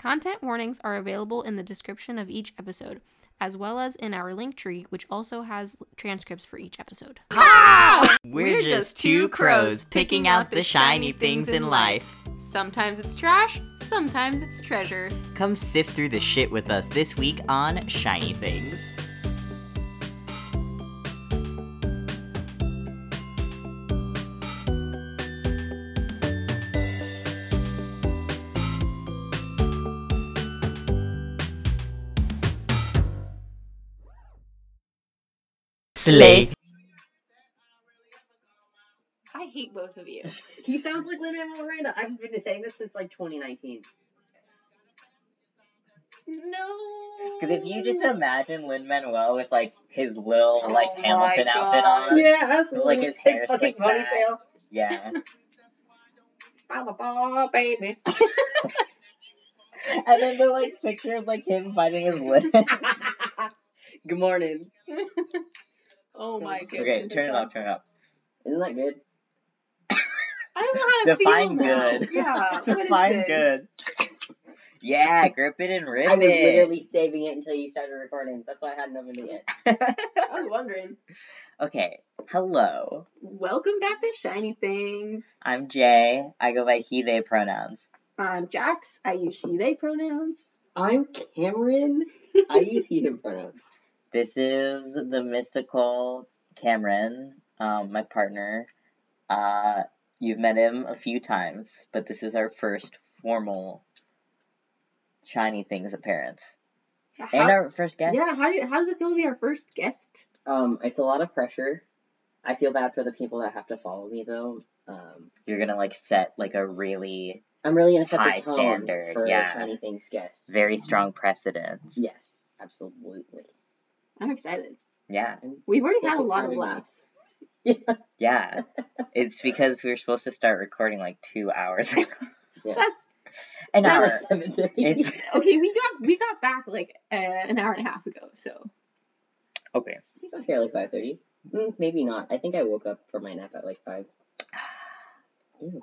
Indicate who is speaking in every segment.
Speaker 1: Content warnings are available in the description of each episode, as well as in our link tree, which also has transcripts for each episode.
Speaker 2: We're just two crows picking out the shiny things in life.
Speaker 1: Sometimes it's trash, sometimes it's treasure.
Speaker 2: Come sift through the shit with us this week on Shiny Things. Slay.
Speaker 1: I hate both of you.
Speaker 3: He sounds like Lin Manuel Miranda. I've been saying this since like 2019.
Speaker 1: No.
Speaker 2: Because if you just imagine Lin Manuel with like his little like
Speaker 1: Oh my
Speaker 2: Hamilton outfit
Speaker 1: God.
Speaker 2: on,
Speaker 3: Yeah,
Speaker 2: absolutely. Like his hair His fucking slicked back. ponytail. yeah,
Speaker 3: baby.
Speaker 2: and then the like picture of like him biting his lip.
Speaker 3: Good morning.
Speaker 1: Oh my goodness.
Speaker 2: okay, turn it off. Turn it off.
Speaker 3: Isn't that good?
Speaker 1: I don't know how to
Speaker 2: Define
Speaker 1: feel now.
Speaker 2: good.
Speaker 1: Yeah.
Speaker 2: Define good. Yeah, grip it and rip
Speaker 3: I was
Speaker 2: it.
Speaker 3: literally saving it until you started recording. That's why I hadn't opened it yet.
Speaker 1: I was wondering.
Speaker 2: okay, hello.
Speaker 1: Welcome back to Shiny Things.
Speaker 2: I'm Jay. I go by he, they pronouns.
Speaker 1: I'm Jax. I use she, they pronouns.
Speaker 3: I'm Cameron. I use he, him pronouns.
Speaker 2: This is the mystical Cameron, um, my partner. Uh, you've met him a few times, but this is our first formal Shiny Things appearance.
Speaker 1: How-
Speaker 2: And our first guest.
Speaker 1: Yeah, how, do, how does it feel to be our first guest?
Speaker 3: Um, it's a lot of pressure. I feel bad for the people that have to follow me though. Um,
Speaker 2: You're gonna like set like a really
Speaker 3: I'm really gonna set
Speaker 2: High
Speaker 3: the tone
Speaker 2: standard,
Speaker 3: for
Speaker 2: yeah.
Speaker 3: shiny things guests.
Speaker 2: very strong precedent.
Speaker 3: Yes, absolutely.
Speaker 1: I'm excited.
Speaker 2: Yeah,
Speaker 1: We've already
Speaker 3: Thank
Speaker 1: had a
Speaker 3: you for
Speaker 1: lot of
Speaker 3: having me.
Speaker 1: laughs.
Speaker 2: yeah. it's because we were supposed to start recording like two hours ago.
Speaker 1: That's
Speaker 2: An
Speaker 1: That
Speaker 2: hour.
Speaker 1: was-
Speaker 2: It's
Speaker 3: It's
Speaker 1: okay. We got we got back like uh, an hour and a half ago. So
Speaker 2: okay.
Speaker 3: fairly five thirty. Mm, maybe not. I think I woke up from my nap at like five.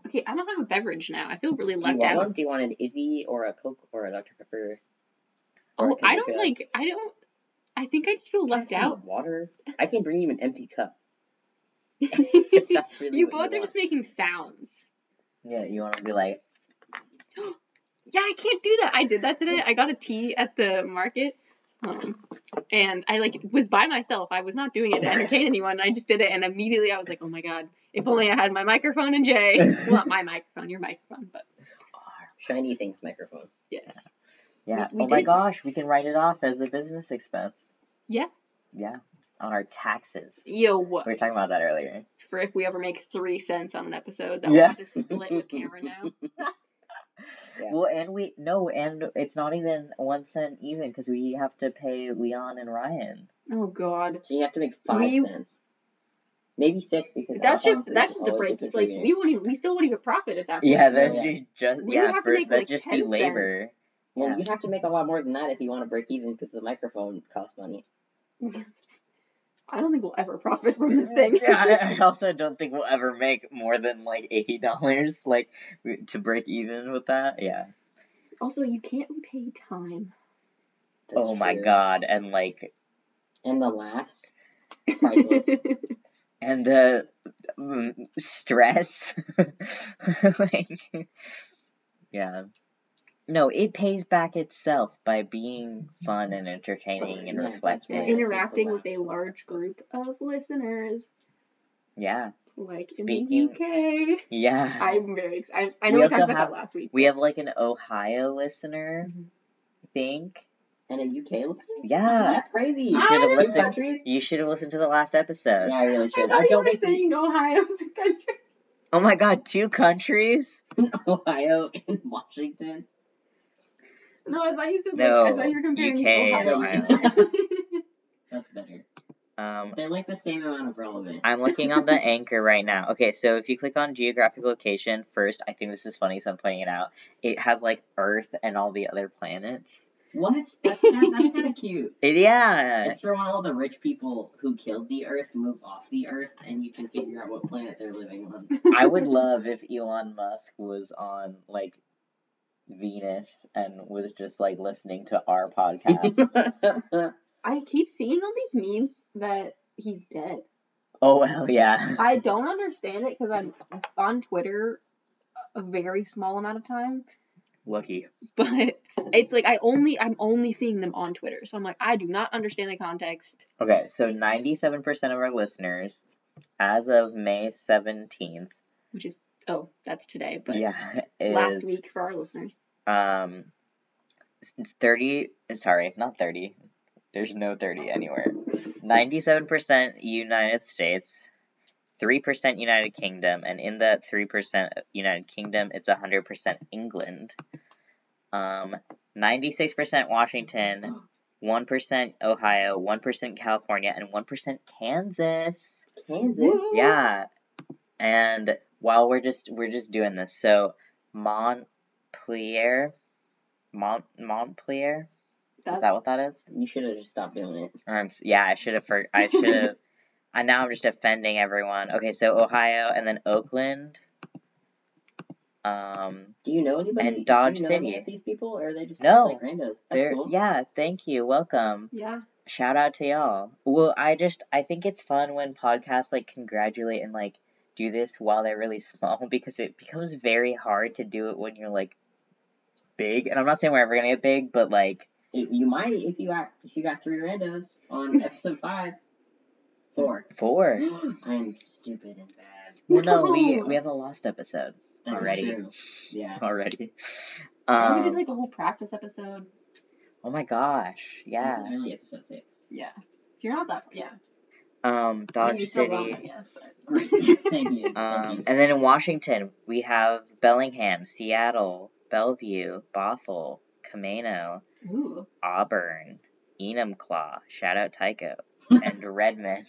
Speaker 1: okay, I don't have a beverage now. I feel really
Speaker 3: Do you
Speaker 1: left
Speaker 3: want
Speaker 1: out.
Speaker 3: one? Do you want an Izzy or a Coke or a Dr Pepper? Or a
Speaker 1: Oh, I don't
Speaker 3: kombucha?
Speaker 1: like. I don't. I think I just feel
Speaker 3: Can I
Speaker 1: left
Speaker 3: have some
Speaker 1: out.
Speaker 3: Water. I can bring you an empty cup. If
Speaker 1: you
Speaker 3: that's really what
Speaker 1: both are
Speaker 3: want.
Speaker 1: just making sounds.
Speaker 2: Yeah, you want to be like,
Speaker 1: Yeah, I can't do that. I did that today. I got a tea at the market. Um, and I like was by myself. I was not doing it to entertain anyone. I just did it, and immediately I was like, "Oh my god! If only I had my microphone and Jay. Well, not my microphone, your microphone, but
Speaker 2: "Oh,
Speaker 3: shiny things microphone.
Speaker 1: yes,
Speaker 2: yeah,
Speaker 1: We- we
Speaker 2: oh my
Speaker 1: did-
Speaker 2: gosh, we can write it off as a business expense.
Speaker 1: yeah,
Speaker 2: Yeah, on our taxes.
Speaker 1: yo, what
Speaker 2: We were talking about that earlier.
Speaker 1: for if we ever make three cents on an episode
Speaker 2: Yeah.
Speaker 1: that we'll have to split with Cameron now.
Speaker 3: Yeah.
Speaker 2: Well, and we no, and it's not even one cent even because we have to pay Leon and Ryan.
Speaker 1: Oh God,
Speaker 3: So you have to make five
Speaker 1: We-
Speaker 3: cents. Maybe six because Alphonse
Speaker 1: that's just
Speaker 3: is
Speaker 1: that's just a
Speaker 3: always
Speaker 1: break. Like
Speaker 3: contributor.
Speaker 1: we won't even we still won't even profit at that. Point.
Speaker 2: Yeah, that's
Speaker 3: Yeah.
Speaker 2: ju- just
Speaker 1: We would
Speaker 2: yeah,
Speaker 1: have to
Speaker 2: for,
Speaker 1: make,
Speaker 2: that'd
Speaker 1: like,
Speaker 2: just
Speaker 1: 10
Speaker 2: be
Speaker 1: cents.
Speaker 2: labor.
Speaker 3: Well,
Speaker 2: Yeah.
Speaker 3: you'd have to make a lot more than that if you want to break even because the microphone costs money.
Speaker 1: I don't think we'll ever profit from this thing.
Speaker 2: Mm, yeah, I- I also don't think we'll ever make more than like eighty dollars, like w- to break even with that. Yeah.
Speaker 1: also, you can't repay time.
Speaker 3: That's
Speaker 2: oh my
Speaker 3: true.
Speaker 2: god, and like,
Speaker 3: And the laughs. Priceless.
Speaker 2: and the mm, stress. like, yeah. No, it pays back itself by being fun and entertaining and
Speaker 3: Yeah, that's
Speaker 2: reflective.
Speaker 3: right.
Speaker 1: Interacting with
Speaker 3: the
Speaker 1: a large group of listeners,
Speaker 2: Yeah,
Speaker 1: like in
Speaker 2: Speaking-
Speaker 1: the UK.
Speaker 2: yeah.
Speaker 1: I'm very excited. I, I know
Speaker 2: We
Speaker 1: we,
Speaker 2: also
Speaker 1: talked about
Speaker 2: have-
Speaker 1: that last week.
Speaker 2: We have like an Ohio listener, I think.
Speaker 3: and a UK listener?
Speaker 2: Yeah,
Speaker 3: That's crazy.
Speaker 1: You should've
Speaker 3: Two
Speaker 2: listened.
Speaker 3: countries?
Speaker 2: you should have listened to the last episode.
Speaker 3: Mm-hmm. Yeah, I really
Speaker 1: I
Speaker 3: should.
Speaker 1: thought
Speaker 3: I,
Speaker 1: you
Speaker 3: don't
Speaker 1: were
Speaker 3: think
Speaker 1: saying Ohio's a country.
Speaker 2: Oh my god, two countries?
Speaker 3: Ohio and Washington.
Speaker 1: No, I thought you said like, I
Speaker 2: No,
Speaker 1: thought you were comparing
Speaker 2: UK and
Speaker 1: Ohio. and-
Speaker 3: That's better.
Speaker 2: Um,
Speaker 3: They're like the same amount of relevant.
Speaker 2: I'm looking on the anchor right now. Okay, so if you click on geographic location first, I think this is funny, so I'm pointing it out. It has like Earth and all the other planets.
Speaker 3: What? That's kind of, that's kind of cute.
Speaker 2: It, yeah,
Speaker 3: It's for when all the rich people who killed the Earth move off the Earth, and you can figure out what planet they're living on.
Speaker 2: I would love if Elon Musk was on like Venus and was just like listening to our podcast.
Speaker 1: I keep seeing all these memes that he's dead.
Speaker 2: oh hell yeah.
Speaker 1: I don't understand it because I'm on Twitter a very small amount of time,
Speaker 2: Lucky.
Speaker 1: but it's like I only I'm only seeing them on Twitter. So I'm like I do not understand the context.
Speaker 2: Okay, so 97% of our listeners as of May 17th.
Speaker 1: Which is oh that's today, but
Speaker 2: yeah. is,
Speaker 1: last week for our listeners.
Speaker 2: Um it's 30 sorry, not 30. There's no 30 anywhere. 97% United States, 3% United Kingdom, and in that 3% United Kingdom, it's 100% England. Um 96% Washington, 1% Ohio, 1% California, and 1% Kansas.
Speaker 3: Kansas.
Speaker 1: Woo.
Speaker 2: Yeah. And while we're just we're just doing this, so Montpelier, Mont Montpelier, is
Speaker 1: That,
Speaker 2: that what that is?
Speaker 3: You should have just stopped doing it.
Speaker 2: Or I'm, s- yeah, I should have. For, I should have. and now I'm just offending everyone. Okay, so Ohio and then Oakland. Um,
Speaker 3: Do you know anybody?
Speaker 2: And
Speaker 3: do you
Speaker 2: Dodge
Speaker 3: know any
Speaker 2: City.
Speaker 3: of these people, or are they just
Speaker 2: No.
Speaker 3: like randos? That's
Speaker 2: there.
Speaker 3: cool.
Speaker 2: Yeah, thank you. Welcome.
Speaker 1: yeah.
Speaker 2: Shout out to y'all. Well, I just I think it's fun when podcasts like congratulate and like do this while they're really small because it becomes very hard to do it when you're like big. And I'm not saying we're ever gonna get big, but like
Speaker 3: You- You might if you got if you got three randos on episode five, four.
Speaker 2: four.
Speaker 3: I'm stupid and bad.
Speaker 2: Well, no, we
Speaker 1: No.
Speaker 2: we have a lost episode
Speaker 3: That is
Speaker 2: Already.
Speaker 3: true. Yeah.
Speaker 2: already.
Speaker 1: And we did
Speaker 2: Um,
Speaker 1: like a whole practice episode.
Speaker 2: oh my gosh,
Speaker 3: So this
Speaker 2: yeah.
Speaker 3: is really episode six.
Speaker 1: Yeah. So you're not that far. Yeah.
Speaker 2: Um,
Speaker 1: I mean,
Speaker 2: Dodge
Speaker 1: you're still wrong, I
Speaker 2: City.
Speaker 1: guess, but
Speaker 3: Great. Thank you.
Speaker 2: Um,
Speaker 3: Thank you.
Speaker 2: and then in Washington we have Bellingham, Seattle, Bellevue, Bothell, Camano.
Speaker 1: Ooh.
Speaker 2: Auburn, Enumclaw, shout out Tycho, and Redmond.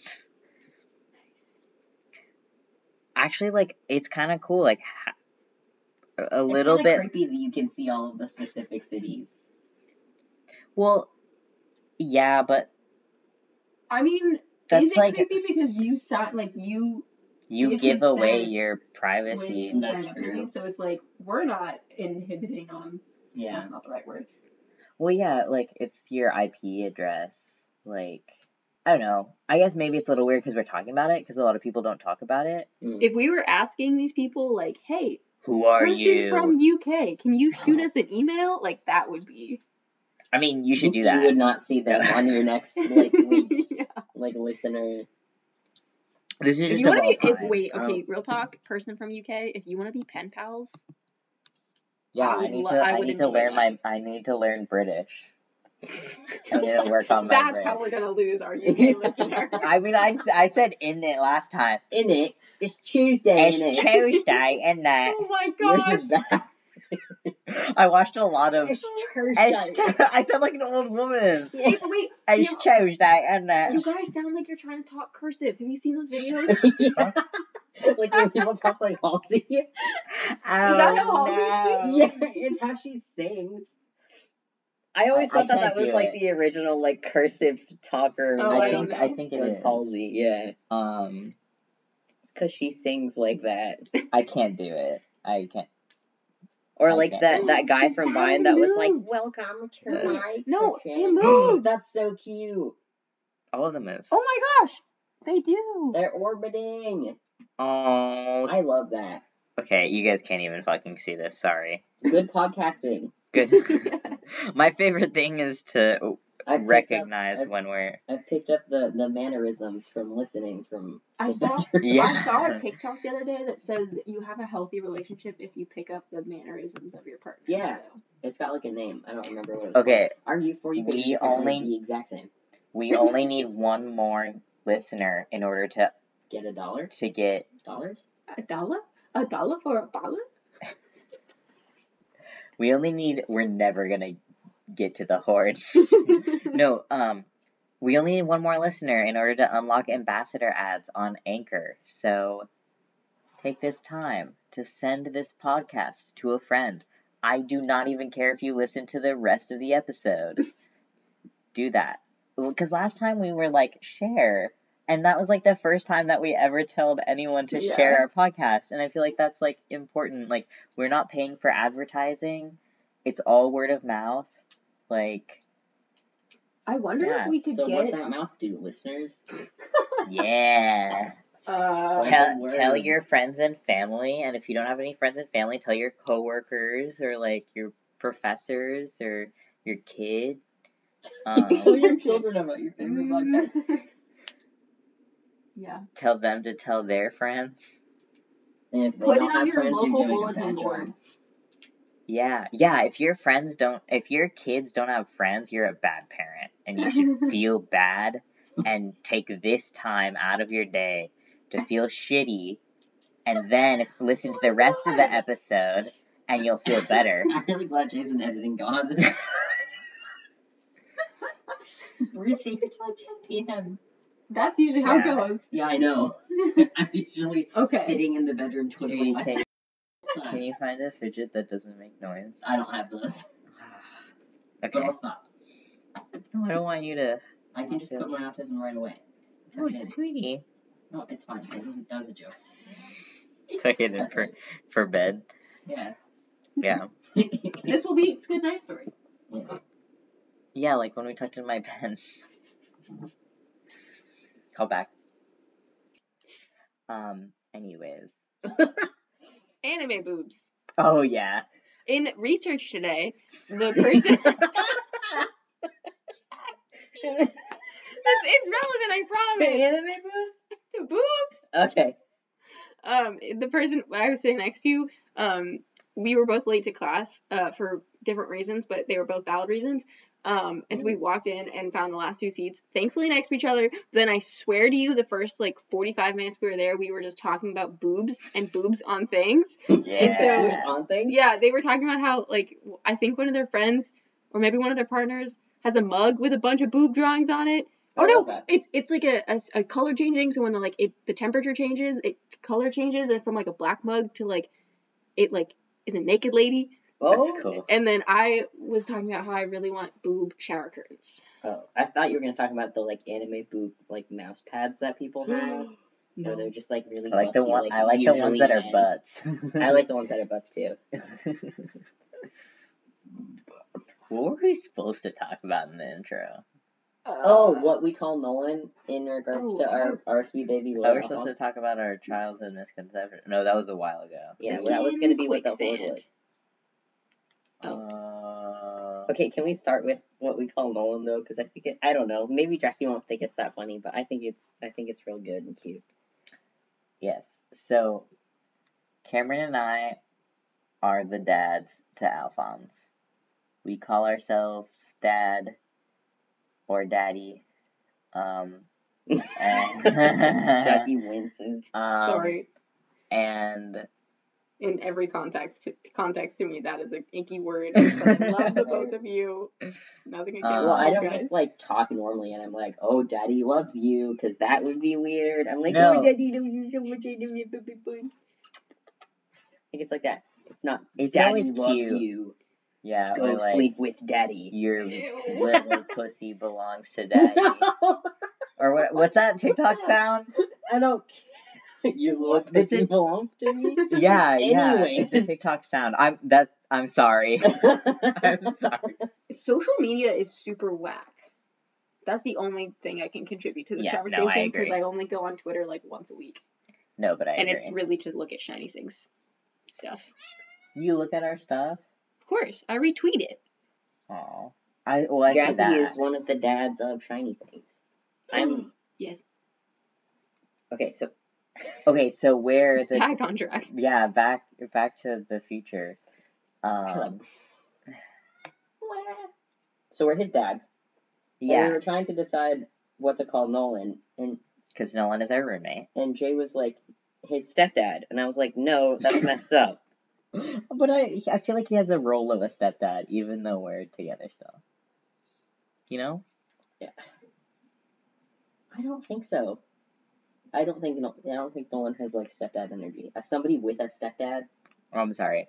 Speaker 2: Actually, like it's kind of cool. Like ha- a
Speaker 3: It's
Speaker 2: little
Speaker 3: kinda
Speaker 2: bit.
Speaker 3: creepy that you can see all of the specific cities.
Speaker 2: Well, yeah, but
Speaker 1: I mean,
Speaker 2: That's
Speaker 1: is it
Speaker 2: like-
Speaker 1: creepy because you sound like you
Speaker 2: you
Speaker 1: If
Speaker 2: give
Speaker 1: you
Speaker 2: away
Speaker 1: said-
Speaker 2: your privacy.
Speaker 1: when you
Speaker 3: that's
Speaker 1: said
Speaker 3: true.
Speaker 1: police, so it's like we're not inhibiting on.
Speaker 3: Yeah.
Speaker 1: That's not the right word.
Speaker 2: Well, yeah, like it's your IP address. Like I don't know. I guess maybe it's a little weird because we're talking about it because a lot of people don't talk about it.
Speaker 3: Mm.
Speaker 1: If we were asking these people, like, hey,
Speaker 2: Who are
Speaker 1: person
Speaker 2: you?
Speaker 1: from UK, can you shoot us an email? Like that would be.
Speaker 2: I mean, you should do
Speaker 3: You
Speaker 2: that.
Speaker 3: would not see them on your next like week's
Speaker 1: Yeah.
Speaker 3: like listener.
Speaker 2: This is
Speaker 1: If
Speaker 2: just
Speaker 1: you
Speaker 2: a
Speaker 1: want to
Speaker 2: well
Speaker 1: be, if,
Speaker 2: time.
Speaker 1: wait,
Speaker 2: Um,
Speaker 1: okay, real talk, person from UK, if you want to be pen pals,
Speaker 2: Yeah,
Speaker 1: I
Speaker 2: I,
Speaker 1: would
Speaker 2: need
Speaker 1: lo-
Speaker 2: to.
Speaker 1: I
Speaker 2: I,
Speaker 1: would
Speaker 2: need to
Speaker 1: enjoy
Speaker 2: learn my. I need to learn British. I need to work on my
Speaker 1: that's how
Speaker 2: British.
Speaker 1: we're gonna lose our UK listener.
Speaker 2: I mean, I, s- I said in it last time.
Speaker 3: In it, it's Tuesday.
Speaker 2: It's
Speaker 3: in it.
Speaker 2: Tuesday, and that
Speaker 1: Oh my
Speaker 3: Yours
Speaker 1: gosh.
Speaker 3: is bad.
Speaker 2: I watched a lot of.
Speaker 3: It's Tuesday.
Speaker 2: It's Tu- I sound like an old woman.
Speaker 1: Hey, wait,
Speaker 2: It's
Speaker 1: you-
Speaker 2: Tuesday, and that.
Speaker 1: You guys sound like you're trying to talk cursive. Have you seen those videos?
Speaker 3: Yeah. like when people talk like Halsey.
Speaker 2: Oh,
Speaker 1: that how all
Speaker 2: no.
Speaker 1: these
Speaker 3: Yeah, it's how she sings. I always
Speaker 2: Um, I- I
Speaker 3: thought that
Speaker 2: can't
Speaker 3: that was
Speaker 2: do
Speaker 3: like
Speaker 2: it.
Speaker 3: the original like cursive talker.
Speaker 1: Oh,
Speaker 2: I
Speaker 1: I
Speaker 3: like,
Speaker 2: think. I think it
Speaker 3: was
Speaker 2: is.
Speaker 3: Halsey. Yeah,
Speaker 2: Um,
Speaker 3: it's because she sings like that,
Speaker 2: I can't do it. I can't.
Speaker 3: or
Speaker 2: I
Speaker 3: like
Speaker 2: can't.
Speaker 3: that that guy
Speaker 1: The
Speaker 3: from
Speaker 1: sound
Speaker 3: Vine that was like,
Speaker 1: moves.
Speaker 3: "Welcome to
Speaker 2: Yes.
Speaker 3: my
Speaker 1: No, it
Speaker 3: kitchen."
Speaker 1: moves.
Speaker 3: That's so cute.
Speaker 2: All of them move.
Speaker 1: oh my gosh, they do.
Speaker 3: They're orbiting.
Speaker 2: Oh.
Speaker 3: I love that.
Speaker 2: Okay, you guys can't even fucking see this. Sorry.
Speaker 3: Good podcasting.
Speaker 2: Good. My favorite thing is to
Speaker 3: I recognize.
Speaker 2: recognize
Speaker 3: I've-
Speaker 2: when we're
Speaker 3: I've picked up the the mannerisms from listening from.
Speaker 1: I
Speaker 3: the
Speaker 1: saw.
Speaker 3: bedroom.
Speaker 2: Yeah.
Speaker 1: I saw a TikTok the other day that says you have a healthy relationship if you pick up the mannerisms of your partner.
Speaker 3: Yeah.
Speaker 1: So.
Speaker 3: It's got like a name. I don't remember what it was.
Speaker 2: okay.
Speaker 3: Called. Argue for you. could
Speaker 2: We
Speaker 3: just apparently
Speaker 2: only-
Speaker 3: the exact same.
Speaker 2: We only need one more listener in order to
Speaker 3: Get a dollar.
Speaker 2: to get.
Speaker 3: Dollars.
Speaker 1: A dollar? A dollar for a dollar?
Speaker 2: We only need. We're never gonna get to the horde. no. Um. We only need one more listener in order to unlock ambassador ads on Anchor. So, take this time to send this podcast to a friend. I do not even care if you listen to the rest of the episode. do that. Because last time we were like, share. And that was like the first time that we ever told anyone to
Speaker 1: Yeah.
Speaker 2: share our podcast. And I feel like that's like important. Like, we're not paying for advertising. it's all word of mouth. Like,
Speaker 1: I wonder
Speaker 2: Yeah,
Speaker 1: if we could
Speaker 3: So what
Speaker 1: get
Speaker 3: that mouth do, listeners?
Speaker 2: yeah.
Speaker 1: uh,
Speaker 3: Spread the
Speaker 2: tell,
Speaker 3: word.
Speaker 2: tell your friends and family, and if you don't have any friends and family, tell your coworkers or like your professors or your kid.
Speaker 1: Tell
Speaker 2: Um,
Speaker 1: your
Speaker 3: children about your
Speaker 1: mm, yeah.
Speaker 2: tell them to tell their friends.
Speaker 3: And if they
Speaker 1: Put it
Speaker 3: don't
Speaker 1: on
Speaker 3: have
Speaker 1: your
Speaker 3: friends, you're
Speaker 1: local
Speaker 3: doing a
Speaker 1: bulletin
Speaker 3: bad
Speaker 1: board.
Speaker 3: job.
Speaker 2: Yeah, yeah. If your friends don't, if your kids don't have friends, you're a bad parent, and you should feel bad and take this time out of your day to feel shitty, and then listen to the rest of the
Speaker 1: God.
Speaker 2: episode, and you'll feel better.
Speaker 3: I'm really glad Jason editing gone. We're safe until 10 p.m.
Speaker 1: That's usually how
Speaker 2: Yeah.
Speaker 1: it goes.
Speaker 3: Yeah, I know. I'm usually
Speaker 1: Okay.
Speaker 3: sitting in the bedroom
Speaker 2: So
Speaker 3: twiddling my
Speaker 2: can,
Speaker 3: thumbs.
Speaker 2: can you find a fidget that doesn't make noise?
Speaker 3: I don't have those, but
Speaker 2: Okay.
Speaker 3: I'll stop.
Speaker 2: No, I don't want you to.
Speaker 3: I can just
Speaker 2: Okay.
Speaker 3: put my autism right away.
Speaker 2: Oh,
Speaker 3: Okay.
Speaker 2: sweetie.
Speaker 3: No, it's fine. That was a, that was a joke.
Speaker 2: Tuck it in
Speaker 3: That's
Speaker 2: for,
Speaker 3: fine.
Speaker 2: for bed.
Speaker 3: Yeah.
Speaker 2: Yeah.
Speaker 1: This will be it's good night story.
Speaker 3: Yeah.
Speaker 2: Yeah, like when we tucked in my pen. Call back. Um, anyways.
Speaker 1: Anime boobs.
Speaker 2: Oh, yeah.
Speaker 1: In research today, the person
Speaker 2: Is
Speaker 1: it's, it's relevant, I
Speaker 2: it
Speaker 1: promise.
Speaker 2: anime boobs?
Speaker 1: The boobs.
Speaker 2: Okay.
Speaker 1: Um, the person I was sitting next to, um, we were both late to class uh, for different reasons, but they were both valid reasons. Um, and so we walked in and found the last two seats, thankfully next to each other. Then I swear to you, the first like 45 minutes we were there, we were just talking about boobs and boobs on things.
Speaker 2: Yeah.
Speaker 1: so-
Speaker 3: Boobs on things?
Speaker 1: Yeah, they were talking about how like I think one of their friends or maybe one of their partners has a mug with a bunch of boob drawings on it.
Speaker 3: I
Speaker 1: Oh
Speaker 3: love
Speaker 1: no,
Speaker 3: that.
Speaker 1: it's it's like a, a s- a color changing. So when the like it the temperature changes, it color changes and from like a black mug to like it like is a naked lady.
Speaker 3: Oh.
Speaker 2: That's cool.
Speaker 1: And then I was talking about how I really want boob shower curtains.
Speaker 3: Oh, I thought you were gonna talk about the like anime boob like mouse pads that people have. Where
Speaker 1: No,
Speaker 3: they're just like really
Speaker 2: I like the
Speaker 3: busty,
Speaker 2: one. I like the
Speaker 3: usually
Speaker 2: ones that are
Speaker 3: men.
Speaker 2: butts.
Speaker 3: I like the ones that are butts too.
Speaker 2: what were we supposed to talk about in the intro?
Speaker 1: Uh,
Speaker 3: Oh, what we call Nolan in regards
Speaker 1: Oh,
Speaker 3: to our, our sweet baby
Speaker 2: I thought we were supposed to talk about our childhood misconception. No, that was a while ago.
Speaker 3: Yeah, well, that was gonna be what the word
Speaker 1: Quicksand.
Speaker 3: was.
Speaker 1: Oh.
Speaker 2: Uh,
Speaker 3: Okay, can we start with what we call Nolan though? Because I think it, I don't know. Maybe Jackie won't think it's that funny, but I think it's I think it's real good and cute.
Speaker 2: Yes. So Cameron and I are the dads to Alphonse. We call ourselves dad or daddy. Um, and,
Speaker 3: Jackie winces.
Speaker 2: um,
Speaker 1: sorry.
Speaker 2: And
Speaker 1: In every context, context to me, that is an inky word. But I love the both of you. Nothing against
Speaker 2: Uh,
Speaker 3: well, I
Speaker 1: you
Speaker 3: don't
Speaker 1: guys.
Speaker 3: just like talk normally, and I'm like, "Oh, Daddy loves you," because that would be weird. I'm like,
Speaker 2: No.
Speaker 3: "Oh, Daddy loves you so much." I love you, boop, boop, boop." I think it's like that. It's not.
Speaker 2: it's
Speaker 3: Daddy
Speaker 2: always
Speaker 3: loves
Speaker 2: cute.
Speaker 3: you.
Speaker 2: Yeah.
Speaker 3: Go
Speaker 2: or like,
Speaker 3: sleep with Daddy.
Speaker 2: Your
Speaker 1: Ew.
Speaker 2: little pussy belongs to daddy. Or what? What's that TikTok sound?
Speaker 3: I don't. Your little
Speaker 2: This
Speaker 3: pussy
Speaker 2: is-
Speaker 3: belongs to me.
Speaker 2: Yeah, yeah. It's a
Speaker 3: Anyways.
Speaker 2: TikTok sound. I'm that. I'm sorry. I'm sorry.
Speaker 1: social media is super whack. That's the only thing I can contribute to this
Speaker 2: Yeah, no, I
Speaker 1: conversation
Speaker 2: agree.
Speaker 1: because I, only go on Twitter like once a week,
Speaker 2: No, but I
Speaker 1: and
Speaker 2: agree.
Speaker 1: it's really to look at shiny things stuff.
Speaker 2: You look at our stuff.
Speaker 1: Of course, I retweet it.
Speaker 2: Oh, I well, I see that.
Speaker 3: Jackie is one of the dads of Shiny Things. I'm
Speaker 1: Oh, yes,
Speaker 3: okay. So
Speaker 2: Okay, so where the
Speaker 1: back on track.
Speaker 2: yeah back back to the future.
Speaker 3: Shut
Speaker 2: Um,
Speaker 3: so we're his dads. And we
Speaker 2: yeah,
Speaker 3: were trying to decide what to call Nolan, and
Speaker 2: because Nolan is our roommate.
Speaker 3: and Jay was like his stepdad, and I was like, no, that's messed up.
Speaker 2: But I I feel like he has the role of a stepdad, even though we're together still. You know?
Speaker 3: I don't think so. I don't think Nol- I don't think Nolan has like stepdad energy. As somebody with a stepdad,
Speaker 2: Oh, I'm sorry.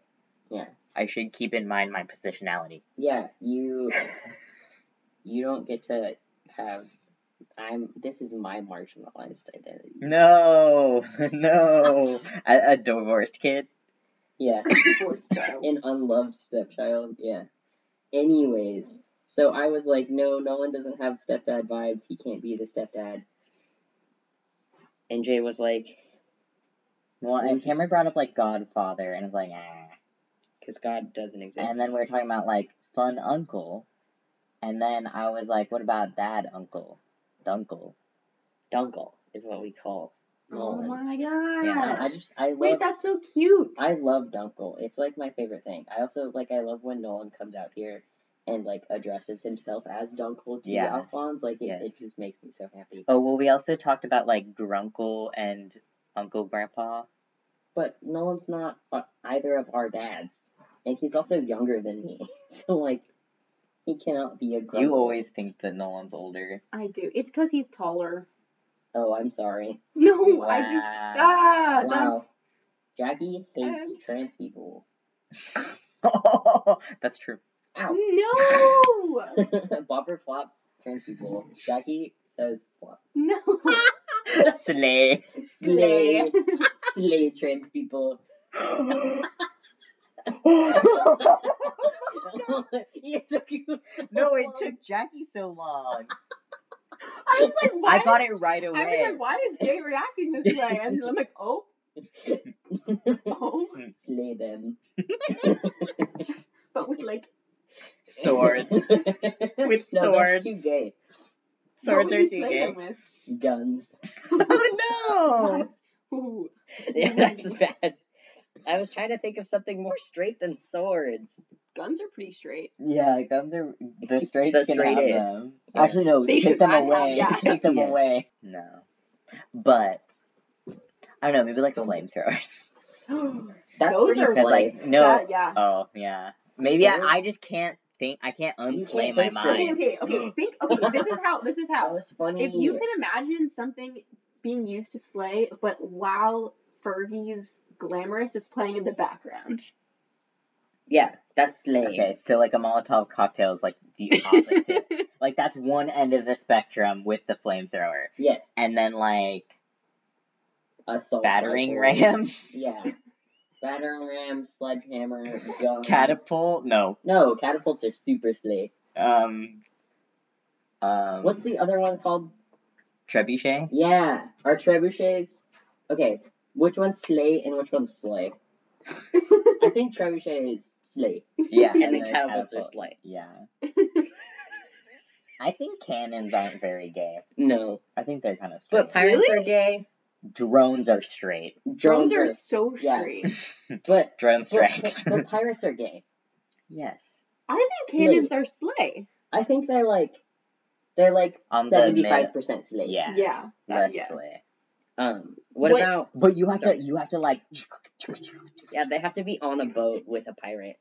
Speaker 3: Yeah.
Speaker 2: I should keep in mind my positionality.
Speaker 3: yeah, you you don't get to have. I'm. This is my marginalized identity.
Speaker 2: No, no, a, a divorced kid.
Speaker 3: Yeah.
Speaker 4: Forced child.
Speaker 3: An unloved stepchild. Yeah. Anyways, so I was like, no, Nolan doesn't have stepdad vibes. He can't be the stepdad. And Jay was like,
Speaker 2: Well, and Cameron brought up like Godfather, and I was like, ah.
Speaker 3: because God doesn't exist.
Speaker 2: And then we were talking about like fun uncle, and then I was like, what about dad uncle, dunkle?
Speaker 3: Dunkle is what we call
Speaker 1: Oh
Speaker 3: Nolan.
Speaker 1: my
Speaker 2: Yeah,
Speaker 1: god.
Speaker 3: I just I love
Speaker 1: Wait, that's so cute.
Speaker 3: I love Dunkel. It's like my favorite thing. I also like I love when Nolan comes out here and like addresses himself as Dunkel to
Speaker 2: Yes.
Speaker 3: Alphonse. Like it, it
Speaker 2: Yes.
Speaker 3: just makes me so happy.
Speaker 2: Oh well, we also talked about like grunkle and uncle grandpa.
Speaker 3: But Nolan's not uh, either of our dads, and he's also younger than me. So like he cannot be a Grunkle.
Speaker 2: You always think that Nolan's older.
Speaker 1: I do. It's because he's taller.
Speaker 3: Oh, I'm sorry.
Speaker 1: No, I just
Speaker 2: Wow.
Speaker 1: ah,
Speaker 3: Wow.
Speaker 1: that's
Speaker 3: Jackie hates
Speaker 1: Yes.
Speaker 3: trans people.
Speaker 2: That's true.
Speaker 3: Ow.
Speaker 1: no,
Speaker 2: Mm.
Speaker 3: Bopper flop trans people. Jackie says flop.
Speaker 1: no.
Speaker 2: Slay.
Speaker 3: Slay. Slay trans people. it took you.
Speaker 2: no, it took Jackie so long.
Speaker 1: I was like, why?
Speaker 2: I got it right
Speaker 1: I was
Speaker 2: away.
Speaker 1: like, why is Jay reacting this way? And I'm like, oh, oh,
Speaker 3: Slay them.
Speaker 1: but with like,
Speaker 2: Swords. With
Speaker 3: no, that's
Speaker 2: swords.
Speaker 3: too gay.
Speaker 1: what
Speaker 2: Swords
Speaker 1: would
Speaker 2: are
Speaker 1: you
Speaker 2: too
Speaker 1: slay
Speaker 2: gay.
Speaker 1: them with?
Speaker 3: Guns.
Speaker 2: Oh
Speaker 1: That's- ooh.
Speaker 3: Yeah, that's bad. I was trying to think of something more straight than swords.
Speaker 1: guns are pretty straight.
Speaker 2: no! Yeah, guns are the straights
Speaker 3: The
Speaker 2: can have
Speaker 3: straightest.
Speaker 2: them.
Speaker 3: Yeah.
Speaker 2: Actually, no,
Speaker 1: They
Speaker 2: take
Speaker 1: should
Speaker 2: them
Speaker 1: not have-
Speaker 2: away.
Speaker 1: yeah.
Speaker 2: Take them
Speaker 3: Yeah.
Speaker 2: away. No, but I don't know. Maybe like the flamethrowers.
Speaker 3: That's
Speaker 1: Those
Speaker 3: pretty
Speaker 1: are
Speaker 2: Because
Speaker 3: slay.
Speaker 2: like no,
Speaker 1: That- yeah.
Speaker 2: Oh yeah. Maybe I,
Speaker 3: Yeah.
Speaker 2: I just can't think. I can't unslay
Speaker 3: can't
Speaker 2: my
Speaker 3: think straight.
Speaker 2: mind.
Speaker 1: Okay, okay, okay. Think. Okay, this is how. This is
Speaker 3: that
Speaker 1: how.
Speaker 3: was funny.
Speaker 1: If you could imagine something being used to slay, but while Fergie's glamorous is playing in the background.
Speaker 3: Yeah, that's slay.
Speaker 2: Okay, so like a Molotov cocktail is like the opposite. like that's one end of the spectrum with the flamethrower,
Speaker 3: Yes,
Speaker 2: and then like
Speaker 3: assault.
Speaker 2: battering
Speaker 3: rifle.
Speaker 2: ram,
Speaker 3: Yeah, battering ram, sledgehammer, gun.
Speaker 2: catapult. No.
Speaker 3: No, catapults are super slay.
Speaker 2: Um. Um.
Speaker 3: What's the other one called?
Speaker 2: trebuchet?
Speaker 3: Yeah, our trebuchets. Okay, which one's slay and which one's slay? I think trebuchet is slay,
Speaker 2: Yeah.
Speaker 3: and, then catapults are
Speaker 2: catapult.
Speaker 3: slay.
Speaker 2: Yeah. I think cannons aren't very gay.
Speaker 3: No,
Speaker 2: I think they're kind of straight.
Speaker 3: but pirates
Speaker 1: Really?
Speaker 3: are gay.
Speaker 2: Drones are straight.
Speaker 1: Drones
Speaker 3: Drones
Speaker 1: are so
Speaker 3: yeah.
Speaker 1: straight.
Speaker 3: but
Speaker 2: Drone
Speaker 3: but,
Speaker 2: strikes.
Speaker 3: but pirates are gay.
Speaker 2: yes.
Speaker 1: I think cannons are slay.
Speaker 3: I think they're like they're like
Speaker 2: On the
Speaker 3: seventy five percent slay.
Speaker 2: Yeah.
Speaker 1: Yeah. Uh,
Speaker 2: Less
Speaker 1: yeah.
Speaker 2: slay.
Speaker 3: Um. What,
Speaker 1: What-
Speaker 3: about?
Speaker 2: But you have
Speaker 3: Sorry.
Speaker 2: to, you have to like.
Speaker 3: Yeah, they have to be on a boat with a pirate.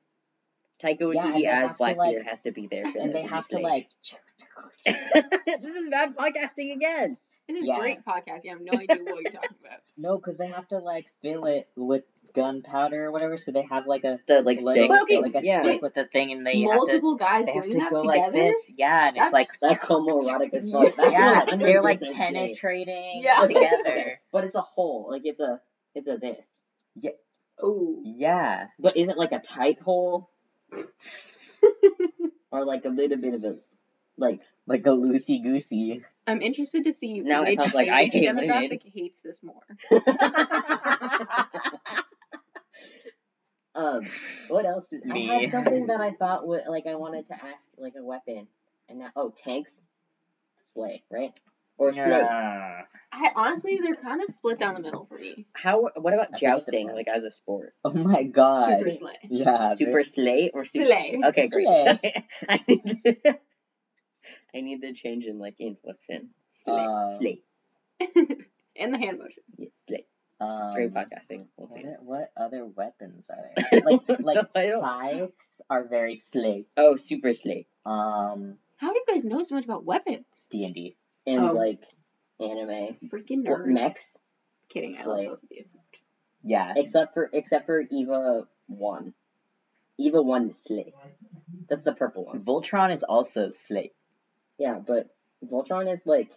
Speaker 3: Taika
Speaker 2: Yeah, and
Speaker 3: Waititi
Speaker 2: they
Speaker 3: as
Speaker 2: have to,
Speaker 3: Blackbeard
Speaker 2: like-
Speaker 3: has to be there, for
Speaker 2: And
Speaker 3: that
Speaker 2: they
Speaker 3: be
Speaker 2: have to
Speaker 3: slay.
Speaker 2: like.
Speaker 3: this is bad podcasting again.
Speaker 1: This is
Speaker 2: Yeah.
Speaker 1: great podcast. You have no idea what you're talking about.
Speaker 2: No, because they have to like fill it with gunpowder or whatever. So they have like a
Speaker 3: The like
Speaker 2: little-
Speaker 3: stick.
Speaker 1: Well, okay,
Speaker 2: like a
Speaker 3: yeah.
Speaker 2: stick with the thing, and they have to,
Speaker 1: Multiple guys
Speaker 2: they have
Speaker 1: doing
Speaker 2: to
Speaker 1: that
Speaker 2: go
Speaker 1: together.
Speaker 2: like this. Yeah, and
Speaker 1: That's-
Speaker 2: it's like.
Speaker 3: That's homoerotic as fuck. That's
Speaker 2: Yeah,
Speaker 3: like
Speaker 2: they're like
Speaker 3: 100% gay.
Speaker 2: penetrating
Speaker 1: Yeah.
Speaker 2: together.
Speaker 3: But it's a hole. Like it's a it's a this.
Speaker 1: Oh.
Speaker 2: Yeah.
Speaker 3: But is it like a tight hole? or like a little bit of a like
Speaker 2: Like a loosey goosey.
Speaker 1: I'm interested to see
Speaker 3: Now it
Speaker 1: which
Speaker 3: sounds like I
Speaker 1: age
Speaker 3: hate
Speaker 1: demographic hates this more.
Speaker 3: um what else? is- I
Speaker 2: Me.
Speaker 3: had something that I thought would like I wanted to ask like a weapon. And now oh tanks? Slay, right? Or slay.
Speaker 2: Yeah.
Speaker 1: I honestly, they're kind of split down the middle for me.
Speaker 3: How what about
Speaker 2: I think it
Speaker 3: jousting
Speaker 2: depends.
Speaker 3: like as a sport?
Speaker 2: Oh my god.
Speaker 1: Super slay.
Speaker 2: Yeah.
Speaker 3: super slay or super
Speaker 1: Slay.
Speaker 3: Okay, great.
Speaker 2: Uh, Slay.
Speaker 3: I need I need the change in like inflection. Slay.
Speaker 2: Uh,
Speaker 3: slay.
Speaker 1: And the hand motion.
Speaker 3: Yeah, slay.
Speaker 2: Um,
Speaker 3: Great podcasting. Once
Speaker 2: What,
Speaker 3: again.
Speaker 2: are- what other weapons are there? Like like
Speaker 3: I don't-
Speaker 2: scythes are very slick.
Speaker 3: Oh, super slay.
Speaker 2: Um,
Speaker 1: How do you guys know so much about weapons?
Speaker 2: D and D.
Speaker 3: And
Speaker 1: Oh.
Speaker 3: like anime.
Speaker 1: Freaking
Speaker 3: Or
Speaker 1: nerds.
Speaker 3: mechs.
Speaker 1: Kidding, I
Speaker 3: Slay.
Speaker 1: love both of you.
Speaker 2: Yeah.
Speaker 3: Except for except for Eva one. Eva one is slay. That's the purple one.
Speaker 2: Voltron is also slick.
Speaker 3: Yeah, but Voltron is like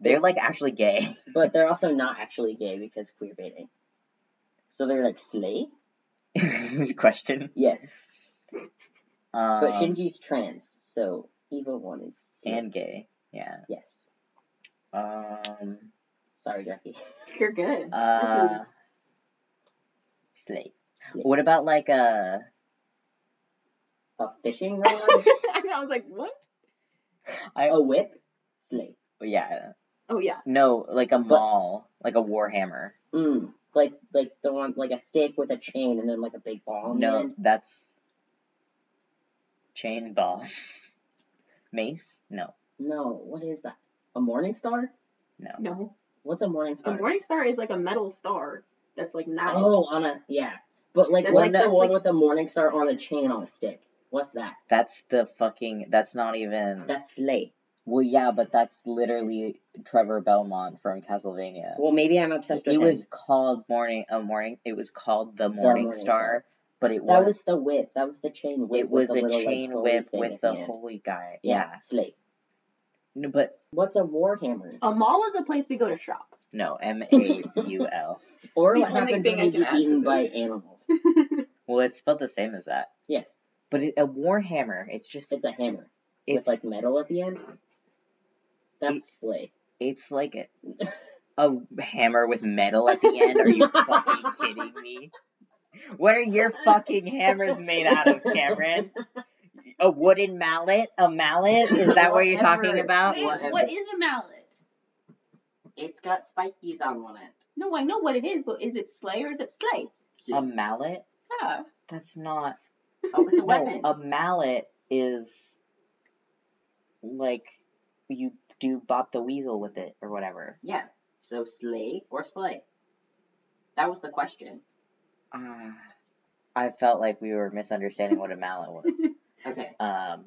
Speaker 2: They're like actually gay.
Speaker 3: but they're also not actually gay because queer baiting. So they're like slay?
Speaker 2: question.
Speaker 3: Yes,
Speaker 2: Um,
Speaker 3: but Shinji's trans, so evil one is straight.
Speaker 2: and gay. Yeah.
Speaker 3: yes.
Speaker 2: Um.
Speaker 3: Sorry, Jackie.
Speaker 1: You're good.
Speaker 2: Uh.
Speaker 1: this is
Speaker 2: Slate.
Speaker 3: Slate.
Speaker 2: What about like a?
Speaker 3: A fishing rod,
Speaker 1: and I was like, what?
Speaker 2: I
Speaker 3: a whip, slate.
Speaker 2: yeah.
Speaker 1: Oh yeah.
Speaker 2: No, like a maul, like a warhammer.
Speaker 3: Mm. Like like the one like a stick with a chain and then like a big ball. on the
Speaker 2: No,
Speaker 3: end.
Speaker 2: that's chain ball. Mace? No,
Speaker 3: No, what is that? A morning star?
Speaker 2: no.
Speaker 1: No.
Speaker 3: What's a morning
Speaker 1: A
Speaker 3: star?
Speaker 1: morning star is like a metal star that's like knives.
Speaker 3: Oh, on a yeah. But like,
Speaker 1: That's
Speaker 3: what's
Speaker 1: like-
Speaker 3: the
Speaker 1: that's
Speaker 3: one
Speaker 1: like-
Speaker 3: with the morning star on a chain on a stick? What's that?
Speaker 2: That's the fucking. That's not even.
Speaker 3: That's slate.
Speaker 2: Well, yeah, but that's literally Trevor Belmont from Castlevania.
Speaker 3: Well, maybe I'm obsessed with
Speaker 2: it
Speaker 3: him.
Speaker 2: was called morning a morning. It was called the Morning,
Speaker 3: Morning
Speaker 2: Star,
Speaker 3: Star.
Speaker 2: but it
Speaker 3: that
Speaker 2: was,
Speaker 3: was the whip. That was the chain whip.
Speaker 2: it was
Speaker 3: with the
Speaker 2: a
Speaker 3: little,
Speaker 2: chain
Speaker 3: like,
Speaker 2: whip
Speaker 3: thing
Speaker 2: with
Speaker 3: at the
Speaker 2: the
Speaker 3: end.
Speaker 2: holy guy.
Speaker 3: Yeah,
Speaker 2: Yeah.
Speaker 3: slate.
Speaker 2: No, but
Speaker 3: What's a warhammer?
Speaker 1: A mall is a place we go to shop.
Speaker 2: no, M A U L.
Speaker 3: Or
Speaker 1: the
Speaker 3: what
Speaker 1: only
Speaker 3: happens
Speaker 1: thing
Speaker 3: when
Speaker 1: I
Speaker 3: you
Speaker 1: can
Speaker 3: get
Speaker 1: add to
Speaker 3: eaten
Speaker 1: this.
Speaker 3: by animals?
Speaker 2: Well, it's spelled the same as that,
Speaker 3: yes,
Speaker 2: but it, a warhammer. It's just
Speaker 3: it's a hammer
Speaker 2: it's
Speaker 3: with like metal at the end. That's slate.
Speaker 2: It's like a, a hammer with metal at the end. Are you fucking kidding me? What are your fucking hammers made out of, Cameron? A wooden mallet? A mallet? Is that what you're talking
Speaker 3: Whatever.
Speaker 2: about?
Speaker 1: Wait,
Speaker 3: whatever.
Speaker 1: what is a mallet?
Speaker 3: It's got spikies on one end.
Speaker 1: No, I know what it is, but is it sleigh or is it sleigh?
Speaker 2: A mallet?
Speaker 1: Yeah.
Speaker 2: That's not.
Speaker 3: oh, it's a
Speaker 2: No, a mallet is like you do Bop the Weasel with it or whatever.
Speaker 3: Yeah. So slay or slay? That was the question.
Speaker 2: Uh, I felt like we were misunderstanding what a mallet was.
Speaker 3: Okay.
Speaker 2: Um,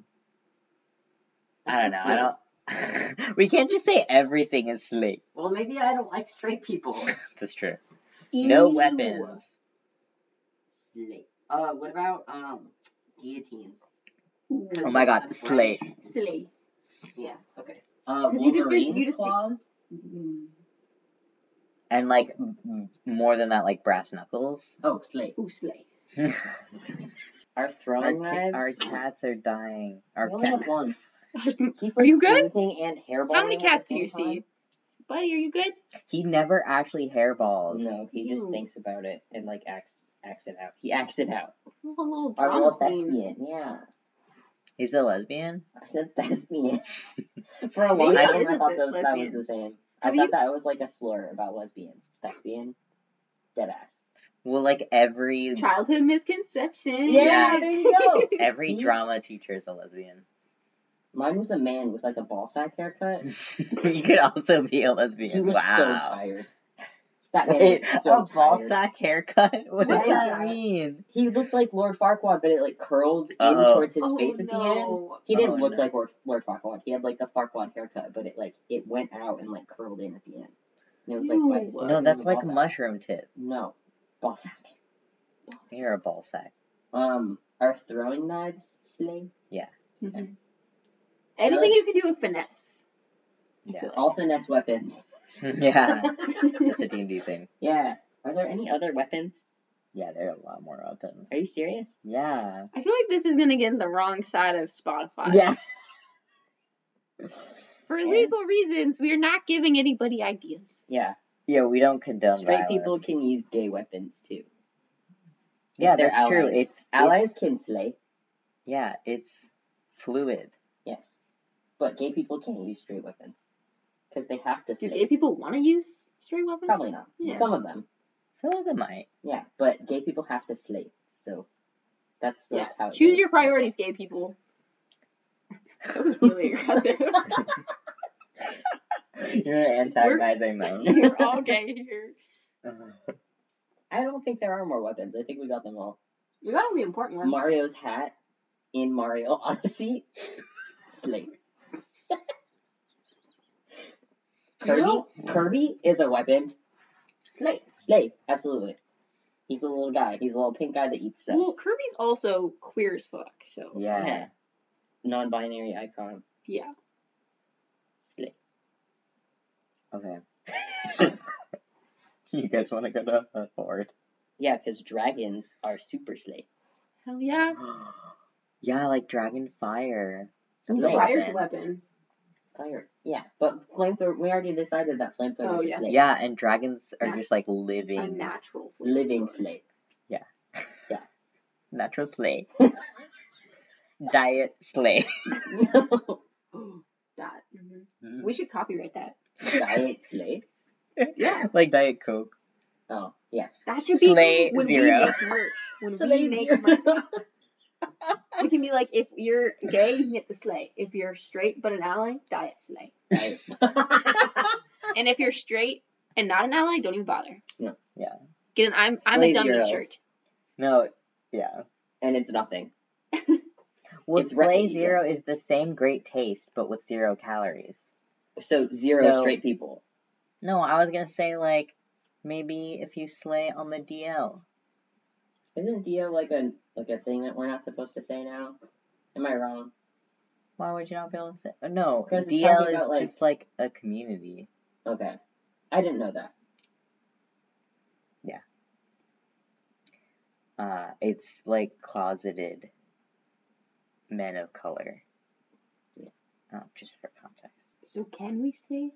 Speaker 2: I don't know. I don't. we can't just say everything is slate.
Speaker 3: Well, maybe I don't like straight people.
Speaker 2: That's true. No
Speaker 3: Ew.
Speaker 2: weapons.
Speaker 3: Slay. Uh, what about um guillotines? 'Cause
Speaker 2: Oh my
Speaker 3: that's
Speaker 2: god,
Speaker 3: the
Speaker 2: slay.
Speaker 3: French.
Speaker 1: Sleigh.
Speaker 3: Yeah. Okay. Uh,
Speaker 1: 'Cause you just did- you
Speaker 3: Wolverine's
Speaker 1: just did-
Speaker 3: claws.
Speaker 2: And like m- m- more than that, like brass knuckles.
Speaker 3: Oh, slay.
Speaker 1: Ooh, sleigh.
Speaker 3: Our
Speaker 2: our,
Speaker 3: throwing
Speaker 2: ki-
Speaker 3: knives.
Speaker 2: our cats are dying. Our
Speaker 3: We only
Speaker 2: cat-
Speaker 3: have one. He's
Speaker 1: Are
Speaker 3: like
Speaker 1: you good?
Speaker 3: sneezing and hairballing.
Speaker 1: How many
Speaker 3: at the
Speaker 1: cats do
Speaker 3: same
Speaker 1: you see?
Speaker 3: time.
Speaker 1: Buddy, are you good?
Speaker 2: He never actually hairballs.
Speaker 3: No, he just
Speaker 1: Ew.
Speaker 3: thinks about it and like acts acts it out. He acts it out.
Speaker 1: A little
Speaker 3: Our little
Speaker 1: drama queen.
Speaker 3: thespian. Yeah.
Speaker 2: He's a lesbian.
Speaker 3: I said thespian. For a long
Speaker 1: Maybe
Speaker 3: time,
Speaker 1: it is
Speaker 3: I
Speaker 1: a
Speaker 3: thought
Speaker 1: th-
Speaker 3: those, that was
Speaker 1: lesbian.
Speaker 3: the same.
Speaker 1: Have
Speaker 3: I thought
Speaker 1: you-
Speaker 3: that was like a slur about lesbians. Thespian, dead ass.
Speaker 2: Well, like every
Speaker 1: Childhood misconception.
Speaker 2: Yeah,
Speaker 3: there you go.
Speaker 2: every
Speaker 3: See?
Speaker 2: drama teacher is a lesbian.
Speaker 3: Mine was a man with like a ball sack haircut.
Speaker 2: you could also be a lesbian.
Speaker 3: He was
Speaker 2: wow.
Speaker 3: so tired. That man
Speaker 2: Wait,
Speaker 3: was so
Speaker 2: a ball
Speaker 3: tired.
Speaker 2: sack haircut? What does
Speaker 1: What is
Speaker 2: that
Speaker 1: that?
Speaker 2: mean?
Speaker 3: He looked like Lord Farquaad, but it like curled
Speaker 2: Uh-oh.
Speaker 3: in towards his
Speaker 1: oh,
Speaker 3: face at the end.
Speaker 1: no.
Speaker 3: He didn't
Speaker 2: Oh,
Speaker 3: look
Speaker 2: no.
Speaker 3: like Lord, Lord Farquaad. He had like the Farquaad haircut, but it like it went out and like curled in at the end. And it was like by
Speaker 1: Ew.
Speaker 3: his
Speaker 1: Well,
Speaker 2: no,
Speaker 3: it was
Speaker 2: that's
Speaker 3: ball
Speaker 2: like
Speaker 3: sack.
Speaker 2: mushroom tip.
Speaker 3: No, ball sack.
Speaker 1: Mm-hmm.
Speaker 2: You're a ball sack.
Speaker 3: Um, our throwing knives sling.
Speaker 1: Mhm. Anything you can do with finesse. I
Speaker 2: Yeah.
Speaker 1: feel
Speaker 3: All finesse weapons.
Speaker 2: yeah,
Speaker 1: like.
Speaker 2: that's a D&D thing.
Speaker 3: Yeah. Are there any other weapons?
Speaker 2: Yeah, there are a lot more weapons.
Speaker 3: Are you serious?
Speaker 2: Yeah.
Speaker 1: I feel like this is gonna get in the wrong side of Spotify. For
Speaker 3: Yeah.
Speaker 1: legal reasons, we are not giving anybody ideas.
Speaker 3: Yeah.
Speaker 2: Yeah, we don't condone
Speaker 3: Straight
Speaker 2: violence.
Speaker 3: people can use gay weapons too.
Speaker 2: Yeah,
Speaker 3: If they're
Speaker 2: that's true.
Speaker 3: allies.
Speaker 2: It's
Speaker 3: allies
Speaker 2: It's,
Speaker 3: can slay.
Speaker 2: yeah, it's fluid.
Speaker 3: Yes. But gay people can't use straight weapons because they have to
Speaker 1: Do
Speaker 3: slay.
Speaker 1: gay people want to use straight weapons?
Speaker 3: Probably not.
Speaker 1: Yeah.
Speaker 3: Some of them.
Speaker 2: Some of them might.
Speaker 3: Yeah. But gay people have to slay. So that's like
Speaker 1: Yeah.
Speaker 3: how. it
Speaker 1: Choose
Speaker 3: is.
Speaker 1: your priorities, gay people. That was really aggressive.
Speaker 2: You're antagonizing them.
Speaker 1: You're all gay here.
Speaker 3: I don't think there are more weapons. I think we got them all.
Speaker 1: We got all the important ones.
Speaker 3: Mario's hat in Mario Odyssey. Slay.
Speaker 1: You
Speaker 3: Kirby,
Speaker 1: know-
Speaker 3: Kirby is a weapon. Slay, slay, absolutely. He's a little guy. He's a little pink guy that eats stuff.
Speaker 1: well, Kirby's also queer as fuck, so
Speaker 2: yeah.
Speaker 3: Non-binary icon.
Speaker 1: yeah.
Speaker 3: Slay.
Speaker 2: Okay. you guys want to go to a board?
Speaker 3: Yeah, because dragons are super slay.
Speaker 1: Hell yeah.
Speaker 2: yeah, like dragon fire.
Speaker 3: And
Speaker 2: Slay
Speaker 1: Fire's
Speaker 2: then.
Speaker 1: weapon.
Speaker 3: Fire. Yeah, but flamethrower. We already decided that flamethrowers
Speaker 1: Oh,
Speaker 3: are
Speaker 1: yeah.
Speaker 3: slay.
Speaker 2: Yeah, and dragons are
Speaker 1: Nat-
Speaker 2: just like
Speaker 1: A
Speaker 2: living,
Speaker 1: natural flamethrower.
Speaker 3: Living slay.
Speaker 2: natural slay. Diet slay.
Speaker 1: that. mhm. We should copyright that.
Speaker 3: Diet slay.
Speaker 1: Yeah.
Speaker 2: like Diet Coke.
Speaker 3: Oh, yeah.
Speaker 1: That should be
Speaker 2: Slay
Speaker 1: when
Speaker 2: zero.
Speaker 1: we make merch. When
Speaker 3: Slay
Speaker 1: we make
Speaker 3: zero.
Speaker 1: merch. We can be like, if you're gay, you can get the sleigh. If you're straight but an ally, diet sleigh.
Speaker 3: Diet.
Speaker 1: And if you're straight and not an ally, don't even bother.
Speaker 3: No.
Speaker 2: Yeah.
Speaker 1: Get an I'm I'm a
Speaker 3: Slay
Speaker 1: dummy
Speaker 3: zero.
Speaker 1: shirt.
Speaker 2: No, yeah.
Speaker 3: and it's nothing.
Speaker 2: Well,
Speaker 3: It's
Speaker 2: slay
Speaker 3: right-
Speaker 2: zero is the same great taste, but with zero calories.
Speaker 3: So zero
Speaker 2: So-
Speaker 3: straight people.
Speaker 2: No, I was gonna say like maybe if you slay on the DL.
Speaker 3: Isn't Dio like a like a thing that we're not supposed to say now? Am I wrong?
Speaker 2: Why would you not be able to say? No,
Speaker 3: 'Cause it's
Speaker 2: DL
Speaker 3: talking
Speaker 2: is
Speaker 3: about, like-
Speaker 2: just like a community.
Speaker 3: Okay, I didn't know that.
Speaker 2: Uh, it's like closeted men of color.
Speaker 3: Yeah.
Speaker 2: Oh, just for context.
Speaker 1: So can we say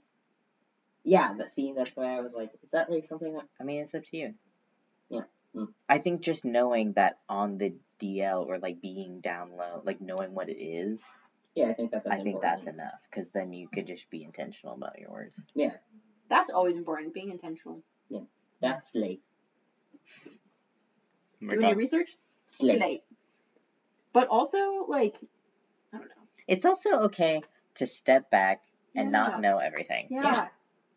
Speaker 3: Yeah, that see, that's why I was like, is that like something that?
Speaker 2: I mean, it's up to you.
Speaker 3: Yeah. Mm.
Speaker 2: I think just knowing that on the DL or like being down low, like knowing what it is,
Speaker 3: Yeah, I think that that's
Speaker 2: I think
Speaker 3: important.
Speaker 2: that's enough because then you could just be intentional about your words.
Speaker 1: that's always important, being
Speaker 3: Oh
Speaker 1: intentional.
Speaker 3: That's slay.
Speaker 1: Doing your research?
Speaker 3: Slay.
Speaker 1: But also like I don't know.
Speaker 2: It's also okay to step back and
Speaker 1: Yeah.
Speaker 2: not know everything.
Speaker 1: Yeah.
Speaker 3: Yeah.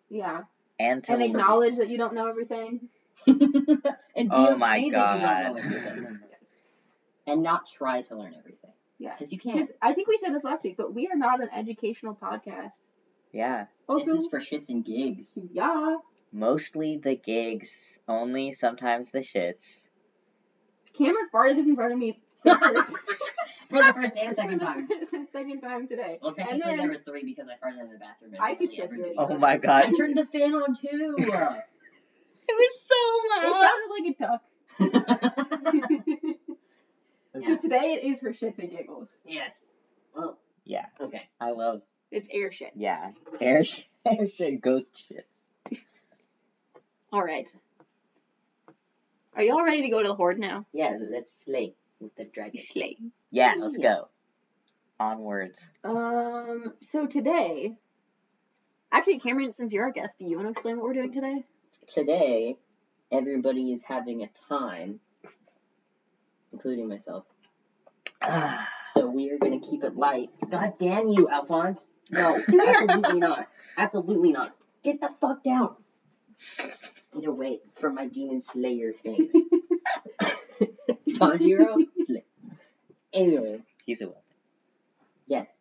Speaker 1: Yeah.
Speaker 2: And to
Speaker 1: And
Speaker 2: learn.
Speaker 1: acknowledge that you don't know everything.
Speaker 3: and
Speaker 2: Oh
Speaker 3: be
Speaker 2: my god.
Speaker 3: okay that you don't know everything,
Speaker 1: Yes.
Speaker 3: and not try to learn everything
Speaker 1: Yeah.
Speaker 3: because you can't.
Speaker 1: Because I think we said this last week, but we are not an educational podcast.
Speaker 2: yeah.
Speaker 1: Also,
Speaker 3: this is for shits and gigs.
Speaker 1: yeah,
Speaker 2: Mostly the gigs, only sometimes the shits.
Speaker 1: Cameron farted in front of me for the first,
Speaker 3: For the first and
Speaker 1: for
Speaker 3: second
Speaker 1: the
Speaker 3: time.
Speaker 1: first and second time today.
Speaker 3: Well,
Speaker 1: and
Speaker 3: technically
Speaker 1: then
Speaker 3: there was three because I farted in the bathroom. and
Speaker 1: I could
Speaker 3: literally
Speaker 1: still hear
Speaker 3: everybody-
Speaker 1: you.
Speaker 2: Oh my
Speaker 3: I
Speaker 2: god.
Speaker 3: turned the fan on too.
Speaker 1: it sounded like a duck. so today it is her shits and giggles.
Speaker 3: yes. Well,
Speaker 2: Yeah.
Speaker 3: okay.
Speaker 2: I love
Speaker 1: It's air shit.
Speaker 2: yeah. Air sh- air shit, ghost shits.
Speaker 1: All right. Are y'all ready to go to the horde now?
Speaker 3: Yeah, let's slay with the dragon.
Speaker 1: Slay.
Speaker 2: Yeah, let's go. Onwards.
Speaker 1: Um. So today, actually, Cameron, since you're our guest, do you want to explain what we're doing today?
Speaker 3: Today, everybody is having a time, including myself. So we are gonna keep it light. God damn you, Alphonse! No, absolutely not. Absolutely not. Get the fuck down. Get away from my demon slayer things. Tanjiro, slay. Anyway,
Speaker 2: He's a weapon.
Speaker 3: yes,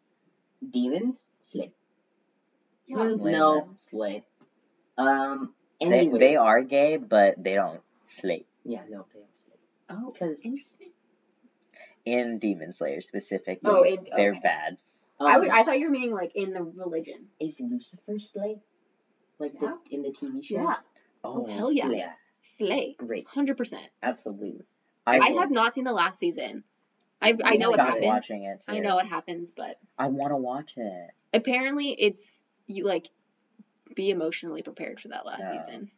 Speaker 3: demons slay.
Speaker 1: Yeah.
Speaker 3: No, slay. Um.
Speaker 2: They,
Speaker 3: Anyway,
Speaker 2: they are gay, but they don't slay.
Speaker 3: Yeah, no, they don't slay.
Speaker 1: Oh,
Speaker 3: Because
Speaker 1: interesting.
Speaker 2: In Demon Slayer specifically,
Speaker 1: Oh, it-
Speaker 2: they're
Speaker 1: okay.
Speaker 2: bad.
Speaker 1: I would. I thought you were meaning like in the religion.
Speaker 3: Um, Is Lucifer Slay? Like
Speaker 1: Yeah.
Speaker 3: the, in the TV show?
Speaker 1: Yeah. Oh, hell yeah.
Speaker 3: Yeah,
Speaker 1: Slay.
Speaker 3: great.
Speaker 1: 100%.
Speaker 3: Absolutely.
Speaker 1: I,
Speaker 2: I,
Speaker 1: have not seen the last season. I I know what
Speaker 2: stopped
Speaker 1: happens.
Speaker 2: watching it.
Speaker 1: I
Speaker 2: too.
Speaker 1: know what happens, but
Speaker 2: I want to watch it.
Speaker 1: apparently it's you like be emotionally prepared for that last
Speaker 2: Yeah.
Speaker 1: season.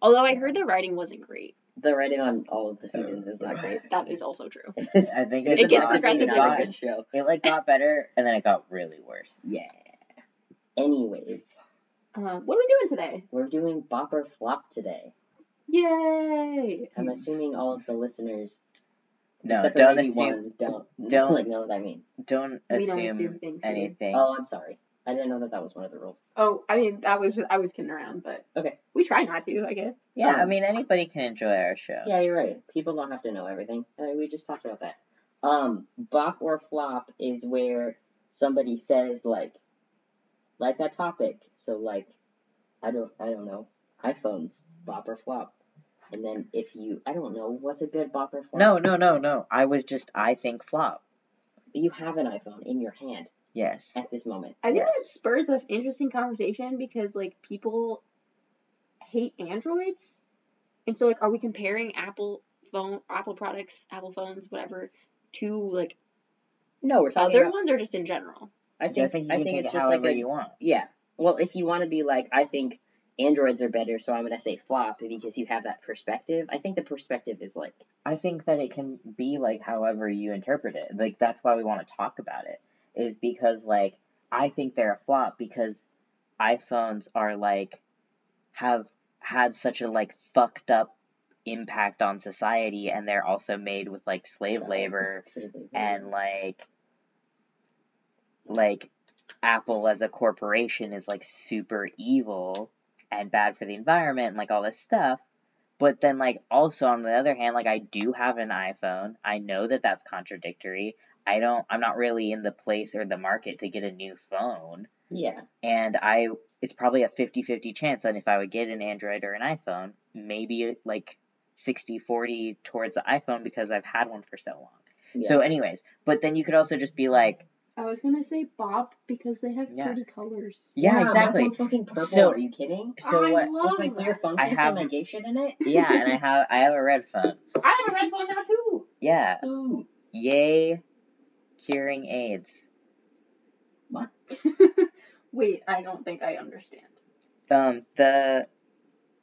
Speaker 1: Although I heard the writing wasn't great.
Speaker 3: The writing on all of the seasons is not great.
Speaker 1: That is also true.
Speaker 2: I think
Speaker 1: It
Speaker 2: it's
Speaker 1: gets
Speaker 2: not-
Speaker 1: progressively
Speaker 2: it
Speaker 3: not
Speaker 2: got,
Speaker 3: a good show.
Speaker 2: It like got better, and then it got really worse.
Speaker 3: Yeah. Anyways,
Speaker 1: Uh, what are we doing today?
Speaker 3: we're doing Bop or Flop today.
Speaker 1: Yay!
Speaker 3: I'm assuming all of the listeners,
Speaker 2: No,
Speaker 3: except for
Speaker 2: don't
Speaker 3: maybe
Speaker 2: assume.
Speaker 3: one, don't,
Speaker 2: don't-
Speaker 3: like know what that means.
Speaker 2: Don't
Speaker 1: We don't
Speaker 2: assume,
Speaker 1: assume things, do we?
Speaker 2: anything.
Speaker 3: Oh, I'm sorry. I didn't know that that was one of the rules.
Speaker 1: Oh, I mean that was I was kidding around, but
Speaker 3: Okay.
Speaker 1: We try not to, I guess.
Speaker 2: yeah, I
Speaker 3: um,
Speaker 2: mean anybody can enjoy our show.
Speaker 3: Yeah, you're right. People don't have to know everything. Uh, we just talked about that. Um, bop or flop is where somebody says like, like a topic. So like, I don't, I don't know, iPhones, bop or flop. And then if you, I don't know, what's a good bop or flop?
Speaker 2: No, no, no, no. I was just I think flop.
Speaker 3: you have an iPhone in your hand
Speaker 2: Yes.
Speaker 3: at this moment.
Speaker 1: I think that
Speaker 2: Yes.
Speaker 1: spurs an interesting conversation because like people hate androids And so like are we comparing Apple phone Apple products, Apple phones, whatever, to like
Speaker 3: No, we're talking
Speaker 1: other
Speaker 3: about.
Speaker 1: ones or just in general?
Speaker 3: I think I think,
Speaker 2: you can take
Speaker 3: it's
Speaker 2: it
Speaker 3: just like
Speaker 2: however
Speaker 3: a,
Speaker 2: you want.
Speaker 3: yeah. Well, if you want to be like, I think androids are better, so I'm gonna say flop because you have that perspective. I think the perspective is like
Speaker 2: I think that it can be like however you interpret it. Like that's why we want to talk about it. Is because like I think they're a flop because iPhones are like have had such a like fucked up impact on society and they're also made with like slave labor
Speaker 3: slave labor.
Speaker 2: and like like Apple as a corporation is like super evil and bad for the environment and like all this stuff. But then like also on the other hand, like I do have an iPhone. I know that that's contradictory. I don't I'm not really in the place or the market to get a new phone
Speaker 3: yeah,
Speaker 2: and I it's probably a 50-50 chance that if I would get an Android or an iPhone, maybe like 60-40 towards the iPhone because I've had one for so long.
Speaker 3: yeah.
Speaker 2: So anyways, but then you could also just be like,
Speaker 1: I was gonna say Bob because they have
Speaker 2: Yeah.
Speaker 1: pretty colors.
Speaker 2: yeah,
Speaker 3: my
Speaker 2: exactly.
Speaker 3: phone's fucking purple.
Speaker 2: So-
Speaker 3: are you kidding?
Speaker 2: So
Speaker 1: I
Speaker 2: what?
Speaker 1: love
Speaker 3: With my clear
Speaker 1: that.
Speaker 3: phone
Speaker 2: I
Speaker 3: case
Speaker 2: have-
Speaker 3: and my gay shit in it.
Speaker 2: Yeah, and I have I have a red phone.
Speaker 1: I have a red phone now too.
Speaker 2: Yeah,
Speaker 3: Ooh,
Speaker 2: yay, curing AIDS.
Speaker 3: what?
Speaker 1: Wait, I don't think I understand.
Speaker 2: Um, the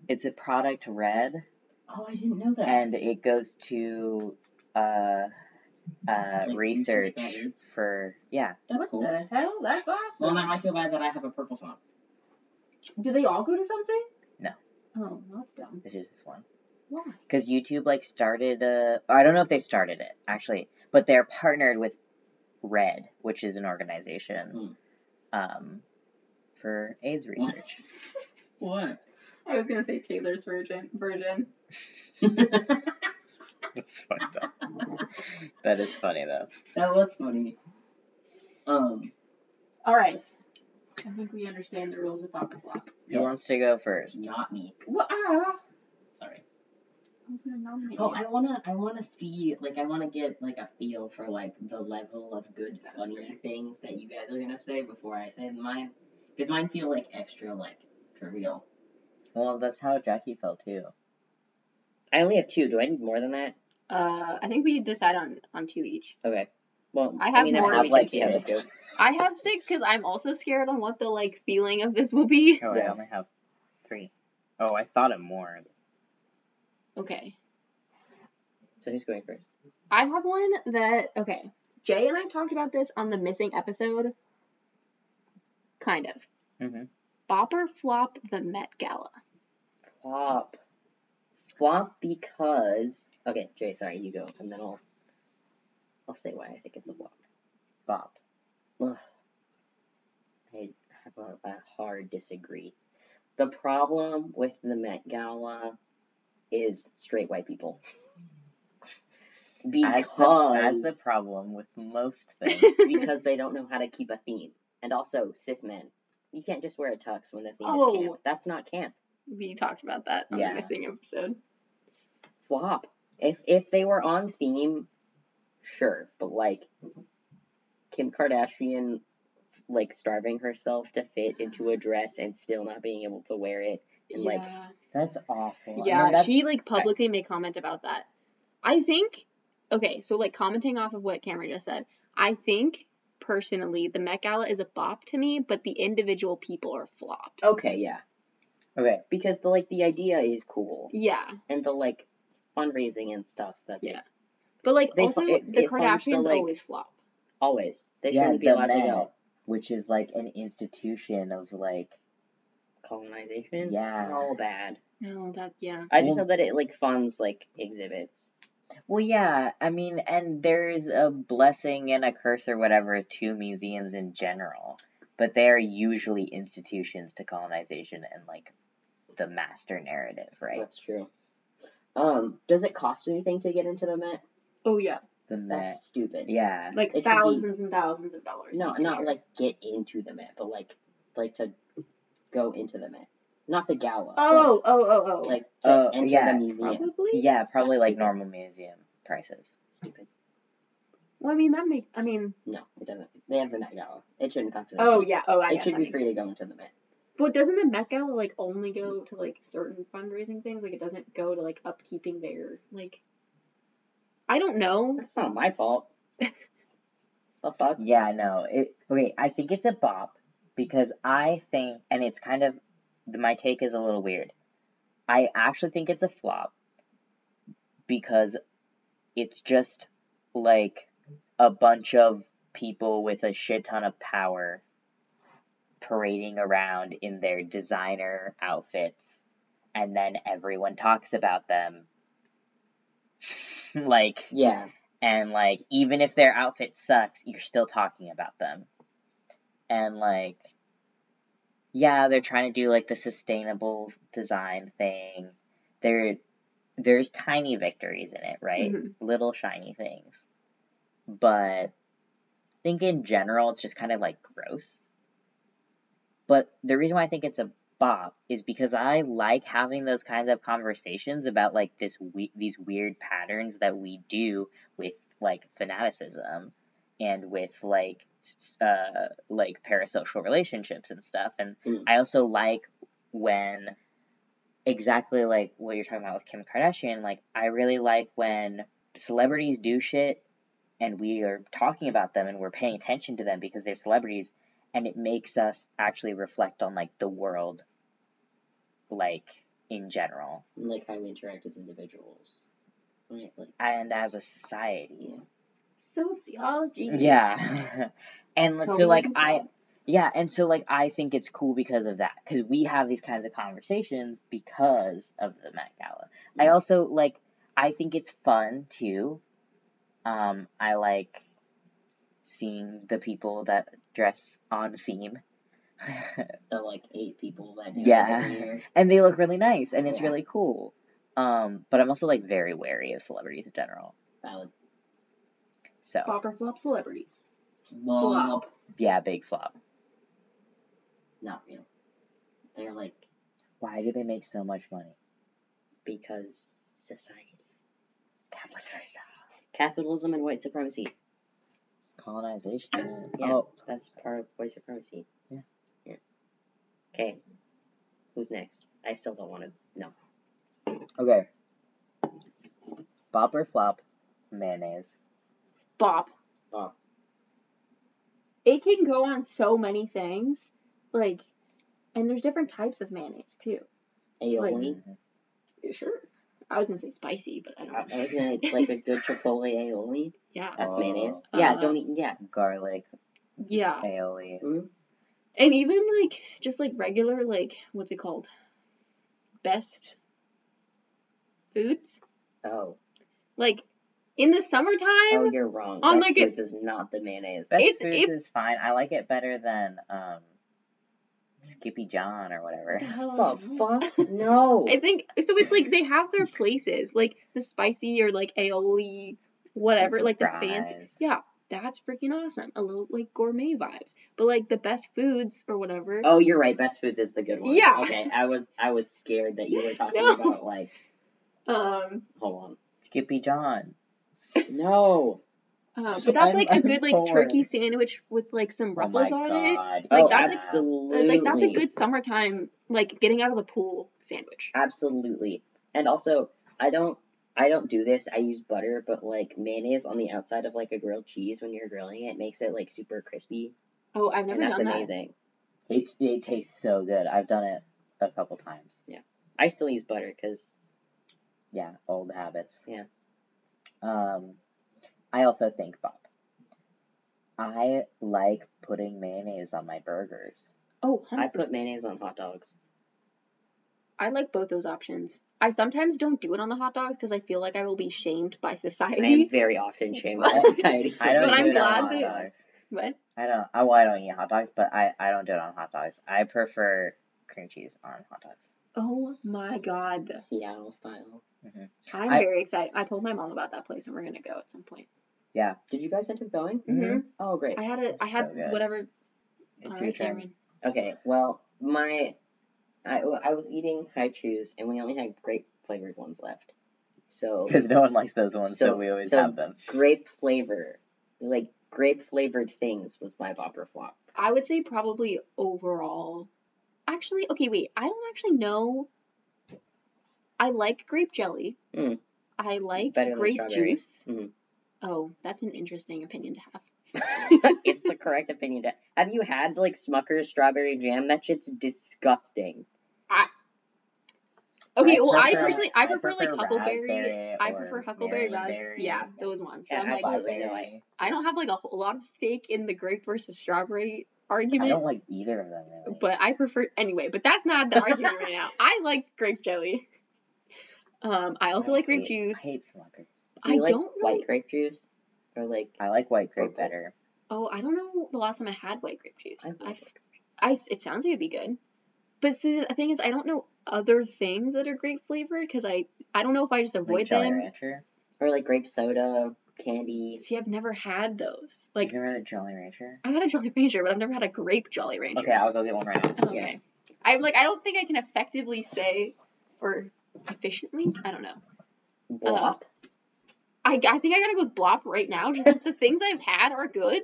Speaker 2: it's a product red,
Speaker 3: Oh, I didn't know that.
Speaker 2: and it goes to uh uh
Speaker 3: Like research
Speaker 2: research
Speaker 3: about AIDS?
Speaker 2: for yeah.
Speaker 3: That's
Speaker 1: what
Speaker 3: cool.
Speaker 1: the hell? That's
Speaker 3: Well,
Speaker 1: awesome.
Speaker 3: now I feel bad that I have a purple phone.
Speaker 1: Do they all go to something?
Speaker 2: No.
Speaker 1: Oh, that's dumb.
Speaker 2: It's just this one.
Speaker 1: Why?
Speaker 2: because YouTube like started uh I don't know if they started it actually, but they're partnered with Red, which is an organization
Speaker 3: Hmm.
Speaker 2: um for AIDS research.
Speaker 3: What?
Speaker 1: I was gonna say Taylor's version. Version.
Speaker 3: that
Speaker 2: That's fucked up. that is funny though.
Speaker 3: was funny. Um,
Speaker 1: All right. I think we understand the rules of pop and flop.
Speaker 2: Who
Speaker 3: yes,
Speaker 2: wants to go first?
Speaker 3: not me.
Speaker 1: Well, ah,
Speaker 3: Sorry.
Speaker 1: I was gonna nominate.
Speaker 3: Oh,
Speaker 1: you.
Speaker 3: I wanna, I wanna see, like, I wanna get like a feel for like the level of good,
Speaker 1: That's
Speaker 3: funny
Speaker 1: great.
Speaker 3: things that you guys are gonna say before I say mine, because mine feel like extra, like for real.
Speaker 2: Well, that's how Jackie felt too.
Speaker 3: I only have two. Do I need more than that?
Speaker 1: Uh, I think we decide on on two each.
Speaker 3: Okay. Well,
Speaker 1: I have
Speaker 3: mean,
Speaker 1: more.
Speaker 3: after
Speaker 1: I
Speaker 3: we
Speaker 2: Have
Speaker 1: can
Speaker 2: like
Speaker 3: see how this
Speaker 2: six.
Speaker 3: goes.
Speaker 1: I have six because I'm also scared on what the like feeling of this will be.
Speaker 2: Oh, I
Speaker 3: Yeah.
Speaker 2: only have three. Oh, I thought of more.
Speaker 1: Okay.
Speaker 3: So who's going first?
Speaker 1: I have one that okay. Jay and I talked about this on the missing episode. Kind of.
Speaker 2: Mhm.
Speaker 1: Bop or flop the Met Gala.
Speaker 3: Flop. Flop because. Okay, Jay. Sorry, you go, and then I'll. I'll say why I think it's a flop.
Speaker 2: Bop.
Speaker 3: I have a, a hard disagree. The problem with the Met Gala is straight white people.
Speaker 2: As
Speaker 3: Because
Speaker 2: the, as the problem with most things.
Speaker 3: because they don't know how to keep a theme, and also cis men. You can't just wear a tux when the theme
Speaker 1: Oh.
Speaker 3: is camp. That's not camp.
Speaker 1: we talked about that on
Speaker 2: Yeah.
Speaker 1: the missing episode.
Speaker 3: Flop. If if they were on theme, sure, but like Kim Kardashian like starving herself to fit into a dress and still not being able to wear it and like
Speaker 1: yeah.
Speaker 2: that's awful. I
Speaker 1: Yeah,
Speaker 2: mean, that's,
Speaker 1: she like publicly made comment about that. I think okay, so like commenting off of what Cameron just said, I think personally the Met Gala is a bop to me, but the individual people are flops.
Speaker 3: Okay, yeah.
Speaker 2: okay.
Speaker 3: Because the like the idea is cool
Speaker 1: Yeah.
Speaker 3: and the like fundraising and stuff that they
Speaker 1: Yeah. But like
Speaker 3: They
Speaker 1: also
Speaker 3: fu- it-
Speaker 1: the
Speaker 3: it funds the,
Speaker 1: Kardashians
Speaker 3: like-
Speaker 1: always flop.
Speaker 3: always they
Speaker 2: Yeah,
Speaker 3: shouldn't be
Speaker 2: the
Speaker 3: allowed to
Speaker 2: Met.
Speaker 3: go
Speaker 2: which is like an institution of like
Speaker 3: colonization.
Speaker 2: Yeah.
Speaker 3: all bad.
Speaker 1: No, that yeah.
Speaker 3: I just
Speaker 2: Well-
Speaker 3: know Oh, that it like funds like exhibits.
Speaker 2: well yeah i mean and there is a blessing and a curse or whatever to museums in general but they are usually institutions to colonization and like the master narrative right
Speaker 3: That's true. Um, does it cost anything to get into the Met?
Speaker 1: Oh yeah.
Speaker 2: the met
Speaker 3: That's stupid.
Speaker 2: yeah
Speaker 1: Like
Speaker 3: It should be-
Speaker 1: thousands and thousands of dollars.
Speaker 3: No,
Speaker 1: I'm
Speaker 3: not
Speaker 1: sure.
Speaker 3: like get into the Met, but like like to go into the Met, not the gala.
Speaker 1: Oh, oh, oh,
Speaker 3: but,
Speaker 1: oh.
Speaker 3: like to
Speaker 2: Oh,
Speaker 3: enter
Speaker 2: yeah,
Speaker 3: the museum.
Speaker 1: probably.
Speaker 2: yeah probably
Speaker 3: That's
Speaker 2: like
Speaker 3: stupid.
Speaker 2: normal museum prices
Speaker 3: Stupid.
Speaker 1: Well, I mean that make I mean
Speaker 3: No, it doesn't. They have the Met Gala. It shouldn't cost.
Speaker 1: Oh
Speaker 3: anything.
Speaker 1: yeah, oh I
Speaker 3: it
Speaker 1: guess
Speaker 3: should
Speaker 1: that
Speaker 3: be
Speaker 1: makes
Speaker 3: free to go into the Met.
Speaker 1: But doesn't the Met Gala like only go to like certain fundraising things? Like it doesn't go to like upkeeping their like. I don't know.
Speaker 3: That's not my fault. the fuck?
Speaker 2: Yeah, no. It okay. I think it's a bop because I think, and it's kind of my take is a little weird. I actually think it's a flop because it's just like a bunch of people with a shit ton of power parading around in their designer outfits, and then everyone talks about them. like,
Speaker 3: Yeah.
Speaker 2: and like even if their outfit sucks you're still talking about them and like yeah they're trying to do like the sustainable design thing there there's tiny victories in it right
Speaker 1: Mhm.
Speaker 2: little shiny things but i think in general it's just kind of like gross but the reason why i think it's a bop is because i like having those kinds of conversations about like this we- these weird patterns that we do with like fanaticism and with like s- uh like parasocial relationships and stuff and
Speaker 3: Mm.
Speaker 2: i also like when exactly like what you're talking about with kim kardashian like i really like when celebrities do shit and we are talking about them and we're paying attention to them because they're celebrities and it makes us actually reflect on like the world like in general
Speaker 3: And, like how we interact as individuals. Right? Like,
Speaker 2: and as a society
Speaker 3: yeah.
Speaker 1: Sociology.
Speaker 2: Yeah. and so
Speaker 1: Totally
Speaker 2: like
Speaker 1: different.
Speaker 2: I yeah, and so like I think it's cool because of that cuz we have these kinds of conversations because of the Met Gala. I
Speaker 3: Mhm.
Speaker 2: also like I think it's fun too. Um I like seeing the people that dress on theme.
Speaker 3: The like eight people that do
Speaker 2: Yeah.
Speaker 3: it every year.
Speaker 2: and they look really nice and it's
Speaker 3: Yeah.
Speaker 2: really cool. Um but I'm also like very wary of celebrities in general.
Speaker 3: Valid.
Speaker 2: So,
Speaker 1: Bop or flop celebrities.
Speaker 3: Well,
Speaker 2: yeah, big flop.
Speaker 3: Not real. They're like
Speaker 2: Why do they make so much money?
Speaker 3: because society. Capitalism. Capitalism and white supremacy.
Speaker 2: Colonization.
Speaker 3: Yeah,
Speaker 2: Oh,
Speaker 3: that's part of white supremacy.
Speaker 2: Yeah.
Speaker 3: Yeah. Okay. Who's next? I still don't want to. No.
Speaker 2: Okay. Bop or flop, mayonnaise.
Speaker 1: Bop.
Speaker 3: Bop.
Speaker 1: It can go on so many things, like, and there's different types of mayonnaise too.
Speaker 3: Aioli.
Speaker 1: Sure. I was gonna say spicy, but I don't. know.
Speaker 3: I was gonna like a good Chipotle aioli.
Speaker 1: Yeah.
Speaker 3: That's
Speaker 2: Oh.
Speaker 3: mayonnaise. Yeah.
Speaker 1: Uh,
Speaker 3: Don't eat. Yeah.
Speaker 2: Garlic,
Speaker 1: Yeah.
Speaker 2: aioli.
Speaker 3: Mm,
Speaker 1: And even like just like regular like what's it called? Best foods?
Speaker 3: Oh.
Speaker 1: Like in the summertime,
Speaker 3: Oh, you're wrong.
Speaker 1: on,
Speaker 3: Best
Speaker 1: like,
Speaker 3: foods is not the mayonnaise.
Speaker 2: Best
Speaker 1: It's-
Speaker 2: foods
Speaker 1: it-
Speaker 2: is fine. I like it better than um, Skippy John or whatever.
Speaker 1: the hell
Speaker 3: The
Speaker 1: is that?
Speaker 3: fuck? No.
Speaker 1: I think so it's like they have their places, like the spicy or like aioli whatever,
Speaker 2: And
Speaker 1: like the
Speaker 2: some
Speaker 1: fancy
Speaker 2: fries.
Speaker 1: yeah, that's freaking awesome. A little like gourmet vibes. But like the best foods or whatever.
Speaker 3: Oh, you're right. Best foods is the good one.
Speaker 1: Yeah.
Speaker 3: Okay. I was I was scared that you were talking
Speaker 1: No.
Speaker 3: about like.
Speaker 1: Um
Speaker 3: Hold
Speaker 2: Skippy John.
Speaker 3: on. No.
Speaker 1: uh, but that's
Speaker 2: I'm-
Speaker 1: like a
Speaker 2: I'm
Speaker 1: good like
Speaker 2: torn.
Speaker 1: turkey sandwich with like some
Speaker 2: Oh my
Speaker 1: ruffles on it.
Speaker 2: god.
Speaker 1: Like,
Speaker 3: oh,
Speaker 1: that's a-
Speaker 3: absolutely.
Speaker 1: Uh, like that's a good summertime like getting out of the pool sandwich
Speaker 3: Absolutely. And also, I don't I don't do this. I use butter, but like mayonnaise on the outside of like a grilled cheese when you're grilling it makes it like super crispy,
Speaker 1: oh i've never
Speaker 3: and that's
Speaker 1: done
Speaker 3: amazing.
Speaker 2: It, it tastes so good. I've done it a couple times.
Speaker 3: I still use butter because
Speaker 2: Yeah, old habits.
Speaker 3: Yeah.
Speaker 2: Um, I also think Bob. I like putting mayonnaise on my burgers.
Speaker 1: that oh 100%.
Speaker 3: I put mayonnaise on hot dogs.
Speaker 1: I like both those options i sometimes don't do it on the hot dogs because i feel like i will be shamed by
Speaker 3: I am
Speaker 1: society
Speaker 3: very often shamed by society.
Speaker 2: I don't
Speaker 1: But
Speaker 2: do
Speaker 1: I'm
Speaker 2: it on
Speaker 1: glad
Speaker 2: hot
Speaker 1: that-
Speaker 2: dogs.
Speaker 1: but
Speaker 2: I don't. I, well, I don't eat hot dogs, but I, I don't do it on hot dogs. I prefer cream cheese on hot dogs.
Speaker 1: oh my god
Speaker 3: Seattle style.
Speaker 1: i'm
Speaker 2: I-
Speaker 1: very excited i told my mom about that place and we're gonna go at some point
Speaker 3: Did you guys end up going?
Speaker 1: Mhm.
Speaker 3: Oh, great.
Speaker 1: i had a i had
Speaker 2: So good.
Speaker 1: whatever
Speaker 3: It's
Speaker 1: all
Speaker 3: your
Speaker 1: right
Speaker 3: turn.
Speaker 1: cameron
Speaker 3: Okay, well, my I, I was eating high chews and we only had grape flavored ones left. So
Speaker 2: Because no one likes those ones, so,
Speaker 3: So-
Speaker 2: we always
Speaker 3: so-
Speaker 2: have them.
Speaker 3: grape flavor, like grape flavored things was my bopper flop.
Speaker 1: i would say probably overall actually, okay, wait. I don't actually know. I like grape jelly.
Speaker 3: Mm.
Speaker 1: I like
Speaker 3: Better than
Speaker 1: grape
Speaker 3: strawberry.
Speaker 1: juice.
Speaker 3: Mhm.
Speaker 1: Oh, that's an interesting opinion to have.
Speaker 3: it's the correct opinion to have you had like Smucker's strawberry jam? That shit's disgusting.
Speaker 1: Okay,
Speaker 2: I
Speaker 1: well, I
Speaker 2: prefer-
Speaker 1: personally, I
Speaker 2: I
Speaker 1: prefer,
Speaker 2: prefer
Speaker 1: like huckleberry.
Speaker 2: raspberry
Speaker 1: I
Speaker 2: or
Speaker 1: prefer huckleberry, raspberry.
Speaker 2: berry.
Speaker 1: Yeah, those ones. So
Speaker 3: Yeah,
Speaker 1: I'm like,
Speaker 3: absolutely. no,
Speaker 2: Blackberry.
Speaker 1: I don't have like a whole lot of stake in the grape versus strawberry
Speaker 2: I
Speaker 1: argument,
Speaker 2: don't like either of them really.
Speaker 1: but I prefer anyway. But that's not the argument right now. I like grape jelly. Um, I also
Speaker 2: I
Speaker 1: like grape
Speaker 2: hate-
Speaker 1: juice.
Speaker 2: I hate Smucker.
Speaker 3: Do
Speaker 1: I
Speaker 3: you like
Speaker 1: don't really.
Speaker 3: white grape juice or like
Speaker 2: I like white grape
Speaker 3: Purple.
Speaker 2: better.
Speaker 1: Oh, I don't know the last time I had white grape juice.
Speaker 3: I love
Speaker 1: I, f- I s- it sounds like it'd be good, but see, the thing is, I don't know other things that are grape flavored because I I don't know if I just
Speaker 2: Like
Speaker 1: avoid
Speaker 2: Jolly
Speaker 1: them.
Speaker 2: Rancher.
Speaker 3: or like grape soda candy?
Speaker 1: See, I've never had those.
Speaker 2: Like,
Speaker 1: Like
Speaker 2: you never had a Jolly Rancher?
Speaker 1: I've had a Jolly Ranger, but I've never had a grape Jolly Ranger.
Speaker 2: Okay, I'll go get one right now.
Speaker 1: Okay. I'm like I don't think I can effectively say or efficiently. I don't know. Uh,
Speaker 3: Blop.
Speaker 1: I, I think I gotta go with Blop right now. Just 'cause the things I've had are good.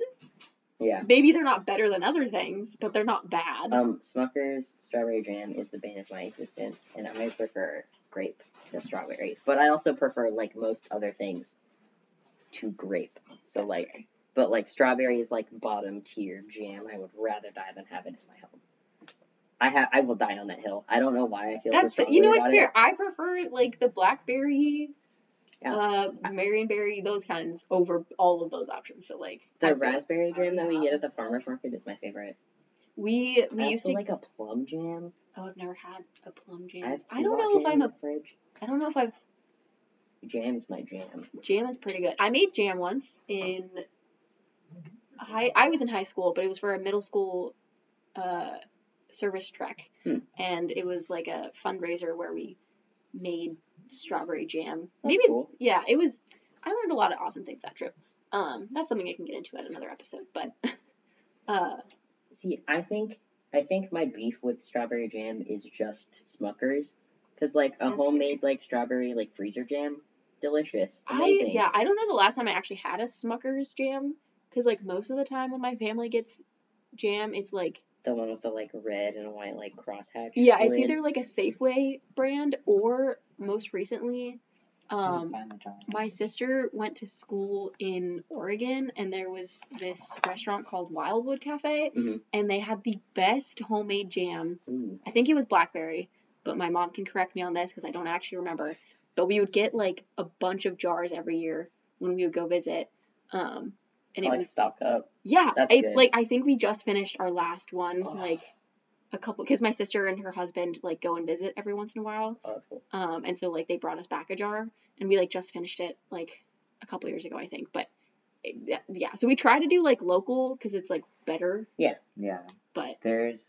Speaker 3: yeah.
Speaker 1: Maybe they're not better than other things, but they're not bad.
Speaker 3: Um, Smucker's strawberry jam is the bane of my existence, and I prefer grape to strawberry. But I also prefer like most other things to grape. So
Speaker 1: That's
Speaker 3: like,
Speaker 1: fair.
Speaker 3: but like strawberry is like bottom tier jam. I would rather die than have it in my home. I have I will die on that hill. I don't know why I feel so
Speaker 1: that's
Speaker 3: strongly
Speaker 1: you know it's
Speaker 3: about
Speaker 1: fair.
Speaker 3: It.
Speaker 1: I prefer like the blackberry,
Speaker 3: Yeah.
Speaker 1: uh, marionberry, those kinds over all of those options. So like I
Speaker 3: The
Speaker 1: feel-
Speaker 3: raspberry jam that we get at the farmers market is my favorite.
Speaker 1: we
Speaker 3: I
Speaker 1: we used
Speaker 3: also
Speaker 1: to.
Speaker 3: like a plum jam.
Speaker 1: oh, I've never had a plum
Speaker 3: I,
Speaker 1: jam.
Speaker 3: have
Speaker 1: I don't
Speaker 3: quinoa
Speaker 1: know if
Speaker 3: jam
Speaker 1: I'm
Speaker 3: in
Speaker 1: a.
Speaker 3: the fridge.
Speaker 1: I don't know if I've
Speaker 3: Jam is my jam.
Speaker 1: Jam is pretty good. I made jam once in high. I was in high school, but it was for a middle school uh, service trek,
Speaker 3: Hmm.
Speaker 1: and it was like a fundraiser where we made strawberry jam.
Speaker 3: That's
Speaker 1: Maybe
Speaker 3: cool.
Speaker 1: yeah, it was. I learned a lot of awesome things that trip. Um, that's something I can get into at another episode, but uh,
Speaker 3: See, I think I think my beef with strawberry jam is just Smucker's, cause like a
Speaker 1: That's fair.
Speaker 3: homemade like strawberry like freezer jam, delicious,
Speaker 1: I
Speaker 3: amazing.
Speaker 1: yeah, I don't know the last time I actually had a Smucker's jam because like most of the time when my family gets jam, it's like
Speaker 3: The one with the like red and white like crosshatch.
Speaker 1: Yeah, it's
Speaker 3: lid.
Speaker 1: either like a Safeway brand or most recently,
Speaker 2: Let me
Speaker 1: um,
Speaker 2: find the Jolly
Speaker 1: my sister went to school in Oregon and there was this restaurant called Wildwood Cafe
Speaker 3: Mhm.
Speaker 1: and they had the best homemade jam.
Speaker 3: Ooh,
Speaker 1: I think it was blackberry, but my mom can correct me on this because I don't actually remember. But we would get like a bunch of jars every year when we would go visit. Um, and it
Speaker 3: like
Speaker 1: was
Speaker 3: stock up.
Speaker 1: yeah,
Speaker 3: That's
Speaker 1: it's
Speaker 3: good.
Speaker 1: like I think we just finished our last one,
Speaker 3: Oh.
Speaker 1: like a couple, because my sister and her husband like go and visit every once in a while,
Speaker 3: Oh, that's cool.
Speaker 1: um, and so like they brought us back a jar, and we like just finished it like a couple years ago, I think. But it, yeah- yeah, so we try to do like local because it's like better,
Speaker 2: Yeah,
Speaker 1: but
Speaker 2: there's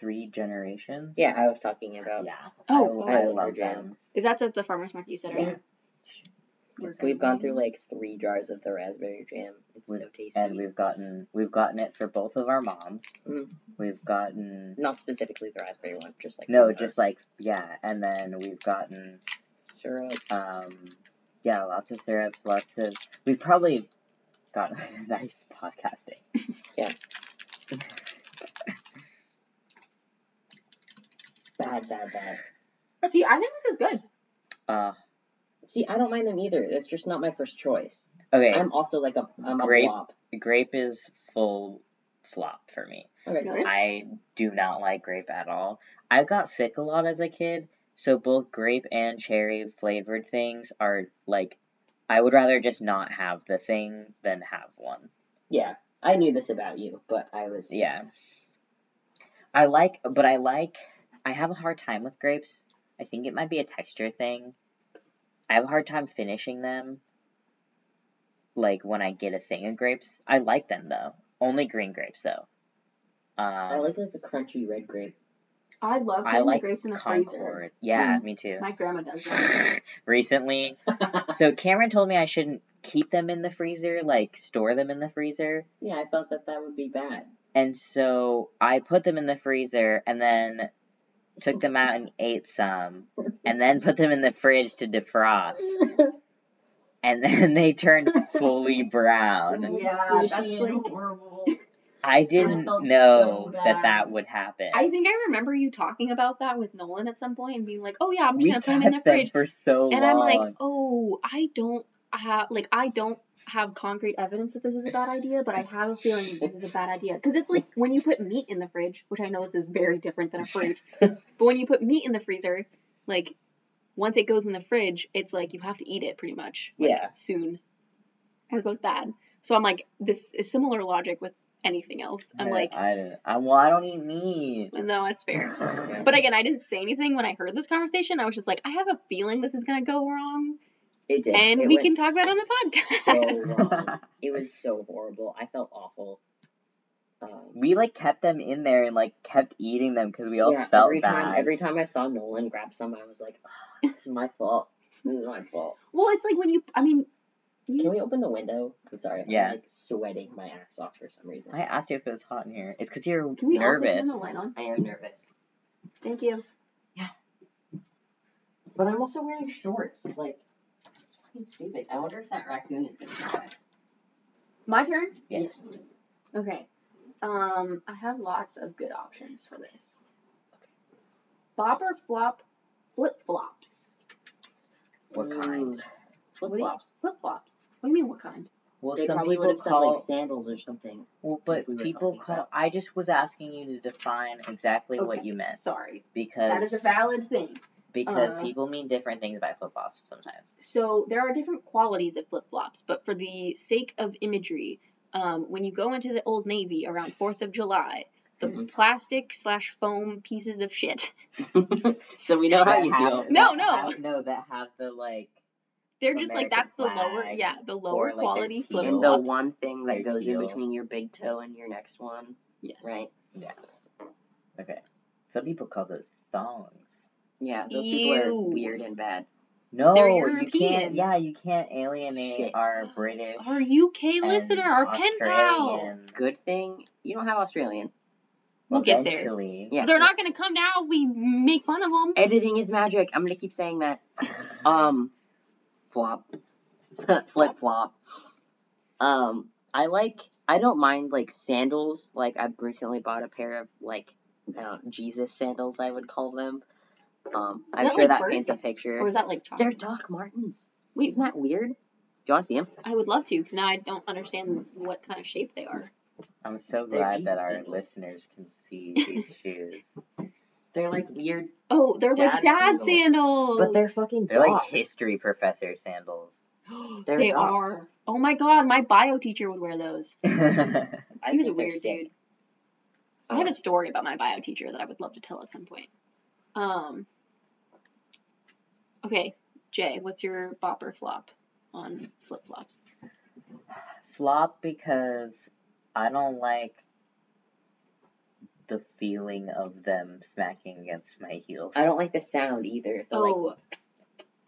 Speaker 2: three generations.
Speaker 3: Yeah, I was talking about.
Speaker 2: Yeah.
Speaker 1: Oh,
Speaker 2: I, I
Speaker 3: oh.
Speaker 2: love them.
Speaker 1: that's at the farmers market you said
Speaker 3: Yeah.
Speaker 1: earlier. We're
Speaker 2: It's
Speaker 3: We've gone through
Speaker 2: amazing.
Speaker 3: like three jars of the raspberry jam. It's so
Speaker 2: With-
Speaker 3: tasty.
Speaker 2: and we've gotten we've gotten it for both of our moms.
Speaker 3: Mm.
Speaker 2: We've gotten
Speaker 3: Not specifically the raspberry one, just like
Speaker 2: no,
Speaker 3: the
Speaker 2: just like yeah, and then we've gotten
Speaker 3: syrup.
Speaker 2: um yeah, lots of syrups, lots of we've probably gotten nice podcasting.
Speaker 3: Bad, bad, bad.
Speaker 1: See, I think this is good.
Speaker 2: Uh
Speaker 3: See, I don't mind them either. That's just not my first choice.
Speaker 2: okay,
Speaker 3: I'm also like a I'm a
Speaker 2: Grape.
Speaker 3: blop.
Speaker 2: grape is full flop for me.
Speaker 3: Okay.
Speaker 1: Really?
Speaker 2: I do not like grape at all. I got sick a lot as a kid, so both grape and cherry flavored things are like I would rather just not have the thing than have one.
Speaker 3: Yeah, I knew this about you, but I was
Speaker 2: Yeah. I like but I like I have a hard time with grapes. I think it might be a texture thing. I have a hard time finishing them. Like when I get a thing of grapes. I like them though. Only green grapes though. Um,
Speaker 3: I like like a crunchy red grape.
Speaker 1: I love
Speaker 2: I
Speaker 1: putting the
Speaker 2: like
Speaker 1: grapes in the freezer. Mm-hmm.
Speaker 2: Concord. Yeah, me too.
Speaker 1: My grandma does that.
Speaker 2: Recently, so Cameron told me I shouldn't keep them in the freezer, like store them in the freezer.
Speaker 3: yeah, I thought that that would be bad.
Speaker 2: And so I put them in the freezer and then took them out and ate some and then put them in the fridge to defrost. And then they turned fully brown.
Speaker 1: Yeah, that's, like-
Speaker 3: horrible.
Speaker 2: I didn't
Speaker 3: felt so
Speaker 2: know that
Speaker 3: bad.
Speaker 2: that would happen.
Speaker 1: I think I remember you talking about that with Nolan at some point and being like, "Oh yeah, I'm just
Speaker 2: we
Speaker 1: gonna
Speaker 2: kept
Speaker 1: put him in
Speaker 2: them
Speaker 1: the fridge."
Speaker 2: for so
Speaker 1: And
Speaker 2: long.
Speaker 1: I'm like, "Oh, I don't have like I don't have concrete evidence that this is a bad idea, but I have a feeling that this is a bad idea because it's like when you put meat in the fridge, which I know this is very different than a fruit, but when you put meat in the freezer, like once it goes in the fridge, it's like you have to eat it pretty much. Like,
Speaker 3: Yeah.
Speaker 1: Soon, or it goes bad. So I'm like, this is similar logic with anything else. I'm
Speaker 2: I-
Speaker 1: like,
Speaker 2: I don't. I, well, I don't eat meat.
Speaker 1: no, it's fair. But again, I didn't say anything when I heard this conversation. I was just like, I have a feeling this is going to go wrong,
Speaker 3: It did.
Speaker 1: and
Speaker 3: It
Speaker 1: we
Speaker 3: went
Speaker 1: can talk about it on the podcast.
Speaker 3: so wrong. It was so horrible. I felt awful. Um,
Speaker 2: we like kept them in there and like kept eating them because we all
Speaker 3: yeah,
Speaker 2: felt
Speaker 3: every
Speaker 2: bad.
Speaker 3: time every time I saw Nolan grab some, I was like, oh, "This is my fault. This is my fault."
Speaker 1: well, it's like when you, I mean,
Speaker 3: Can
Speaker 1: you,
Speaker 3: we open the window? I'm sorry.
Speaker 2: Yeah.
Speaker 3: I'm like sweating my ass off for some reason.
Speaker 2: I asked you if it was hot in here. It's because you're
Speaker 1: can we also turn
Speaker 2: nervous.
Speaker 1: the light on?
Speaker 3: I am nervous,
Speaker 1: Thank you.
Speaker 3: but I'm also wearing shorts. Like, it's fucking stupid. I wonder if that raccoon is gonna die.
Speaker 1: My turn.
Speaker 2: yes.
Speaker 1: Okay. Um, I have lots of good options for this. Bop or flop, flip flops.
Speaker 2: What
Speaker 3: Mm.
Speaker 2: kind?
Speaker 3: Flip flops.
Speaker 1: Flip flops. What do you mean? What kind?
Speaker 2: Well,
Speaker 3: they
Speaker 2: some
Speaker 3: probably
Speaker 2: people
Speaker 3: would have said
Speaker 2: call.
Speaker 3: like sandals or something.
Speaker 2: well, but
Speaker 3: if we were
Speaker 2: people
Speaker 3: talking
Speaker 2: call.
Speaker 3: about-
Speaker 2: I just was asking you to define exactly what
Speaker 1: Okay.
Speaker 2: you meant
Speaker 1: Sorry,
Speaker 2: because
Speaker 1: that is a valid thing.
Speaker 2: because
Speaker 1: uh,
Speaker 2: people mean different things by flip flops sometimes.
Speaker 1: So there are different qualities of flip flops, but for the sake of imagery, um, when you go into the Old Navy around Fourth of July, the
Speaker 3: Mhm.
Speaker 1: plastic slash foam pieces of shit,
Speaker 3: so we know how
Speaker 2: That
Speaker 3: you
Speaker 2: have-
Speaker 3: feel.
Speaker 2: that
Speaker 1: No, no.
Speaker 2: have- no, that have the like.
Speaker 1: they're just like
Speaker 2: American
Speaker 1: that's the lower,
Speaker 2: flag,
Speaker 1: yeah, the lower
Speaker 2: like, their
Speaker 1: quality
Speaker 2: teal.
Speaker 1: flip
Speaker 3: And the
Speaker 1: flop.
Speaker 3: one thing that
Speaker 2: They're
Speaker 3: goes in
Speaker 2: teal.
Speaker 3: between your big toe and your next one,
Speaker 1: Yes.
Speaker 3: right?
Speaker 2: Okay. Some people call those thongs.
Speaker 3: Yeah, those people
Speaker 1: Ew.
Speaker 3: are weird and bad.
Speaker 2: No,
Speaker 1: They're
Speaker 2: you can't.
Speaker 1: Europeans.
Speaker 2: Yeah, you can't alienate
Speaker 3: Shit.
Speaker 2: our British.
Speaker 1: Our UK
Speaker 2: and
Speaker 1: listener, our pen pal.
Speaker 2: Australian-
Speaker 3: Good thing you don't have Australian.
Speaker 1: We'll get there.
Speaker 2: Eventually.
Speaker 3: Yeah.
Speaker 1: They're not gonna come now if we make fun of them.
Speaker 3: Editing is magic. I'm gonna keep saying that. Um, flop, flip flop. Um, I like. I don't mind like sandals. Like I've recently bought a pair of like I don't, Jesus sandals. I would call them. Um, I'm
Speaker 1: that
Speaker 3: sure
Speaker 1: like
Speaker 3: that
Speaker 1: birds?
Speaker 3: paints a
Speaker 1: Or
Speaker 3: picture.
Speaker 1: is that like
Speaker 3: They're
Speaker 1: chocolate?
Speaker 3: Doc Martens.
Speaker 1: Wait,
Speaker 3: Isn't that weird? Do you want to see them?
Speaker 1: I would love to, because now I don't understand what kind of shape they are.
Speaker 2: I'm so
Speaker 3: They're
Speaker 2: glad that
Speaker 3: Jesus
Speaker 2: our
Speaker 3: sandals.
Speaker 2: listeners can see these shoes.
Speaker 3: They're like weird,
Speaker 1: Oh, they're like
Speaker 3: Dad
Speaker 1: dad
Speaker 3: sandals.
Speaker 1: sandals.
Speaker 3: but they're fucking
Speaker 2: They're like
Speaker 3: dogs.
Speaker 2: history professor sandals.
Speaker 3: They're
Speaker 1: they
Speaker 3: dogs.
Speaker 1: are. Oh my god, my bio teacher would wear those.
Speaker 3: I
Speaker 1: he was a
Speaker 3: think they're
Speaker 1: weird
Speaker 3: sick. Oh.
Speaker 1: dude. I have a story about my bio teacher that I would love to tell at some point. Um. Okay, Jay, what's your bopper flop on flip flops?
Speaker 2: Flop because I don't like the feeling of them smacking against my heels.
Speaker 3: I don't like the sound either. They're like,
Speaker 1: Oh,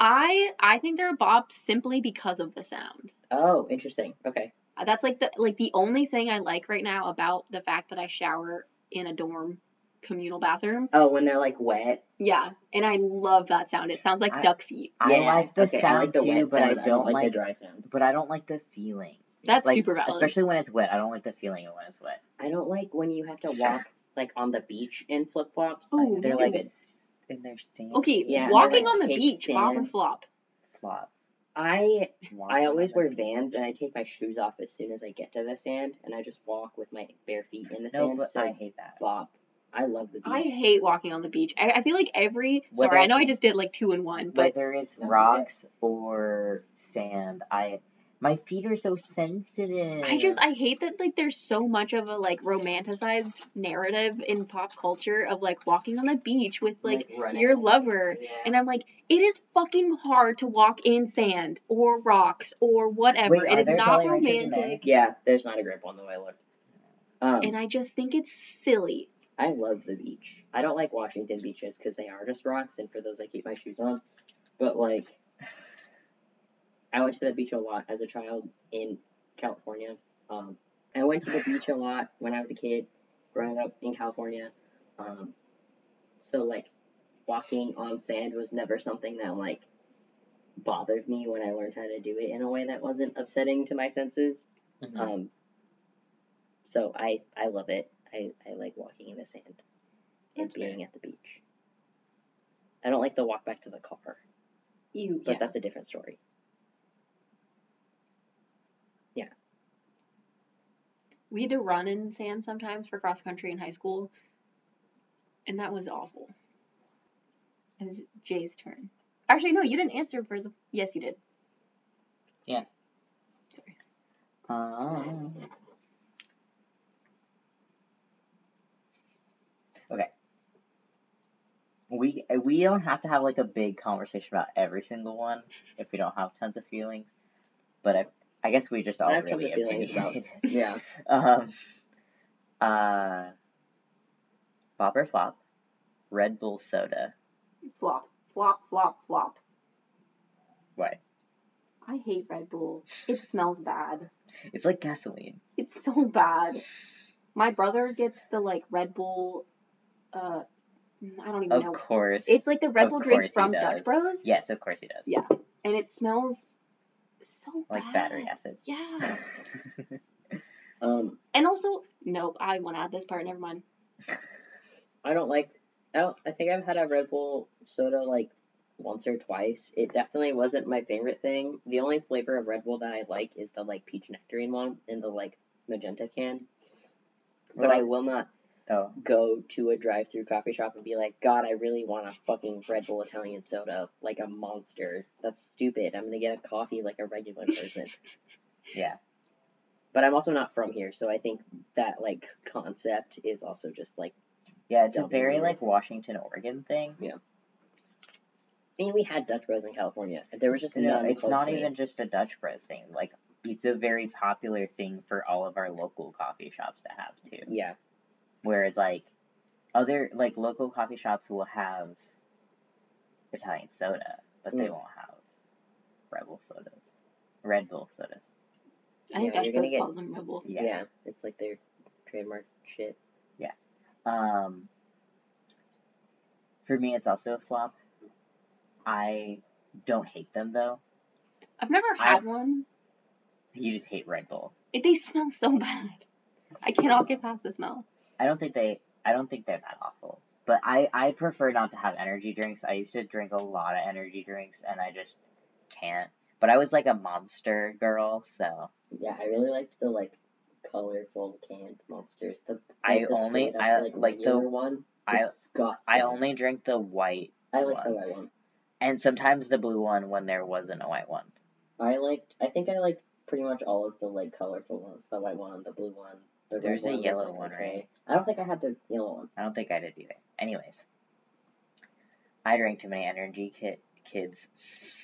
Speaker 1: I I think they're a bop simply because of the sound.
Speaker 3: oh, interesting. Okay.
Speaker 1: Uh, That's like the like the only thing I like right now about the fact that I shower in a dorm communal bathroom.
Speaker 3: Oh, when they're like wet.
Speaker 1: Yeah, and I love that sound. It sounds like
Speaker 2: I-
Speaker 1: duck feet.
Speaker 2: I
Speaker 3: Yeah,
Speaker 2: like the
Speaker 3: okay,
Speaker 2: sound
Speaker 3: I like the
Speaker 2: too,
Speaker 3: wet
Speaker 2: but
Speaker 3: sound.
Speaker 2: I don't like.
Speaker 3: the dry sound.
Speaker 2: but I don't like the feeling.
Speaker 1: That's
Speaker 2: like,
Speaker 1: super valid.
Speaker 2: Especially when it's wet. I don't like the feeling of when it's wet.
Speaker 3: I don't like when you have to walk like on the beach in flip flops.
Speaker 1: Oh,
Speaker 3: they're
Speaker 1: no.
Speaker 3: like
Speaker 2: it's in their sand.
Speaker 1: okay,
Speaker 3: Yeah, they're
Speaker 1: walking
Speaker 3: like
Speaker 1: on the
Speaker 3: caked
Speaker 1: beach, bop or
Speaker 3: sand.
Speaker 1: flop.
Speaker 2: Flop.
Speaker 3: I I
Speaker 2: Walking
Speaker 3: always
Speaker 2: on the
Speaker 3: wear
Speaker 2: beach.
Speaker 3: Vans and I take my shoes off as soon as I get to the sand and I just walk with my bare feet in the
Speaker 2: No,
Speaker 3: sand.
Speaker 2: but
Speaker 3: so
Speaker 2: I hate that.
Speaker 3: flop. I love the beach.
Speaker 1: I hate walking on the beach. I, I feel like every
Speaker 2: Whether
Speaker 1: sorry, I
Speaker 2: it's-
Speaker 1: know I just did like two in one, but
Speaker 2: Whether it's
Speaker 3: That's okay.
Speaker 2: rocks or sand, I my feet are so sensitive.
Speaker 1: I just I hate that like there's so much of a like romanticized narrative in pop culture of like walking on the beach with like
Speaker 3: running.
Speaker 1: your lover.
Speaker 3: Yeah.
Speaker 1: And I'm like, it is fucking hard to walk in sand or rocks or whatever.
Speaker 2: Wait,
Speaker 1: it
Speaker 2: are
Speaker 1: is
Speaker 2: there
Speaker 1: not
Speaker 2: Jolly Ranchers in
Speaker 1: romantic.
Speaker 3: yeah, there's not a grip on the way I look. Um,
Speaker 1: And I just think it's silly.
Speaker 3: I love the beach. I don't like Washington beaches because they are just rocks, and for those I keep my shoes on. But like, I went to the beach a lot as a child in California. Um, I went to the beach a lot when I was a kid, growing up in California. Um, so like, walking on sand was never something that like bothered me when I learned how to do it in a way that wasn't upsetting to my senses.
Speaker 2: Mhm.
Speaker 3: Um, So I I love it. I, I like walking in the sand and
Speaker 1: That's
Speaker 3: being at the beach. I don't like the walk back to the car,
Speaker 1: You,
Speaker 3: but
Speaker 1: yeah.
Speaker 3: that's a different story.
Speaker 1: We had to run in sand sometimes for cross country in high school, and that was awful. It's Jay's turn. Actually, no, you didn't answer for the. Yes, you did.
Speaker 2: Um, okay. We we don't have to have like a big conversation about every single one if we don't have tons of feelings, but I I guess we just all
Speaker 3: I have tons
Speaker 2: really
Speaker 3: of feelings about-
Speaker 2: opinionated.
Speaker 3: Yeah.
Speaker 2: um, uh, Bob or flop, Red Bull soda.
Speaker 1: Flop, flop, flop, flop.
Speaker 2: Why?
Speaker 1: I hate Red Bull. It smells bad.
Speaker 2: It's like gasoline.
Speaker 1: It's so bad. My brother gets the like Red Bull. Uh, I don't even
Speaker 2: Of
Speaker 1: know.
Speaker 2: course.
Speaker 1: It's like the Red
Speaker 2: of
Speaker 1: Bull drinks
Speaker 2: course he
Speaker 1: from Dutch
Speaker 2: does.
Speaker 1: Bros.
Speaker 2: Yes, of course he does.
Speaker 1: Yeah. And it smells so
Speaker 2: Like
Speaker 1: bad.
Speaker 2: battery acid.
Speaker 1: Yeah.
Speaker 3: Um,
Speaker 1: And also, nope, I want to add this part. Never mind.
Speaker 3: I don't like. I don't. I think I've had a Red Bull soda like once or twice. It definitely wasn't my favorite thing. The only flavor of Red Bull that I like is the like peach nectarine one in the like magenta can. But I will not
Speaker 2: oh.
Speaker 3: go to a drive-through coffee shop and be like, God, I really want a fucking Red Bull Italian soda, like a monster. That's stupid. I'm gonna get a coffee like a regular person.
Speaker 2: Yeah.
Speaker 3: but I'm also not from here, so I think that like concept is also just like.
Speaker 2: Yeah, it's a
Speaker 3: Double
Speaker 2: very
Speaker 3: layer.
Speaker 2: like Washington, Oregon thing.
Speaker 3: I mean, we had Dutch Bros in California. and There was just
Speaker 2: No,
Speaker 3: none
Speaker 2: it's
Speaker 3: close
Speaker 2: not
Speaker 3: to me.
Speaker 2: even just a Dutch Bros thing. Like it's a very popular thing for all of our local coffee shops to have too.
Speaker 3: Yeah,
Speaker 2: Whereas like other like local coffee shops will have Italian soda, but they
Speaker 3: Mm.
Speaker 2: won't have Rebel sodas. Red Bull sodas.
Speaker 1: I think
Speaker 3: Yeah,
Speaker 1: Dutch
Speaker 3: you're gonna
Speaker 1: Bros
Speaker 3: get-
Speaker 1: calls them Red Bull.
Speaker 3: yeah,
Speaker 2: Yeah.
Speaker 3: It's like their trademark shit.
Speaker 2: Um for me it's also a flop. I don't hate them though.
Speaker 1: I've never
Speaker 2: I-
Speaker 1: had one.
Speaker 2: You just hate Red Bull.
Speaker 1: It, they smell so bad. I cannot get past the smell.
Speaker 2: I don't think they I don't think they're that awful. But I, I prefer not to have energy drinks. I used to drink a lot of energy drinks and I just can't. But I was like a monster girl, so
Speaker 3: Yeah, I really liked the like colorful canned monsters. The
Speaker 2: I
Speaker 3: like, the
Speaker 2: only-
Speaker 3: straight up,
Speaker 2: I-
Speaker 3: like,
Speaker 2: like the-
Speaker 3: regular one.
Speaker 2: I
Speaker 3: Disgusting.
Speaker 2: I only drink the white
Speaker 3: I liked the white
Speaker 2: ones.
Speaker 3: one.
Speaker 2: and sometimes the blue one when there wasn't a white one.
Speaker 3: I liked. I think I liked pretty much all of the like colorful ones. The white one, the blue one, the
Speaker 2: There's a
Speaker 3: red one. was,
Speaker 2: yellow
Speaker 3: like,
Speaker 2: one,
Speaker 3: okay.
Speaker 2: right?
Speaker 3: I don't think I had the yellow one.
Speaker 2: I don't think I did either. Anyways. I drank too many energy ki- kids.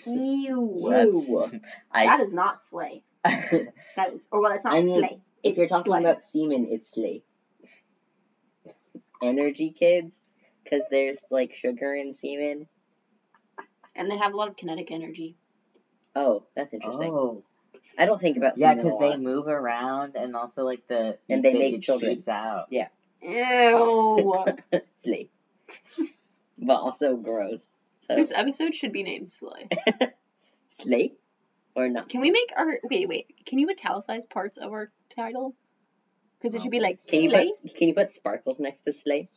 Speaker 1: Ew.
Speaker 2: That's-
Speaker 3: Ew.
Speaker 1: That
Speaker 2: I
Speaker 1: is not slay. That is, or well, that's not
Speaker 3: I mean,
Speaker 1: slay.
Speaker 3: If
Speaker 1: It's
Speaker 3: you're talking
Speaker 1: slay.
Speaker 3: about semen, it's slay. Energy kids, because there's like sugar in semen.
Speaker 1: and they have a lot of kinetic energy.
Speaker 3: Oh, that's interesting.
Speaker 2: Oh.
Speaker 3: I don't think about
Speaker 2: Yeah,
Speaker 3: semen a
Speaker 2: cuz they
Speaker 3: lot.
Speaker 2: move around and also like the
Speaker 3: And they
Speaker 2: it-
Speaker 3: make
Speaker 2: it
Speaker 3: children.
Speaker 2: shoots out.
Speaker 1: Ew.
Speaker 3: slay, but also gross. So
Speaker 1: this episode should be named slay.
Speaker 3: slay or not?
Speaker 1: Can we make our wait wait? Can you italicize parts of our title? Because it should be like
Speaker 3: Can you
Speaker 1: slay.
Speaker 3: put can you put sparkles next to slay,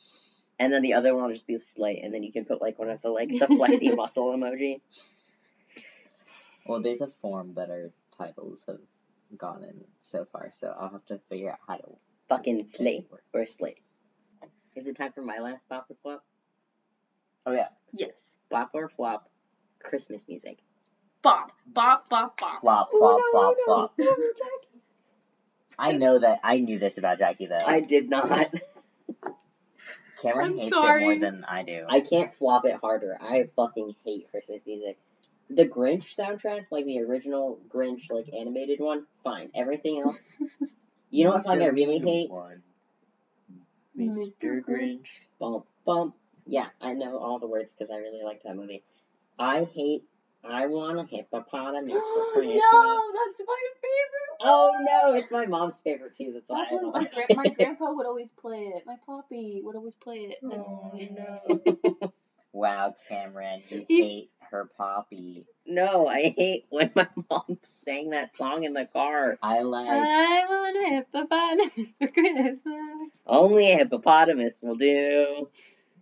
Speaker 3: and then the other one will just be slay, and then you can put like one of the like the flexy muscle emoji.
Speaker 2: Well, there's a form that our titles have gone in so far, so I'll have to figure out how to
Speaker 3: Fucking slay
Speaker 2: work.
Speaker 3: or slay. Is it time for my last bop or flop?
Speaker 2: Oh yeah,
Speaker 1: Yes.
Speaker 3: Bop or flop? Christmas music.
Speaker 1: Bop bop bop bop.
Speaker 2: flop,
Speaker 1: Oh,
Speaker 2: flop,
Speaker 1: no,
Speaker 2: flop,
Speaker 1: no.
Speaker 2: flop.
Speaker 1: Oh, Jackie.
Speaker 2: I know that I knew this about Jackie though.
Speaker 3: I did not.
Speaker 2: Cameron
Speaker 1: I'm
Speaker 2: hates it
Speaker 1: sorry.
Speaker 2: more than I do.
Speaker 3: I can't flop it harder. I fucking hate Christmas music. The Grinch soundtrack, like the original Grinch, like animated one, fine. Everything else, you know what song I really hate?
Speaker 2: One.
Speaker 1: Mr.
Speaker 3: Bump, bump. Yeah, I know all the words because I really like that movie. I hate. I want a hippopotamus for Christmas.
Speaker 1: no, that's my favorite.
Speaker 3: Oh no, it's my mom's favorite too. That's why
Speaker 1: That's
Speaker 3: I
Speaker 1: when
Speaker 3: don't
Speaker 1: my,
Speaker 3: like
Speaker 1: gra-
Speaker 3: it.
Speaker 1: my grandpa would always play it. My poppy would always play it.
Speaker 2: Oh, no. Wow, Cameron, you
Speaker 1: He-
Speaker 2: hate her poppy.
Speaker 3: No, I hate when my mom sang that song in the car.
Speaker 2: I like.
Speaker 1: I want a hippopotamus for Christmas.
Speaker 3: Only a hippopotamus will do.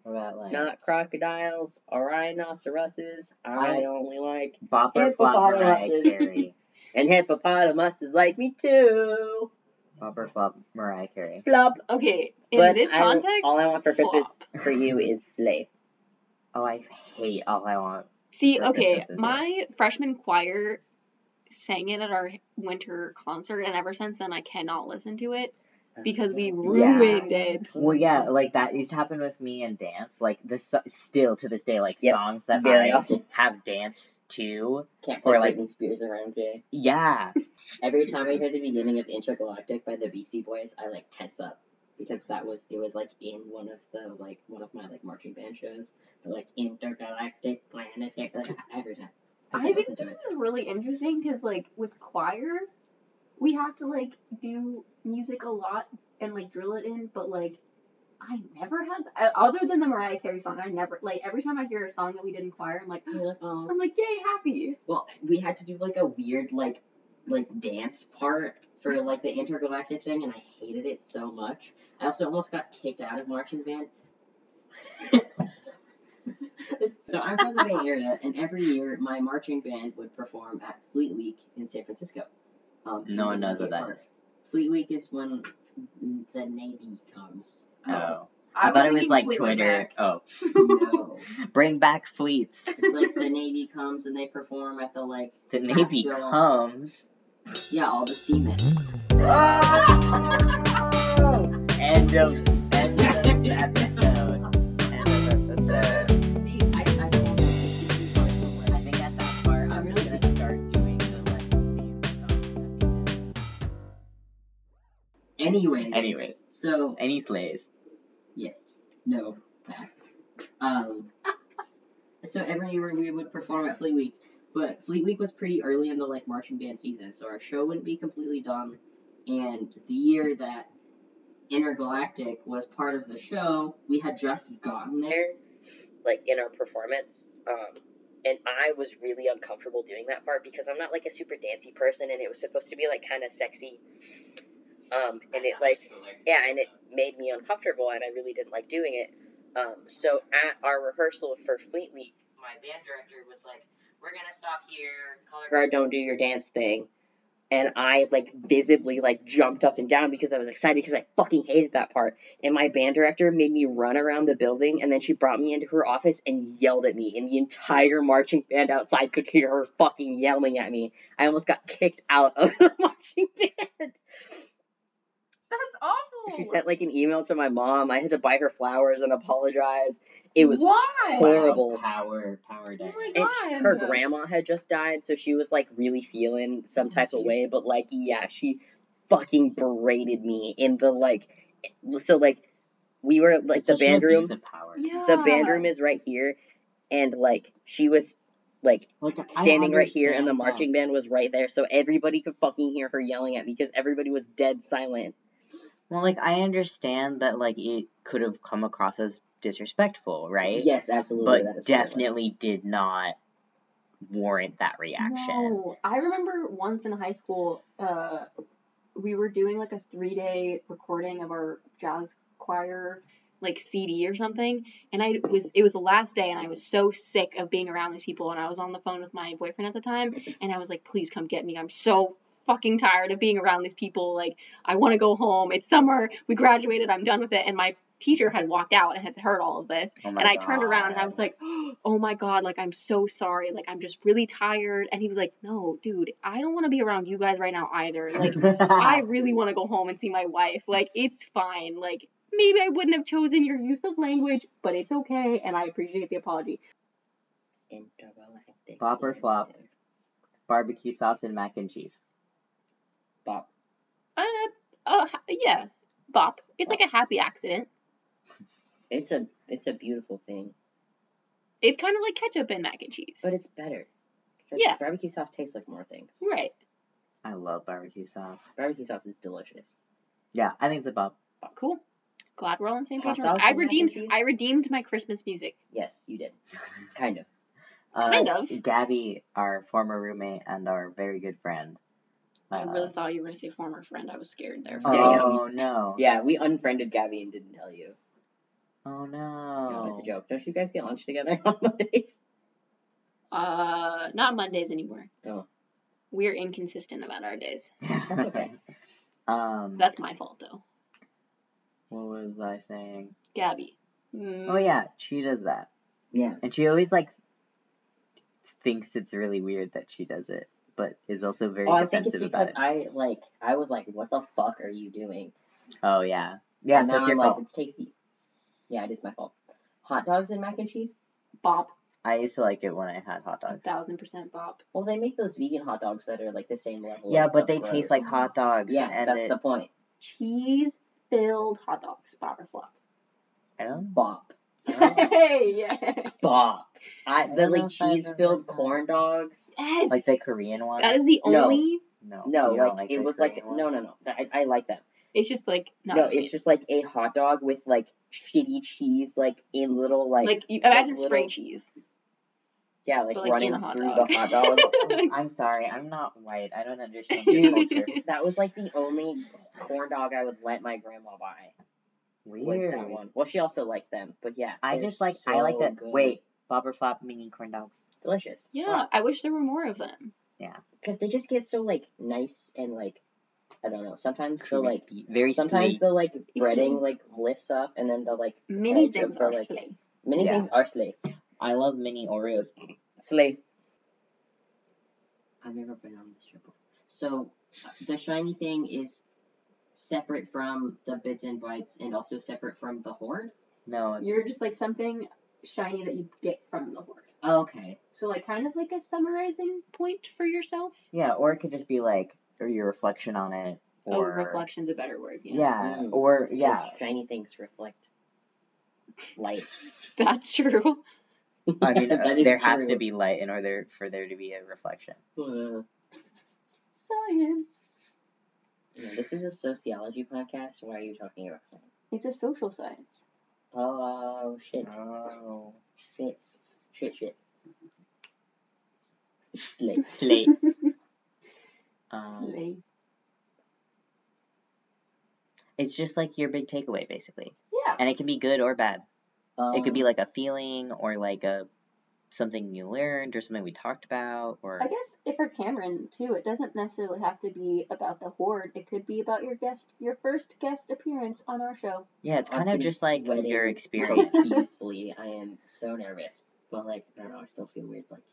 Speaker 2: What about like
Speaker 3: Not crocodiles or rhinoceroses. I
Speaker 2: I-
Speaker 3: only like.
Speaker 2: Bopper Flopper Mariah
Speaker 3: Hippopotamus.
Speaker 2: Carey?
Speaker 3: And hippopotamus is like me too.
Speaker 2: Bopper Flop Mariah Carey.
Speaker 3: Flop.
Speaker 1: Okay, in
Speaker 3: but
Speaker 1: this
Speaker 3: I-
Speaker 1: context,
Speaker 3: all I want for
Speaker 1: flop.
Speaker 3: Christmas for you is sleigh.
Speaker 2: Oh, I hate All I Want.
Speaker 1: See,
Speaker 2: for
Speaker 1: okay,
Speaker 2: Christmas
Speaker 3: uh,
Speaker 2: is it?
Speaker 1: my freshman choir sang it at our winter concert, and ever since then, I cannot listen to it because we ruined it.
Speaker 2: Well, yeah, like that used to happen with me and dance. Like this, so- still to this day, like
Speaker 3: Yep.
Speaker 2: songs that
Speaker 3: Very
Speaker 2: I
Speaker 3: often.
Speaker 2: have danced to.
Speaker 3: Can't play
Speaker 2: Or like-
Speaker 3: Britney Spears around Jay.
Speaker 2: Yeah,
Speaker 3: Every time I hear the beginning of Intergalactic by the Beastie Boys, I like tense up because that was it was like in one of the like one of my like marching band shows. They're like intergalactic planetary like every time. I
Speaker 1: I
Speaker 3: can't
Speaker 1: think
Speaker 3: listen to
Speaker 1: this
Speaker 3: it.
Speaker 1: is really interesting because, like, with choir, we have to like do music a lot and like drill it in, but like, I never had uh, other than the Mariah Carey song. I never like every time I hear a song that we did in choir, I'm like,
Speaker 3: You're like, "Oh."
Speaker 1: I'm like, yay, happy.
Speaker 3: Well, we had to do like a weird like like dance part for like the intergalactic thing, and I hated it so much. I also almost got kicked out of marching band. so I'm from the Bay Area, and every year my marching band would perform at Fleet Week in San Francisco. Um,
Speaker 2: No one
Speaker 3: in
Speaker 2: knows what
Speaker 3: Lafayette
Speaker 2: that
Speaker 3: Park. Fleet Week is when the Navy comes.
Speaker 2: no. Oh. I, thought it was
Speaker 1: thinking
Speaker 2: like
Speaker 1: Fleetwood
Speaker 2: Twitter.
Speaker 1: Mac.
Speaker 2: Oh,
Speaker 3: No,
Speaker 2: bring back fleets.
Speaker 3: it's like the Navy comes and they perform at the like
Speaker 2: The Navy
Speaker 3: After all.
Speaker 2: comes.
Speaker 3: yeah all the steamen.
Speaker 2: End of end of episode. End of episode.
Speaker 3: See, I, I told you this is the part where
Speaker 2: I think at that part, I'm really gonna start doing the like. theme song at the
Speaker 3: Anyways.
Speaker 2: end. Anyway,
Speaker 3: So
Speaker 2: any slays?
Speaker 3: yes, no, that. Um. so every year we would perform at Fleet Week, but Fleet Week was pretty early in the like marching band season, so our show wouldn't be completely done. And the year that Intergalactic was part of the show, we had just gotten there, like in our performance. Um. And I was really uncomfortable doing that part because I'm not like a super dancey person, and it was supposed to be like kind of sexy. Um, and it like yeah, and it made me uncomfortable, and I really didn't like doing it. Um, so at our rehearsal for Fleet Week, my band director was like, "We're gonna stop here. Color guard, don't do your dance thing." And I like visibly like jumped up and down because I was excited because I fucking hated that part. And my band director made me run around the building, and then she brought me into her office and yelled at me, and the entire marching band outside could hear her fucking yelling at me. I almost got kicked out of the marching band.
Speaker 1: That's awful.
Speaker 2: Oh.
Speaker 3: She sent like an email to my mom. I had to buy her flowers and apologize. It was
Speaker 1: why. Oh
Speaker 3: Horrible.
Speaker 2: Wow, power, power day.
Speaker 1: my
Speaker 3: and she- her
Speaker 1: God.
Speaker 3: grandma had just died, so she was like really feeling some type of way. But like, yeah, she fucking berated me in the like. eh, So like, we were like
Speaker 2: It's
Speaker 3: the
Speaker 2: such an
Speaker 3: band room.
Speaker 2: abuse of power.
Speaker 1: Yeah.
Speaker 3: The band room is right here, and like she was like
Speaker 2: Like, I
Speaker 3: standing right here, and the
Speaker 2: understand
Speaker 3: marching band was right there, so everybody could fucking hear her yelling at me because everybody was dead silent.
Speaker 2: That. Well, like I understand that like it could have come across as disrespectful, right?
Speaker 3: Yes,
Speaker 2: but
Speaker 3: absolutely. that is what it was.
Speaker 2: definitely did not warrant that reaction.
Speaker 1: No, I remember once in high school, uh, we were doing like a three day recording of our jazz choir like CD or something, and I was it was the last day, and I was so sick of being around these people, and I was on the phone with my boyfriend at the time, and I was like, please come get me, I'm so fucking tired of being around these people, like I want to go home, it's summer, we graduated, I'm done with it, and my teacher had walked out and had heard all of this
Speaker 2: Oh my
Speaker 1: and I turned around and I
Speaker 2: God.
Speaker 1: was like, "Oh my god, like I'm so sorry. Like I'm just really tired." And he was like, "No, dude, I don't want to be around you guys right now either. Like I really want to go home and see my wife. Like it's fine. Like maybe I wouldn't have chosen your use of language, but it's okay and I appreciate the apology."
Speaker 3: Intergalactic.
Speaker 2: Bop or flop? barbecue sauce and mac and cheese.
Speaker 3: Bop.
Speaker 1: Uh, uh yeah. Bop. It's like a happy accident.
Speaker 3: It's a it's a beautiful thing,
Speaker 1: It's kind of like ketchup and mac and cheese.
Speaker 3: but it's better. 'Cause
Speaker 1: Yeah. Hmm.
Speaker 3: Barbecue sauce tastes like more things.
Speaker 1: Right.
Speaker 2: I love barbecue sauce.
Speaker 3: Barbecue sauce is delicious.
Speaker 2: Yeah, I think it's a bop.
Speaker 1: Cool. Glad we're all on the same page.
Speaker 3: Hot dogs
Speaker 1: I
Speaker 3: and mac and
Speaker 1: redeemed
Speaker 3: cheese?
Speaker 1: I redeemed my Christmas music.
Speaker 3: Yes, you did. Kind of.
Speaker 2: Uh,
Speaker 1: Kind of.
Speaker 2: Gabby, our former roommate and our very good friend.
Speaker 1: I
Speaker 2: Uh,
Speaker 1: really thought you were gonna say former friend. I was scared there. For a
Speaker 3: Damn.
Speaker 1: minute.
Speaker 2: Oh no.
Speaker 3: Yeah, we unfriended Gabby and didn't tell you.
Speaker 2: Oh
Speaker 3: No, it's a
Speaker 2: no.
Speaker 3: joke. Don't you guys get lunch together on Mondays?
Speaker 1: Uh, not Mondays anymore.
Speaker 3: Oh.
Speaker 1: We're inconsistent about our days.
Speaker 3: That's okay.
Speaker 2: um,
Speaker 1: That's my fault though.
Speaker 2: what was I saying?
Speaker 1: Gabby. Mm,
Speaker 2: Oh yeah, she does that,
Speaker 3: yeah.
Speaker 2: and she always like thinks it's really weird that she does it, but is also very
Speaker 3: Oh, I think it's
Speaker 2: defensive about
Speaker 3: because
Speaker 2: it.
Speaker 3: I like I was like, what the fuck are you doing?
Speaker 2: Oh yeah, yeah,
Speaker 3: and
Speaker 2: so
Speaker 3: now
Speaker 2: it's your
Speaker 3: I'm like,
Speaker 2: fault.
Speaker 3: it's tasty. Yeah, it is my fault. Hot dogs and mac and cheese?
Speaker 1: Bop.
Speaker 2: I used to like it when I had hot
Speaker 1: A
Speaker 2: dogs.
Speaker 1: thousand percent bop.
Speaker 3: Well, they make those vegan hot dogs that are like the same level.
Speaker 2: Yeah,
Speaker 3: of-
Speaker 2: but
Speaker 3: of
Speaker 2: they
Speaker 3: gross.
Speaker 2: taste like hot dogs.
Speaker 3: Yeah,
Speaker 2: and
Speaker 3: that's
Speaker 2: it,
Speaker 3: the point.
Speaker 1: Cheese filled hot dogs. Bop or flop.
Speaker 2: I don't.
Speaker 3: Bop, Oh.
Speaker 1: Hey, yeah.
Speaker 3: bop. I,
Speaker 2: don't
Speaker 3: the
Speaker 2: know
Speaker 3: like
Speaker 2: if I've
Speaker 3: cheese filled
Speaker 2: ever had
Speaker 3: corn dogs.
Speaker 1: Yes.
Speaker 2: Like the Korean one.
Speaker 1: that is the
Speaker 3: No.
Speaker 1: only.
Speaker 2: no.
Speaker 3: No,
Speaker 2: you don't
Speaker 3: like, it
Speaker 2: the
Speaker 3: was like
Speaker 2: Korean
Speaker 3: no,
Speaker 2: ones?
Speaker 3: no, no. I, I like them.
Speaker 1: It's just like not
Speaker 3: no,
Speaker 1: as sweet.
Speaker 3: it's just like a hot dog with like shitty cheese, like in little like,
Speaker 1: like, you imagine
Speaker 3: little-
Speaker 1: spray cheese.
Speaker 3: yeah, like
Speaker 1: but, like,
Speaker 3: running
Speaker 1: in a hot
Speaker 3: through
Speaker 1: dog.
Speaker 3: the hot dog.
Speaker 2: I'm sorry, I'm not white. I don't understand your culture.
Speaker 3: Dude, that was like the only corn dog I would let my grandma buy. Was
Speaker 2: Weird.
Speaker 3: that one? Well, she also liked them, but yeah,
Speaker 2: I
Speaker 3: they're
Speaker 2: just like I like
Speaker 3: so
Speaker 2: that.
Speaker 3: good.
Speaker 2: Wait, Bob or Flop mini corn dogs.
Speaker 3: delicious.
Speaker 1: Yeah, I wish there were more of them.
Speaker 3: because they just get so like nice and like I don't know. Sometimes the like
Speaker 2: Crispy, very
Speaker 3: sometimes
Speaker 2: sweet.
Speaker 3: the like breading
Speaker 1: Sweet.
Speaker 3: like lifts up and then the like
Speaker 1: Many
Speaker 3: Yeah,
Speaker 1: things
Speaker 3: just
Speaker 1: are
Speaker 3: like-
Speaker 1: sweet.
Speaker 3: many
Speaker 2: Yeah.
Speaker 3: things are slay
Speaker 2: I love mini Oreos.
Speaker 3: slay. I've never been on this trip before. So the shiny thing is separate from the bits and bytes and also separate from the horde.
Speaker 2: No, it's,
Speaker 1: You're just like something shiny that you get from the horde.
Speaker 3: Okay.
Speaker 1: So like kind of like a summarizing point for yourself.
Speaker 2: yeah, or it could just be like or your reflection on it, or
Speaker 1: oh, reflection's a better word. Yeah.
Speaker 2: Yeah,
Speaker 3: Mm.
Speaker 2: Uh, or yeah,
Speaker 3: Shiny things reflect light.
Speaker 1: That's true.
Speaker 2: I mean
Speaker 3: That
Speaker 2: uh,
Speaker 3: is
Speaker 2: there has
Speaker 3: true.
Speaker 2: to be light in order for there to be a reflection.
Speaker 3: Uh,
Speaker 1: Science.
Speaker 3: this is a sociology podcast. Why are you talking about science?
Speaker 1: It's a social science.
Speaker 3: Oh shit.
Speaker 2: Oh,
Speaker 3: Shit. Shit, shit. Slay.
Speaker 2: slate. um,
Speaker 1: Slay.
Speaker 2: it's just like your big takeaway basically,
Speaker 1: Yeah.
Speaker 2: and it can be good or bad.
Speaker 3: Um,
Speaker 2: It could be like a feeling or like a something you learned or something we talked about or
Speaker 1: I guess if for Cameron too, it doesn't necessarily have to be about the horde. It could be about your guest, your first guest appearance on our show.
Speaker 2: yeah, it's
Speaker 3: I've
Speaker 2: kind of
Speaker 3: been
Speaker 2: just like your
Speaker 3: sweating.
Speaker 2: experience.
Speaker 3: profusely. I am so nervous. But like, I don't know, I still feel weird like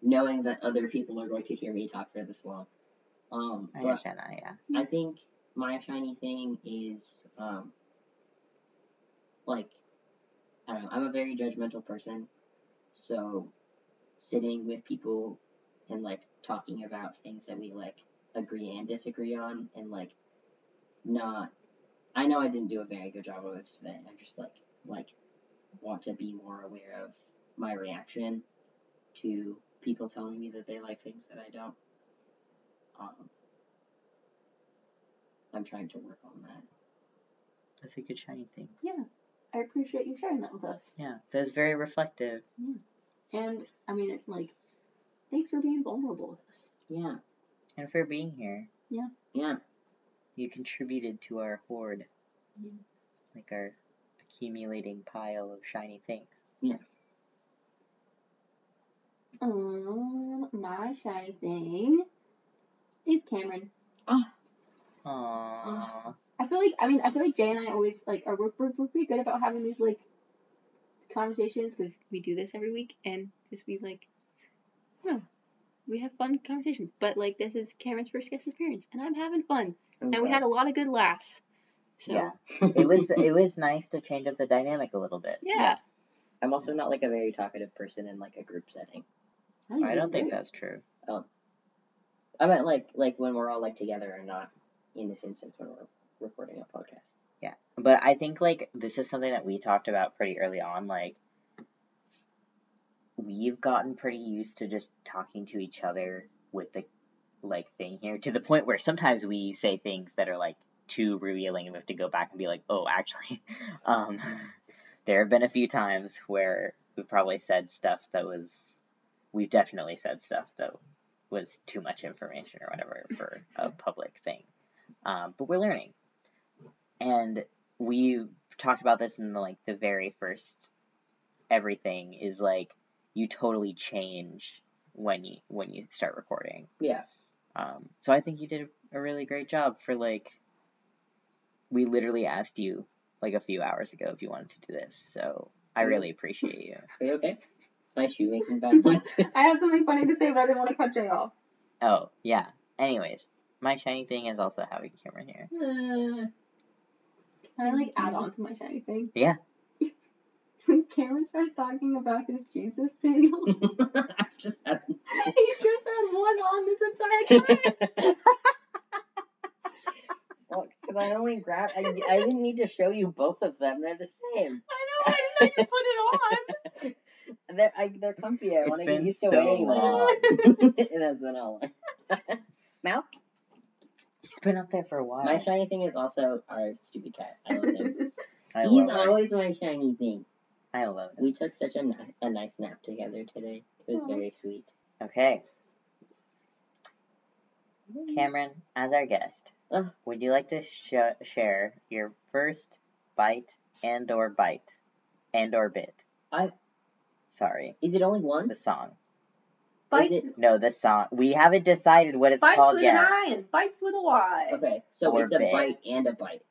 Speaker 3: knowing that other people are going to hear me talk for this long. Um
Speaker 2: I
Speaker 3: but
Speaker 2: understand that, yeah.
Speaker 3: I think my shiny thing is um like I don't know, I'm a very judgmental person. So sitting with people and like talking about things that we like agree and disagree on and like not I know I didn't do a very good job of this today. I just like like want to be more aware of my reaction to people telling me that they like things that I don't. Um, I'm trying to work on that.
Speaker 2: That's a good shiny thing.
Speaker 1: I appreciate you sharing that with us.
Speaker 2: Yeah. That's very reflective.
Speaker 1: And I mean, it, like, thanks for being vulnerable with us.
Speaker 3: Yeah,
Speaker 2: And for being here.
Speaker 3: yeah.
Speaker 2: You contributed to our hoard.
Speaker 1: Yeah.
Speaker 2: Like our accumulating pile of shiny things.
Speaker 1: Um, my shiny thing is Cameron.
Speaker 2: Aww.
Speaker 1: I feel like I mean I feel like Jay and I always like are we're, we're, we're pretty good about having these like conversations because we do this every week and just we like I don't know we have fun conversations but like this is Cameron's first guest appearance and I'm having fun and we had a lot of good laughs so yeah,
Speaker 2: Yeah. it was it was nice to change up the dynamic a little bit.
Speaker 3: I'm also not like a very talkative person in like a group setting.
Speaker 2: I don't think
Speaker 1: that.
Speaker 2: that's true.
Speaker 3: I meant like like when we're all like together and not in this instance when we're recording a podcast.
Speaker 2: But I think like this is something that we talked about pretty early on. Like we've gotten pretty used to just talking to each other with the like thing here to the point where sometimes we say things that are like too revealing and we have to go back and be like, oh, actually, um, there have been a few times where we've probably said stuff that was we definitely said stuff that was too much information or whatever for a public thing. Um, but we're learning. And we talked about this in the, like the very first everything is like you totally change when you when you start recording.
Speaker 3: Yeah.
Speaker 2: Um, so I think you did a really great job for like we literally asked you like a few hours ago if you wanted to do this. So I
Speaker 3: Mm.
Speaker 2: really appreciate you.
Speaker 3: Are you okay? It's nice you making bad noises.
Speaker 1: I have something funny to say, but I didn't want to cut Jay off.
Speaker 2: Oh, yeah. Anyways, my shiny thing is also having camera here.
Speaker 3: Uh,
Speaker 1: Can I like add on to my shiny thing?
Speaker 2: Yeah.
Speaker 1: Since Cameron started talking about his Jesus sandal,
Speaker 3: I just had
Speaker 1: he's just had one on this entire time.
Speaker 3: because I only grabbed. I, I didn't need to show you both of them. They're the same.
Speaker 1: I know, I didn't know you put it on.
Speaker 3: They're I, they're comfy. I
Speaker 2: It's
Speaker 3: want to get
Speaker 2: been
Speaker 3: used to
Speaker 2: so
Speaker 3: wearing
Speaker 2: long.
Speaker 3: them. it has been a long. now
Speaker 2: He's been up there for a while.
Speaker 3: my shiny thing is also our stupid cat. I love him.
Speaker 2: I
Speaker 3: He's
Speaker 2: love it.
Speaker 3: always my shiny thing.
Speaker 2: I love it.
Speaker 3: We took such a, ni- a nice nap together today. It was
Speaker 1: Aw.
Speaker 3: very sweet.
Speaker 2: Okay, Cameron, as our guest,
Speaker 3: Ugh.
Speaker 2: would you like to sh- share your first bite and or bite and or bit?
Speaker 3: I-
Speaker 2: Sorry,
Speaker 3: Is it only one?
Speaker 2: the song.
Speaker 1: Bites,
Speaker 2: No, the song. We haven't decided what it's
Speaker 1: bites
Speaker 2: called
Speaker 1: with
Speaker 2: yet.
Speaker 1: an I and bites with a Y.
Speaker 3: Okay, so
Speaker 2: Or
Speaker 3: it's a
Speaker 2: bit.
Speaker 3: bite and a bite.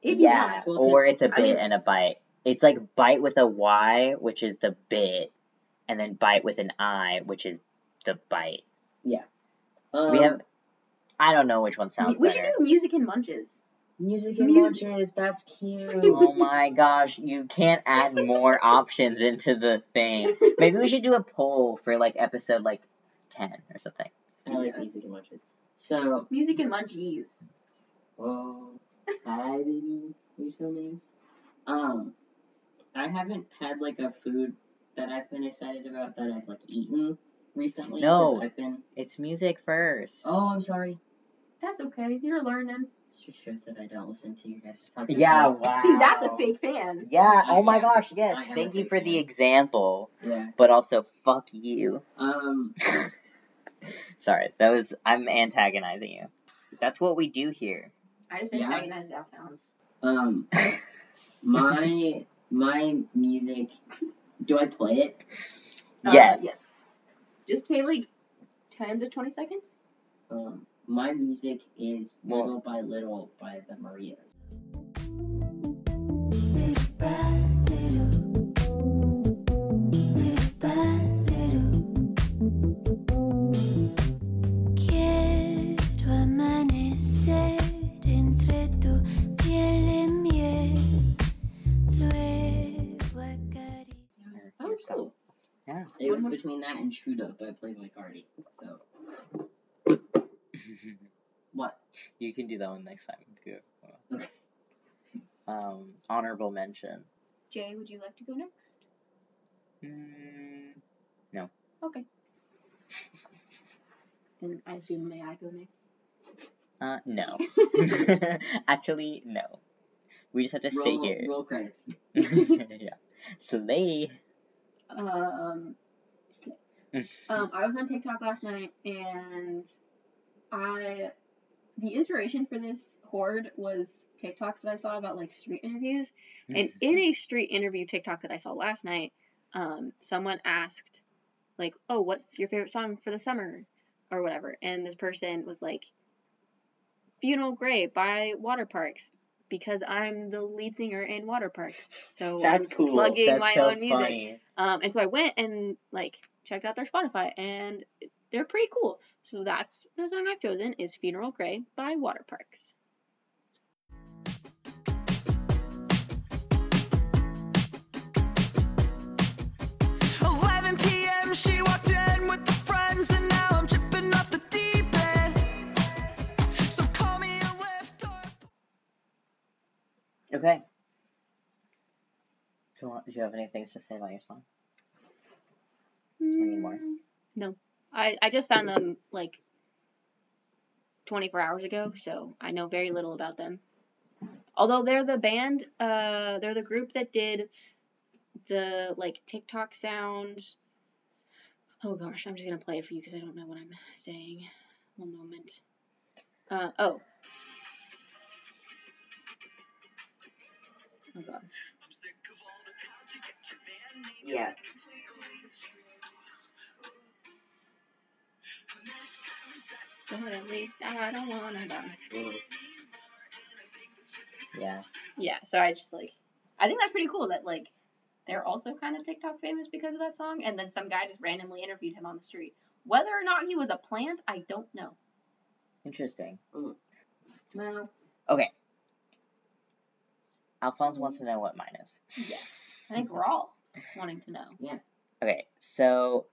Speaker 1: If you
Speaker 2: yeah,
Speaker 1: want.
Speaker 3: Well,
Speaker 2: or
Speaker 3: just-
Speaker 2: it's a
Speaker 1: I
Speaker 2: bit
Speaker 1: mean-
Speaker 2: and a bite. It's like bite with a Y, which is the bit, and then bite with an I, which is the bite.
Speaker 3: Um,
Speaker 2: we have. I don't know which one
Speaker 1: We-
Speaker 2: sounds
Speaker 1: we should
Speaker 2: better.
Speaker 1: do music and munches.
Speaker 3: music and
Speaker 1: music.
Speaker 3: lunches. That's cute.
Speaker 2: oh my gosh, you can't add more options into the thing. Maybe we should do a poll for like episode like ten or something.
Speaker 3: I like music and lunches. So,
Speaker 1: Music and munchies.
Speaker 3: oh, hi baby, you're so nice. Um, I haven't had like a food that I've been excited about that I've like eaten recently. 'cause
Speaker 2: No.
Speaker 3: I've been.
Speaker 2: It's music first.
Speaker 3: Oh, I'm sorry.
Speaker 1: That's okay. You're learning.
Speaker 3: This just shows that I don't listen to you guys. Probably
Speaker 2: Yeah, wow.
Speaker 1: See, that's a fake fan.
Speaker 2: Yeah, oh my
Speaker 3: I am-
Speaker 2: gosh,
Speaker 3: I
Speaker 2: yes.
Speaker 3: am
Speaker 2: Thank
Speaker 3: a
Speaker 2: you
Speaker 3: big
Speaker 2: for the
Speaker 3: fan.
Speaker 2: example,
Speaker 3: Yeah.
Speaker 2: but also fuck you.
Speaker 3: Um.
Speaker 2: Sorry, that was I'm antagonizing you. That's what we do here.
Speaker 1: I just
Speaker 3: Yeah.
Speaker 1: antagonize yeah. sounds.
Speaker 3: Um. My my music. Do I play it?
Speaker 1: Oh,
Speaker 2: yes.
Speaker 1: Uh, Yes. Just pay like 10 to 20 seconds.
Speaker 3: Um. My music is
Speaker 2: Well-
Speaker 3: Little by Little by the Marias.
Speaker 4: Little by little, little by little, quiero amanecer entre tu piel de miel, luego acariciar.
Speaker 1: That was cool.
Speaker 3: It was
Speaker 1: Mhm.
Speaker 3: between that and Shoot Up by Play Like Cardi. So what?
Speaker 2: you can do that one next time. Good.
Speaker 3: Okay.
Speaker 2: Um, honorable mention.
Speaker 1: Jay, would you like to go next?
Speaker 2: Mm,
Speaker 1: Okay. Then I assume may I go next?
Speaker 2: uh, no. Actually, no. We just have to sit
Speaker 3: roll,
Speaker 2: here.
Speaker 3: roll credits.
Speaker 2: yeah. Slay.
Speaker 1: Um, it's-
Speaker 2: Mm.
Speaker 1: um, I was on TikTok last night and I the inspiration for this horde was TikToks that I saw about like street interviews. And in a street interview TikTok that I saw last night, um, someone asked, like, oh, what's your favorite song for the summer? Or whatever. And this person was like, Funeral Gray by Water Parks, because I'm the lead singer in Water Parks. So
Speaker 3: That's
Speaker 1: I'm
Speaker 3: cool.
Speaker 1: plugging
Speaker 2: That's
Speaker 1: my
Speaker 2: so
Speaker 1: own music.
Speaker 2: funny.
Speaker 1: Um, and so I went and like checked out their Spotify, and they're pretty cool. So that's the song I've chosen is "Funeral Gray" by Water Parks.
Speaker 5: p.m. She walked in with her friends, and now I'm tripping off the deep end. So call me a lift or.
Speaker 2: Okay. So, do you have any things to say about your song? Anymore?
Speaker 1: Mm, No, I I just found them like 24 hours ago, so I know very little about them. Although they're the band, uh, they're the group that did the like TikTok sound.
Speaker 6: Oh gosh, I'm just gonna play it for you because I don't know what I'm saying. One moment. Uh oh. Oh god.
Speaker 3: Yeah.
Speaker 6: But at least I don't wanna die.
Speaker 3: Mm.
Speaker 2: Yeah.
Speaker 6: Yeah, so I just like I think that's pretty cool that like they're also kind of TikTok famous because of that song, and then some guy just randomly interviewed him on the street. Whether or not he was a plant, I don't know.
Speaker 2: Interesting.
Speaker 3: Well,
Speaker 2: Alphonse wants to know what mine is.
Speaker 6: Yeah. I think we're all wanting to know.
Speaker 2: Okay, so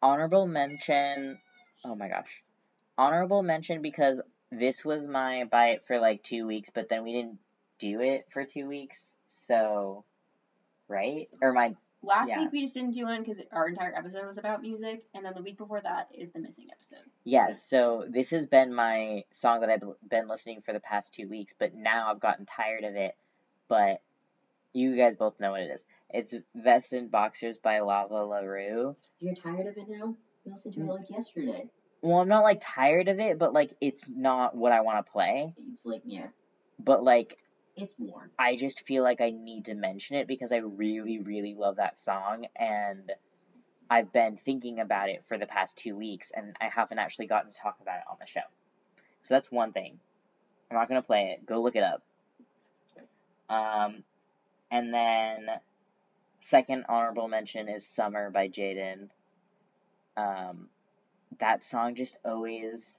Speaker 2: honorable mention. Oh my gosh, honorable mention because this was my buy it for like two weeks, but then we didn't do it for two weeks. So, right or my
Speaker 6: Last
Speaker 2: Yeah.
Speaker 6: week we just didn't do one because our entire episode was about music, and then the week before that is the missing episode.
Speaker 2: yeah. So this has been my song that I've been listening for the past two weeks, but now I've gotten tired of it. But you guys both know what it is. It's Vest in Boxers by Lava LaRue.
Speaker 3: you're tired of it now? You listened to it like yesterday.
Speaker 2: well, I'm not like tired of it, but like it's not what I want to play.
Speaker 3: It's like, yeah,
Speaker 2: But like
Speaker 3: it's warm.
Speaker 2: I just feel like I need to mention it because I really, really love that song and I've been thinking about it for the past two weeks and I haven't actually gotten to talk about it on the show. So that's one thing. I'm not gonna play it. Go look it up. Um and then second honorable mention is Summer by Jaden. Um that song just always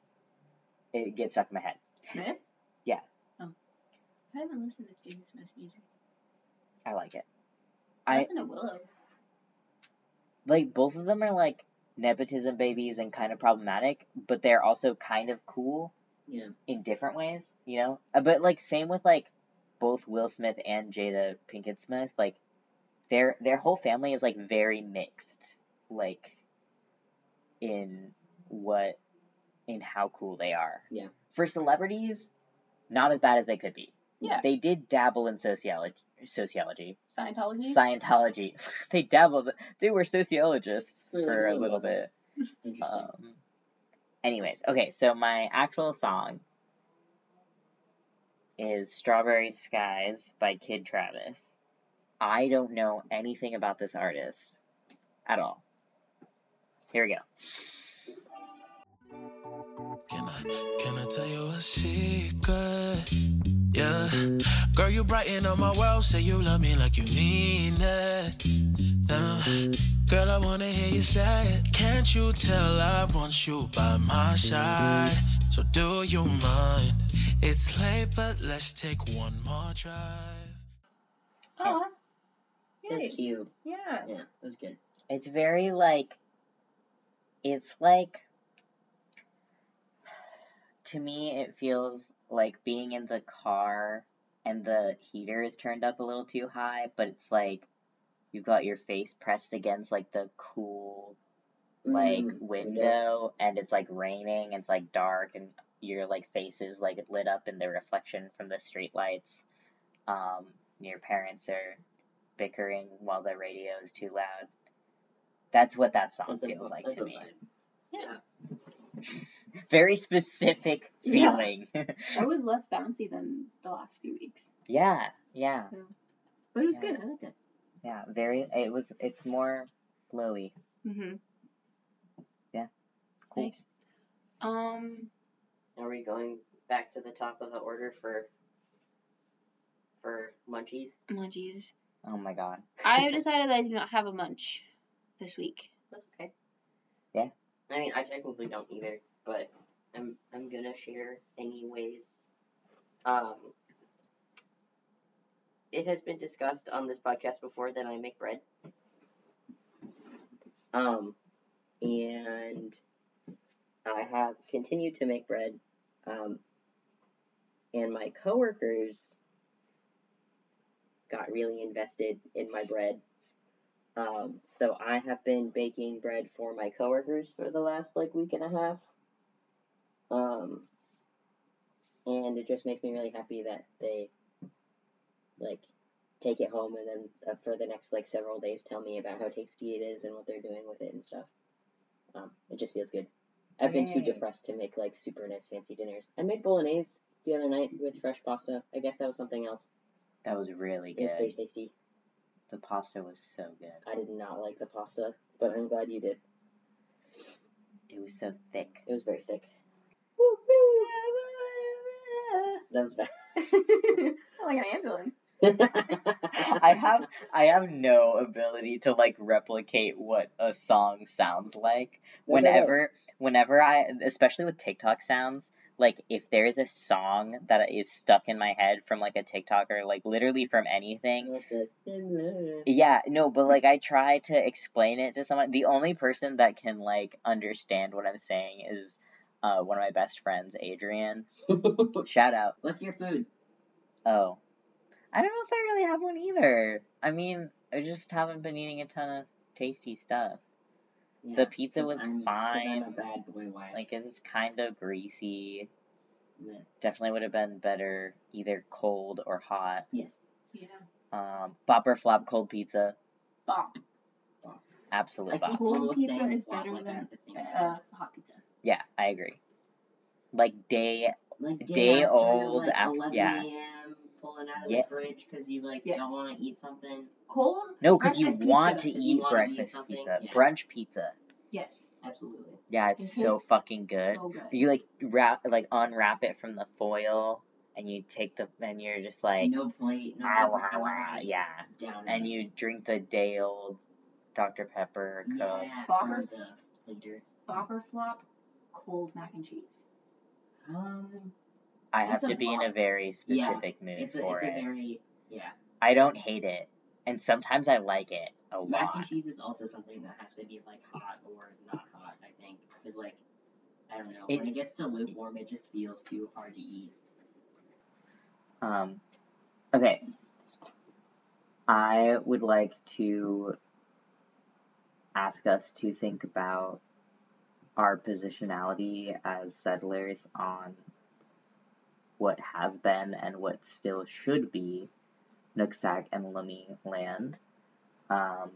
Speaker 2: it gets stuck in my head.
Speaker 6: Smith?
Speaker 2: Yeah.
Speaker 6: Oh. I haven't listened to Jaden Smith's music.
Speaker 2: I like it.
Speaker 6: I
Speaker 2: I-
Speaker 6: listened to Willow.
Speaker 2: like both of them are like nepotism babies and kind of problematic, but they're also kind of cool
Speaker 3: Yeah.
Speaker 2: in different ways, you know. Uh, But like same with like both Will Smith and Jada Pinkett Smith, like their their whole family is like very mixed, like in what in how cool they are.
Speaker 3: Yeah.
Speaker 2: For celebrities, not as bad as they could be.
Speaker 6: Yeah.
Speaker 2: They did dabble in sociology, sociology,
Speaker 6: Scientology?
Speaker 2: Scientology. they dabbled. They were sociologists
Speaker 3: Mm,
Speaker 2: for a
Speaker 3: mm,
Speaker 2: little
Speaker 3: mm.
Speaker 2: bit.
Speaker 3: Interesting.
Speaker 2: Um, anyways, okay, so my actual song is Strawberry Skies by Kid Travis. I don't know anything about this artist at all. Here we go.
Speaker 5: Can I, can I tell you a secret? Yeah. Girl, you brighten up my world. Say you love me like you mean it. Nah. Girl, I wanna hear you say it. Can't you tell I want you by my side? So do you mind? It's late, but let's take one more drive.
Speaker 6: Oh.
Speaker 3: That's
Speaker 6: Yay.
Speaker 3: cute.
Speaker 6: Yeah.
Speaker 3: Yeah, that was good.
Speaker 2: It's very like, it's like, to me, it feels like being in the car and the heater is turned up a little too high, but it's like you've got your face pressed against like the cool like
Speaker 3: Mm,
Speaker 2: window and it's like raining and it's like dark and your like face is like lit up in the reflection from the streetlights. Um, and your parents are bickering while the radio is too loud. That's what that song
Speaker 3: That's a-
Speaker 2: feels like
Speaker 3: that's
Speaker 2: to
Speaker 3: a
Speaker 2: me.
Speaker 3: vibe.
Speaker 6: Yeah.
Speaker 2: Very specific
Speaker 6: Yeah.
Speaker 2: feeling.
Speaker 6: That was less bouncy than the last few weeks.
Speaker 2: yeah, yeah,
Speaker 6: So. But it was
Speaker 2: Yeah.
Speaker 6: good. I liked it.
Speaker 2: yeah. Very. It was. It's more flowy.
Speaker 6: Mm-hmm.
Speaker 2: Yeah. Cool.
Speaker 6: Nice. Um,
Speaker 3: Are we going back to the top of the order for for munchies?
Speaker 6: munchies.
Speaker 2: Oh my god.
Speaker 6: I have decided that I do not have a munch this week.
Speaker 3: That's okay.
Speaker 2: Yeah.
Speaker 3: I mean, I technically don't either, but I'm I'm gonna share anyways. Um, it has been discussed on this podcast before that I make bread. Um, and I have continued to make bread. Um, and my coworkers got really invested in my bread. Um, so I have been baking bread for my coworkers for the last like week and a half. Um, and it just makes me really happy that they like take it home and then uh, for the next like several days tell me about how tasty it is and what they're doing with it and stuff. Um, it just feels good. I've been too
Speaker 2: Yay.
Speaker 3: depressed to make like super nice fancy dinners. I made bolognese the other night with fresh pasta. I guess that was something else.
Speaker 2: That was really
Speaker 3: It was pretty
Speaker 2: good.
Speaker 3: tasty.
Speaker 2: The pasta was so good.
Speaker 3: I did not like the pasta, but I'm glad you did.
Speaker 2: It was so thick.
Speaker 3: It was very thick. Woo woo! That was bad.
Speaker 1: like an ambulance.
Speaker 2: I have I have no ability to like replicate what a song sounds like.
Speaker 3: That's okay.
Speaker 2: Whenever whenever I especially with TikTok sounds, like if there is a song that is stuck in my head from like a TikToker, like literally from anything.
Speaker 3: That's good.
Speaker 2: Yeah, no, but like I try to explain it to someone. The only person that can like understand what I'm saying is uh, one of my best friends, Adrian. Shout out.
Speaker 3: What's your food?
Speaker 2: Oh. I don't know if I really have one either. I mean, I just haven't been eating a ton of tasty stuff.
Speaker 3: Yeah,
Speaker 2: the pizza
Speaker 3: 'cause
Speaker 2: was
Speaker 3: I'm- 'cause I'm a
Speaker 2: fine.
Speaker 3: bad boy wife.
Speaker 2: Like it was kind of greasy.
Speaker 3: Yeah.
Speaker 2: Definitely would have been better either cold or hot.
Speaker 3: Yes.
Speaker 1: Yeah.
Speaker 2: Um, bop or flop cold pizza.
Speaker 6: Bop.
Speaker 2: Absolute
Speaker 3: I
Speaker 2: bop.
Speaker 3: keep
Speaker 6: Cold
Speaker 3: almost
Speaker 6: pizza
Speaker 3: saying
Speaker 6: is
Speaker 3: bop
Speaker 6: better
Speaker 3: without
Speaker 6: than-
Speaker 3: the thing.
Speaker 6: Uh, hot pizza.
Speaker 2: Yeah, I agree. Like day
Speaker 3: like day,
Speaker 2: day
Speaker 3: after,
Speaker 2: old
Speaker 3: like
Speaker 2: af-
Speaker 3: 11
Speaker 2: yeah.
Speaker 3: a.m. pulling out of
Speaker 2: Yeah.
Speaker 3: the fridge because you like
Speaker 6: Yes.
Speaker 3: don't want to eat something.
Speaker 6: Cold.
Speaker 2: no, because you
Speaker 6: breakfast
Speaker 2: want to
Speaker 6: pizza.
Speaker 3: 'Cause you
Speaker 2: eat
Speaker 3: wanna eat
Speaker 2: breakfast
Speaker 3: something,
Speaker 2: pizza,
Speaker 3: yeah.
Speaker 2: brunch pizza.
Speaker 6: Yes.
Speaker 3: Absolutely.
Speaker 2: Yeah, it's
Speaker 6: It
Speaker 2: so
Speaker 6: tastes
Speaker 2: fucking good.
Speaker 6: So good.
Speaker 2: You like wrap like unwrap it from the foil and you take the and you're just like
Speaker 3: no plate. No
Speaker 2: ah,
Speaker 3: pepper,
Speaker 2: wah,
Speaker 3: no
Speaker 2: wah,
Speaker 3: nothing, just
Speaker 2: yeah.
Speaker 3: down.
Speaker 2: And
Speaker 3: in it.
Speaker 2: you drink the day old Dr. Pepper cup.
Speaker 3: yeah,
Speaker 6: Bopper.
Speaker 3: from the leader.
Speaker 6: Bopper flop. Cold mac and cheese.
Speaker 3: Um,
Speaker 2: I have
Speaker 3: It's a
Speaker 2: to be in a
Speaker 3: lot.
Speaker 2: very specific mood
Speaker 3: it's a
Speaker 2: for
Speaker 3: it's
Speaker 2: it.
Speaker 3: a very yeah.
Speaker 2: I don't hate it. And sometimes I like it a
Speaker 3: Mac and
Speaker 2: lot.
Speaker 3: cheese is also something that has to be like hot or not hot. I think because like I don't know when
Speaker 2: It-
Speaker 3: it gets to lukewarm, it just feels too hard to eat.
Speaker 2: Um okay. I would like to ask us to think about our positionality as settlers on what has been and what still should be Nooksack and Lummi land. Um,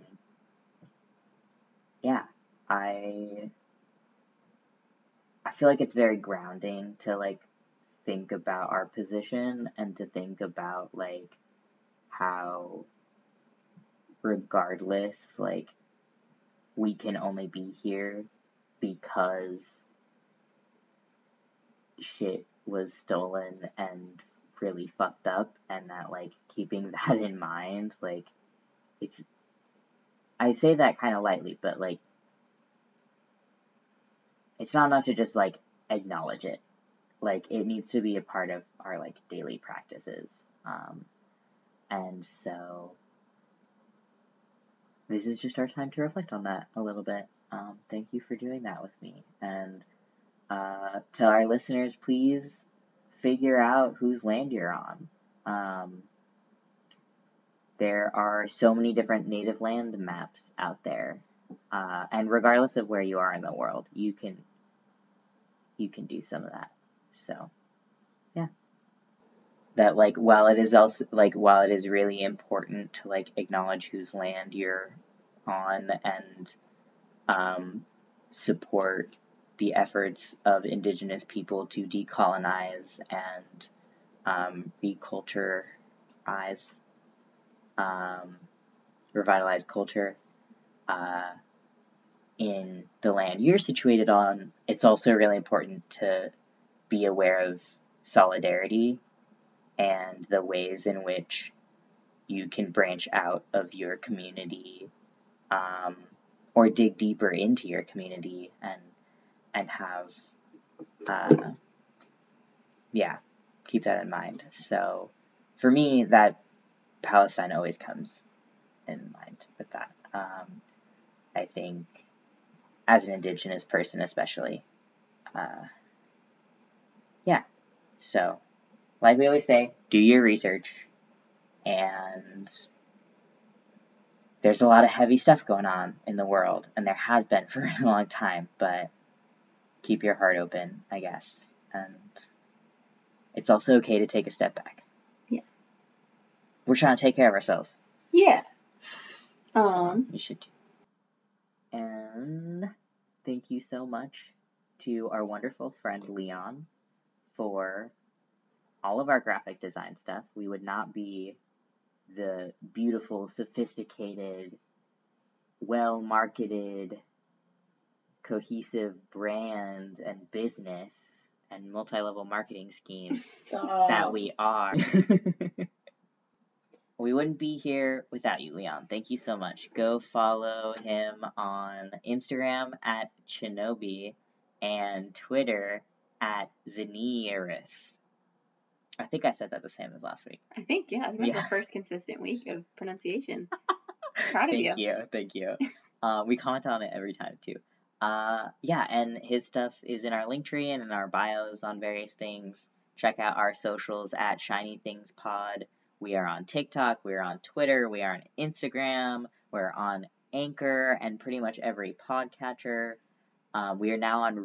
Speaker 2: yeah, I I feel like it's very grounding to like think about our position and to think about like how regardless like we can only be here because shit was stolen and really fucked up and that like keeping that in mind like it's i say that kind of lightly but like it's not enough to just like acknowledge it like it needs to be a part of our like daily practices um and so this is just our time to reflect on that a little bit um thank you for doing that with me and uh, to our listeners, please figure out whose land you're on. Um, there are so many different native land maps out there, uh, and regardless of where you are in the world, you can you can do some of that. So, yeah, that like while it is also like while it is really important to like acknowledge whose land you're on and um, support the efforts of indigenous people to decolonize and um, reculturize, um, revitalize culture uh, in the land you're situated on, it's also really important to be aware of solidarity and the ways in which you can branch out of your community um, or dig deeper into your community and and have, uh, yeah, keep that in mind. So for me, that Palestine always comes in mind with that. Um, I think as an indigenous person, especially, uh, yeah. So, like we always say, do your research, and there's a lot of heavy stuff going on in the world, and there has been for a long time, but keep your heart open, I guess. And it's also okay to take a step back.
Speaker 1: Yeah.
Speaker 2: We're trying to take care of ourselves.
Speaker 1: Yeah. Um.
Speaker 2: You should too. And thank you so much to our wonderful friend Leon for all of our graphic design stuff. We would not be the beautiful, sophisticated, well marketed, cohesive brand and business and multi level marketing scheme
Speaker 3: Stop.
Speaker 1: Oh.
Speaker 2: that we are. we wouldn't be here without you, Leon. Thank you so much. Go follow him on Instagram at Chinobi and Twitter at Zanierith. I think I said that the same as last week.
Speaker 1: I think yeah, that was
Speaker 2: Yeah.
Speaker 1: the first consistent week of pronunciation. Proud of you.
Speaker 2: thank you. Thank you. Uh, we comment on it every time too. Uh, yeah, and his stuff is in our link tree and in our bios on various things. Check out our socials at Shiny Things Pod. We are on TikTok, we're on Twitter, we are on Instagram, we're on Anchor, and pretty much every podcatcher. Um, we are now on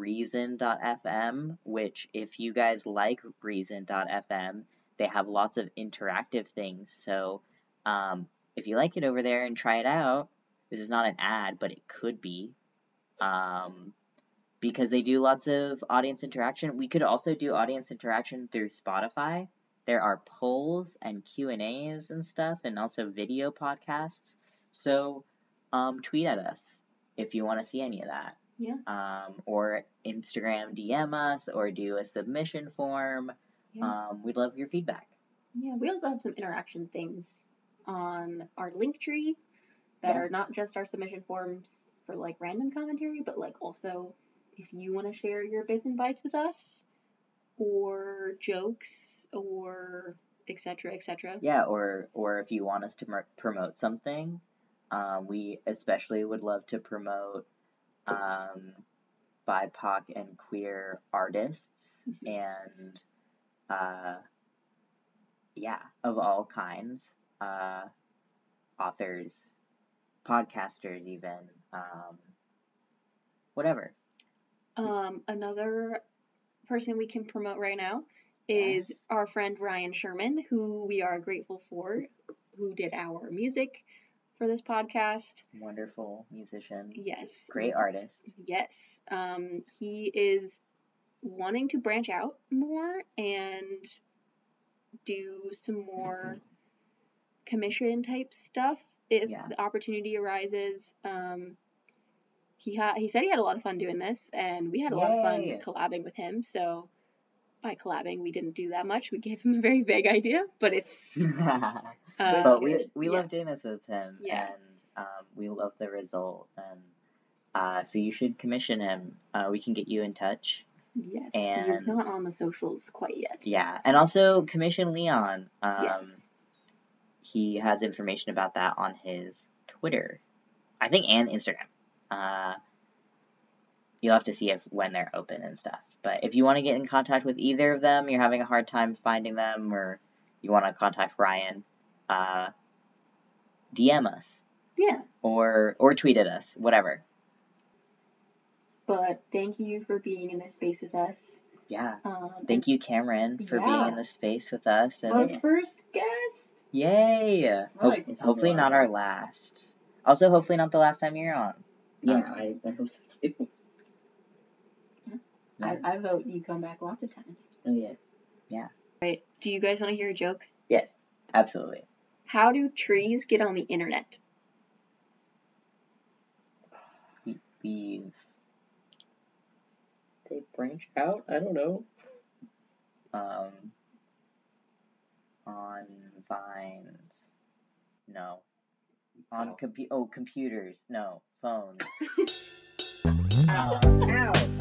Speaker 2: Reason.fm, which, if you guys like Reason.fm, they have lots of interactive things. So um, if you like it over there and try it out, this is not an ad, but it could be. Um, because they do lots of audience interaction. We could also do audience interaction through Spotify. There are polls and Q and A's and stuff, and also video podcasts. So, um, tweet at us if you want to see any of that.
Speaker 1: Yeah.
Speaker 2: Um, or Instagram DM us, or do a submission form.
Speaker 1: Yeah.
Speaker 2: Um, we'd love your feedback.
Speaker 1: Yeah, we also have some interaction things on our link tree that
Speaker 2: Yeah.
Speaker 1: are not just our submission forms for like random commentary, but like also if you want to share your bits and bytes with us or jokes or etc etc.
Speaker 2: Yeah, or or if you want us to mer- promote something, um, we especially would love to promote um, BIPOC and queer artists and uh, yeah, of all kinds, uh, authors, podcasters, even um, whatever.
Speaker 1: Um, another person we can promote right now is our friend Ryan Sherman, who we are grateful for, who did our music for this podcast.
Speaker 2: Wonderful musician,
Speaker 1: Yes,
Speaker 2: great artist.
Speaker 1: Yes. Um, he is wanting to branch out more and do some more Mm-hmm. commission type stuff if
Speaker 2: Yeah.
Speaker 1: the opportunity arises. Um, he ha- he said he had a lot of fun doing this, and we had a lot of fun
Speaker 2: Yay.
Speaker 1: collabing with him. So by collabing, we didn't do that much. We gave him a very vague idea, but it's Uh,
Speaker 2: but we
Speaker 3: good.
Speaker 2: we
Speaker 1: yeah.
Speaker 2: love doing this with him,
Speaker 1: Yeah.
Speaker 2: and um, we love the result. And uh, so you should commission him. Uh, we can get you in touch.
Speaker 1: yes, he is
Speaker 2: And-
Speaker 1: not on the socials quite yet.
Speaker 2: Yeah, and also commission Leon. Um,
Speaker 1: yes.
Speaker 2: He has information about that on his Twitter, I think, and Instagram. Uh, you'll have to see if when they're open and stuff. But if you want to get in contact with either of them, you're having a hard time finding them, or you want to contact Ryan, uh, DM us.
Speaker 1: Yeah.
Speaker 2: or or tweet at us, whatever.
Speaker 1: But thank you for being in this space with us.
Speaker 2: Yeah.
Speaker 1: Um, and
Speaker 2: Thank you, Cameron, for being
Speaker 1: Yeah.
Speaker 2: in the space with us, and
Speaker 1: Our
Speaker 3: Yeah.
Speaker 1: first guest.
Speaker 2: yay! Hope-
Speaker 3: this was a
Speaker 2: hopefully
Speaker 3: lot.
Speaker 2: not our last. Also, hopefully not the last time you're on.
Speaker 3: Yeah, I, I hope so too.
Speaker 1: I, I vote you come back lots of times.
Speaker 3: Oh yeah.
Speaker 1: Right. Do you guys want to hear a joke?
Speaker 2: Yes, absolutely.
Speaker 1: How do trees get on the internet?
Speaker 2: Leaves.
Speaker 3: They branch out. I don't know.
Speaker 2: Um. On vines. No. oh, On compu- oh computers. No phones.
Speaker 3: Ow. Ow.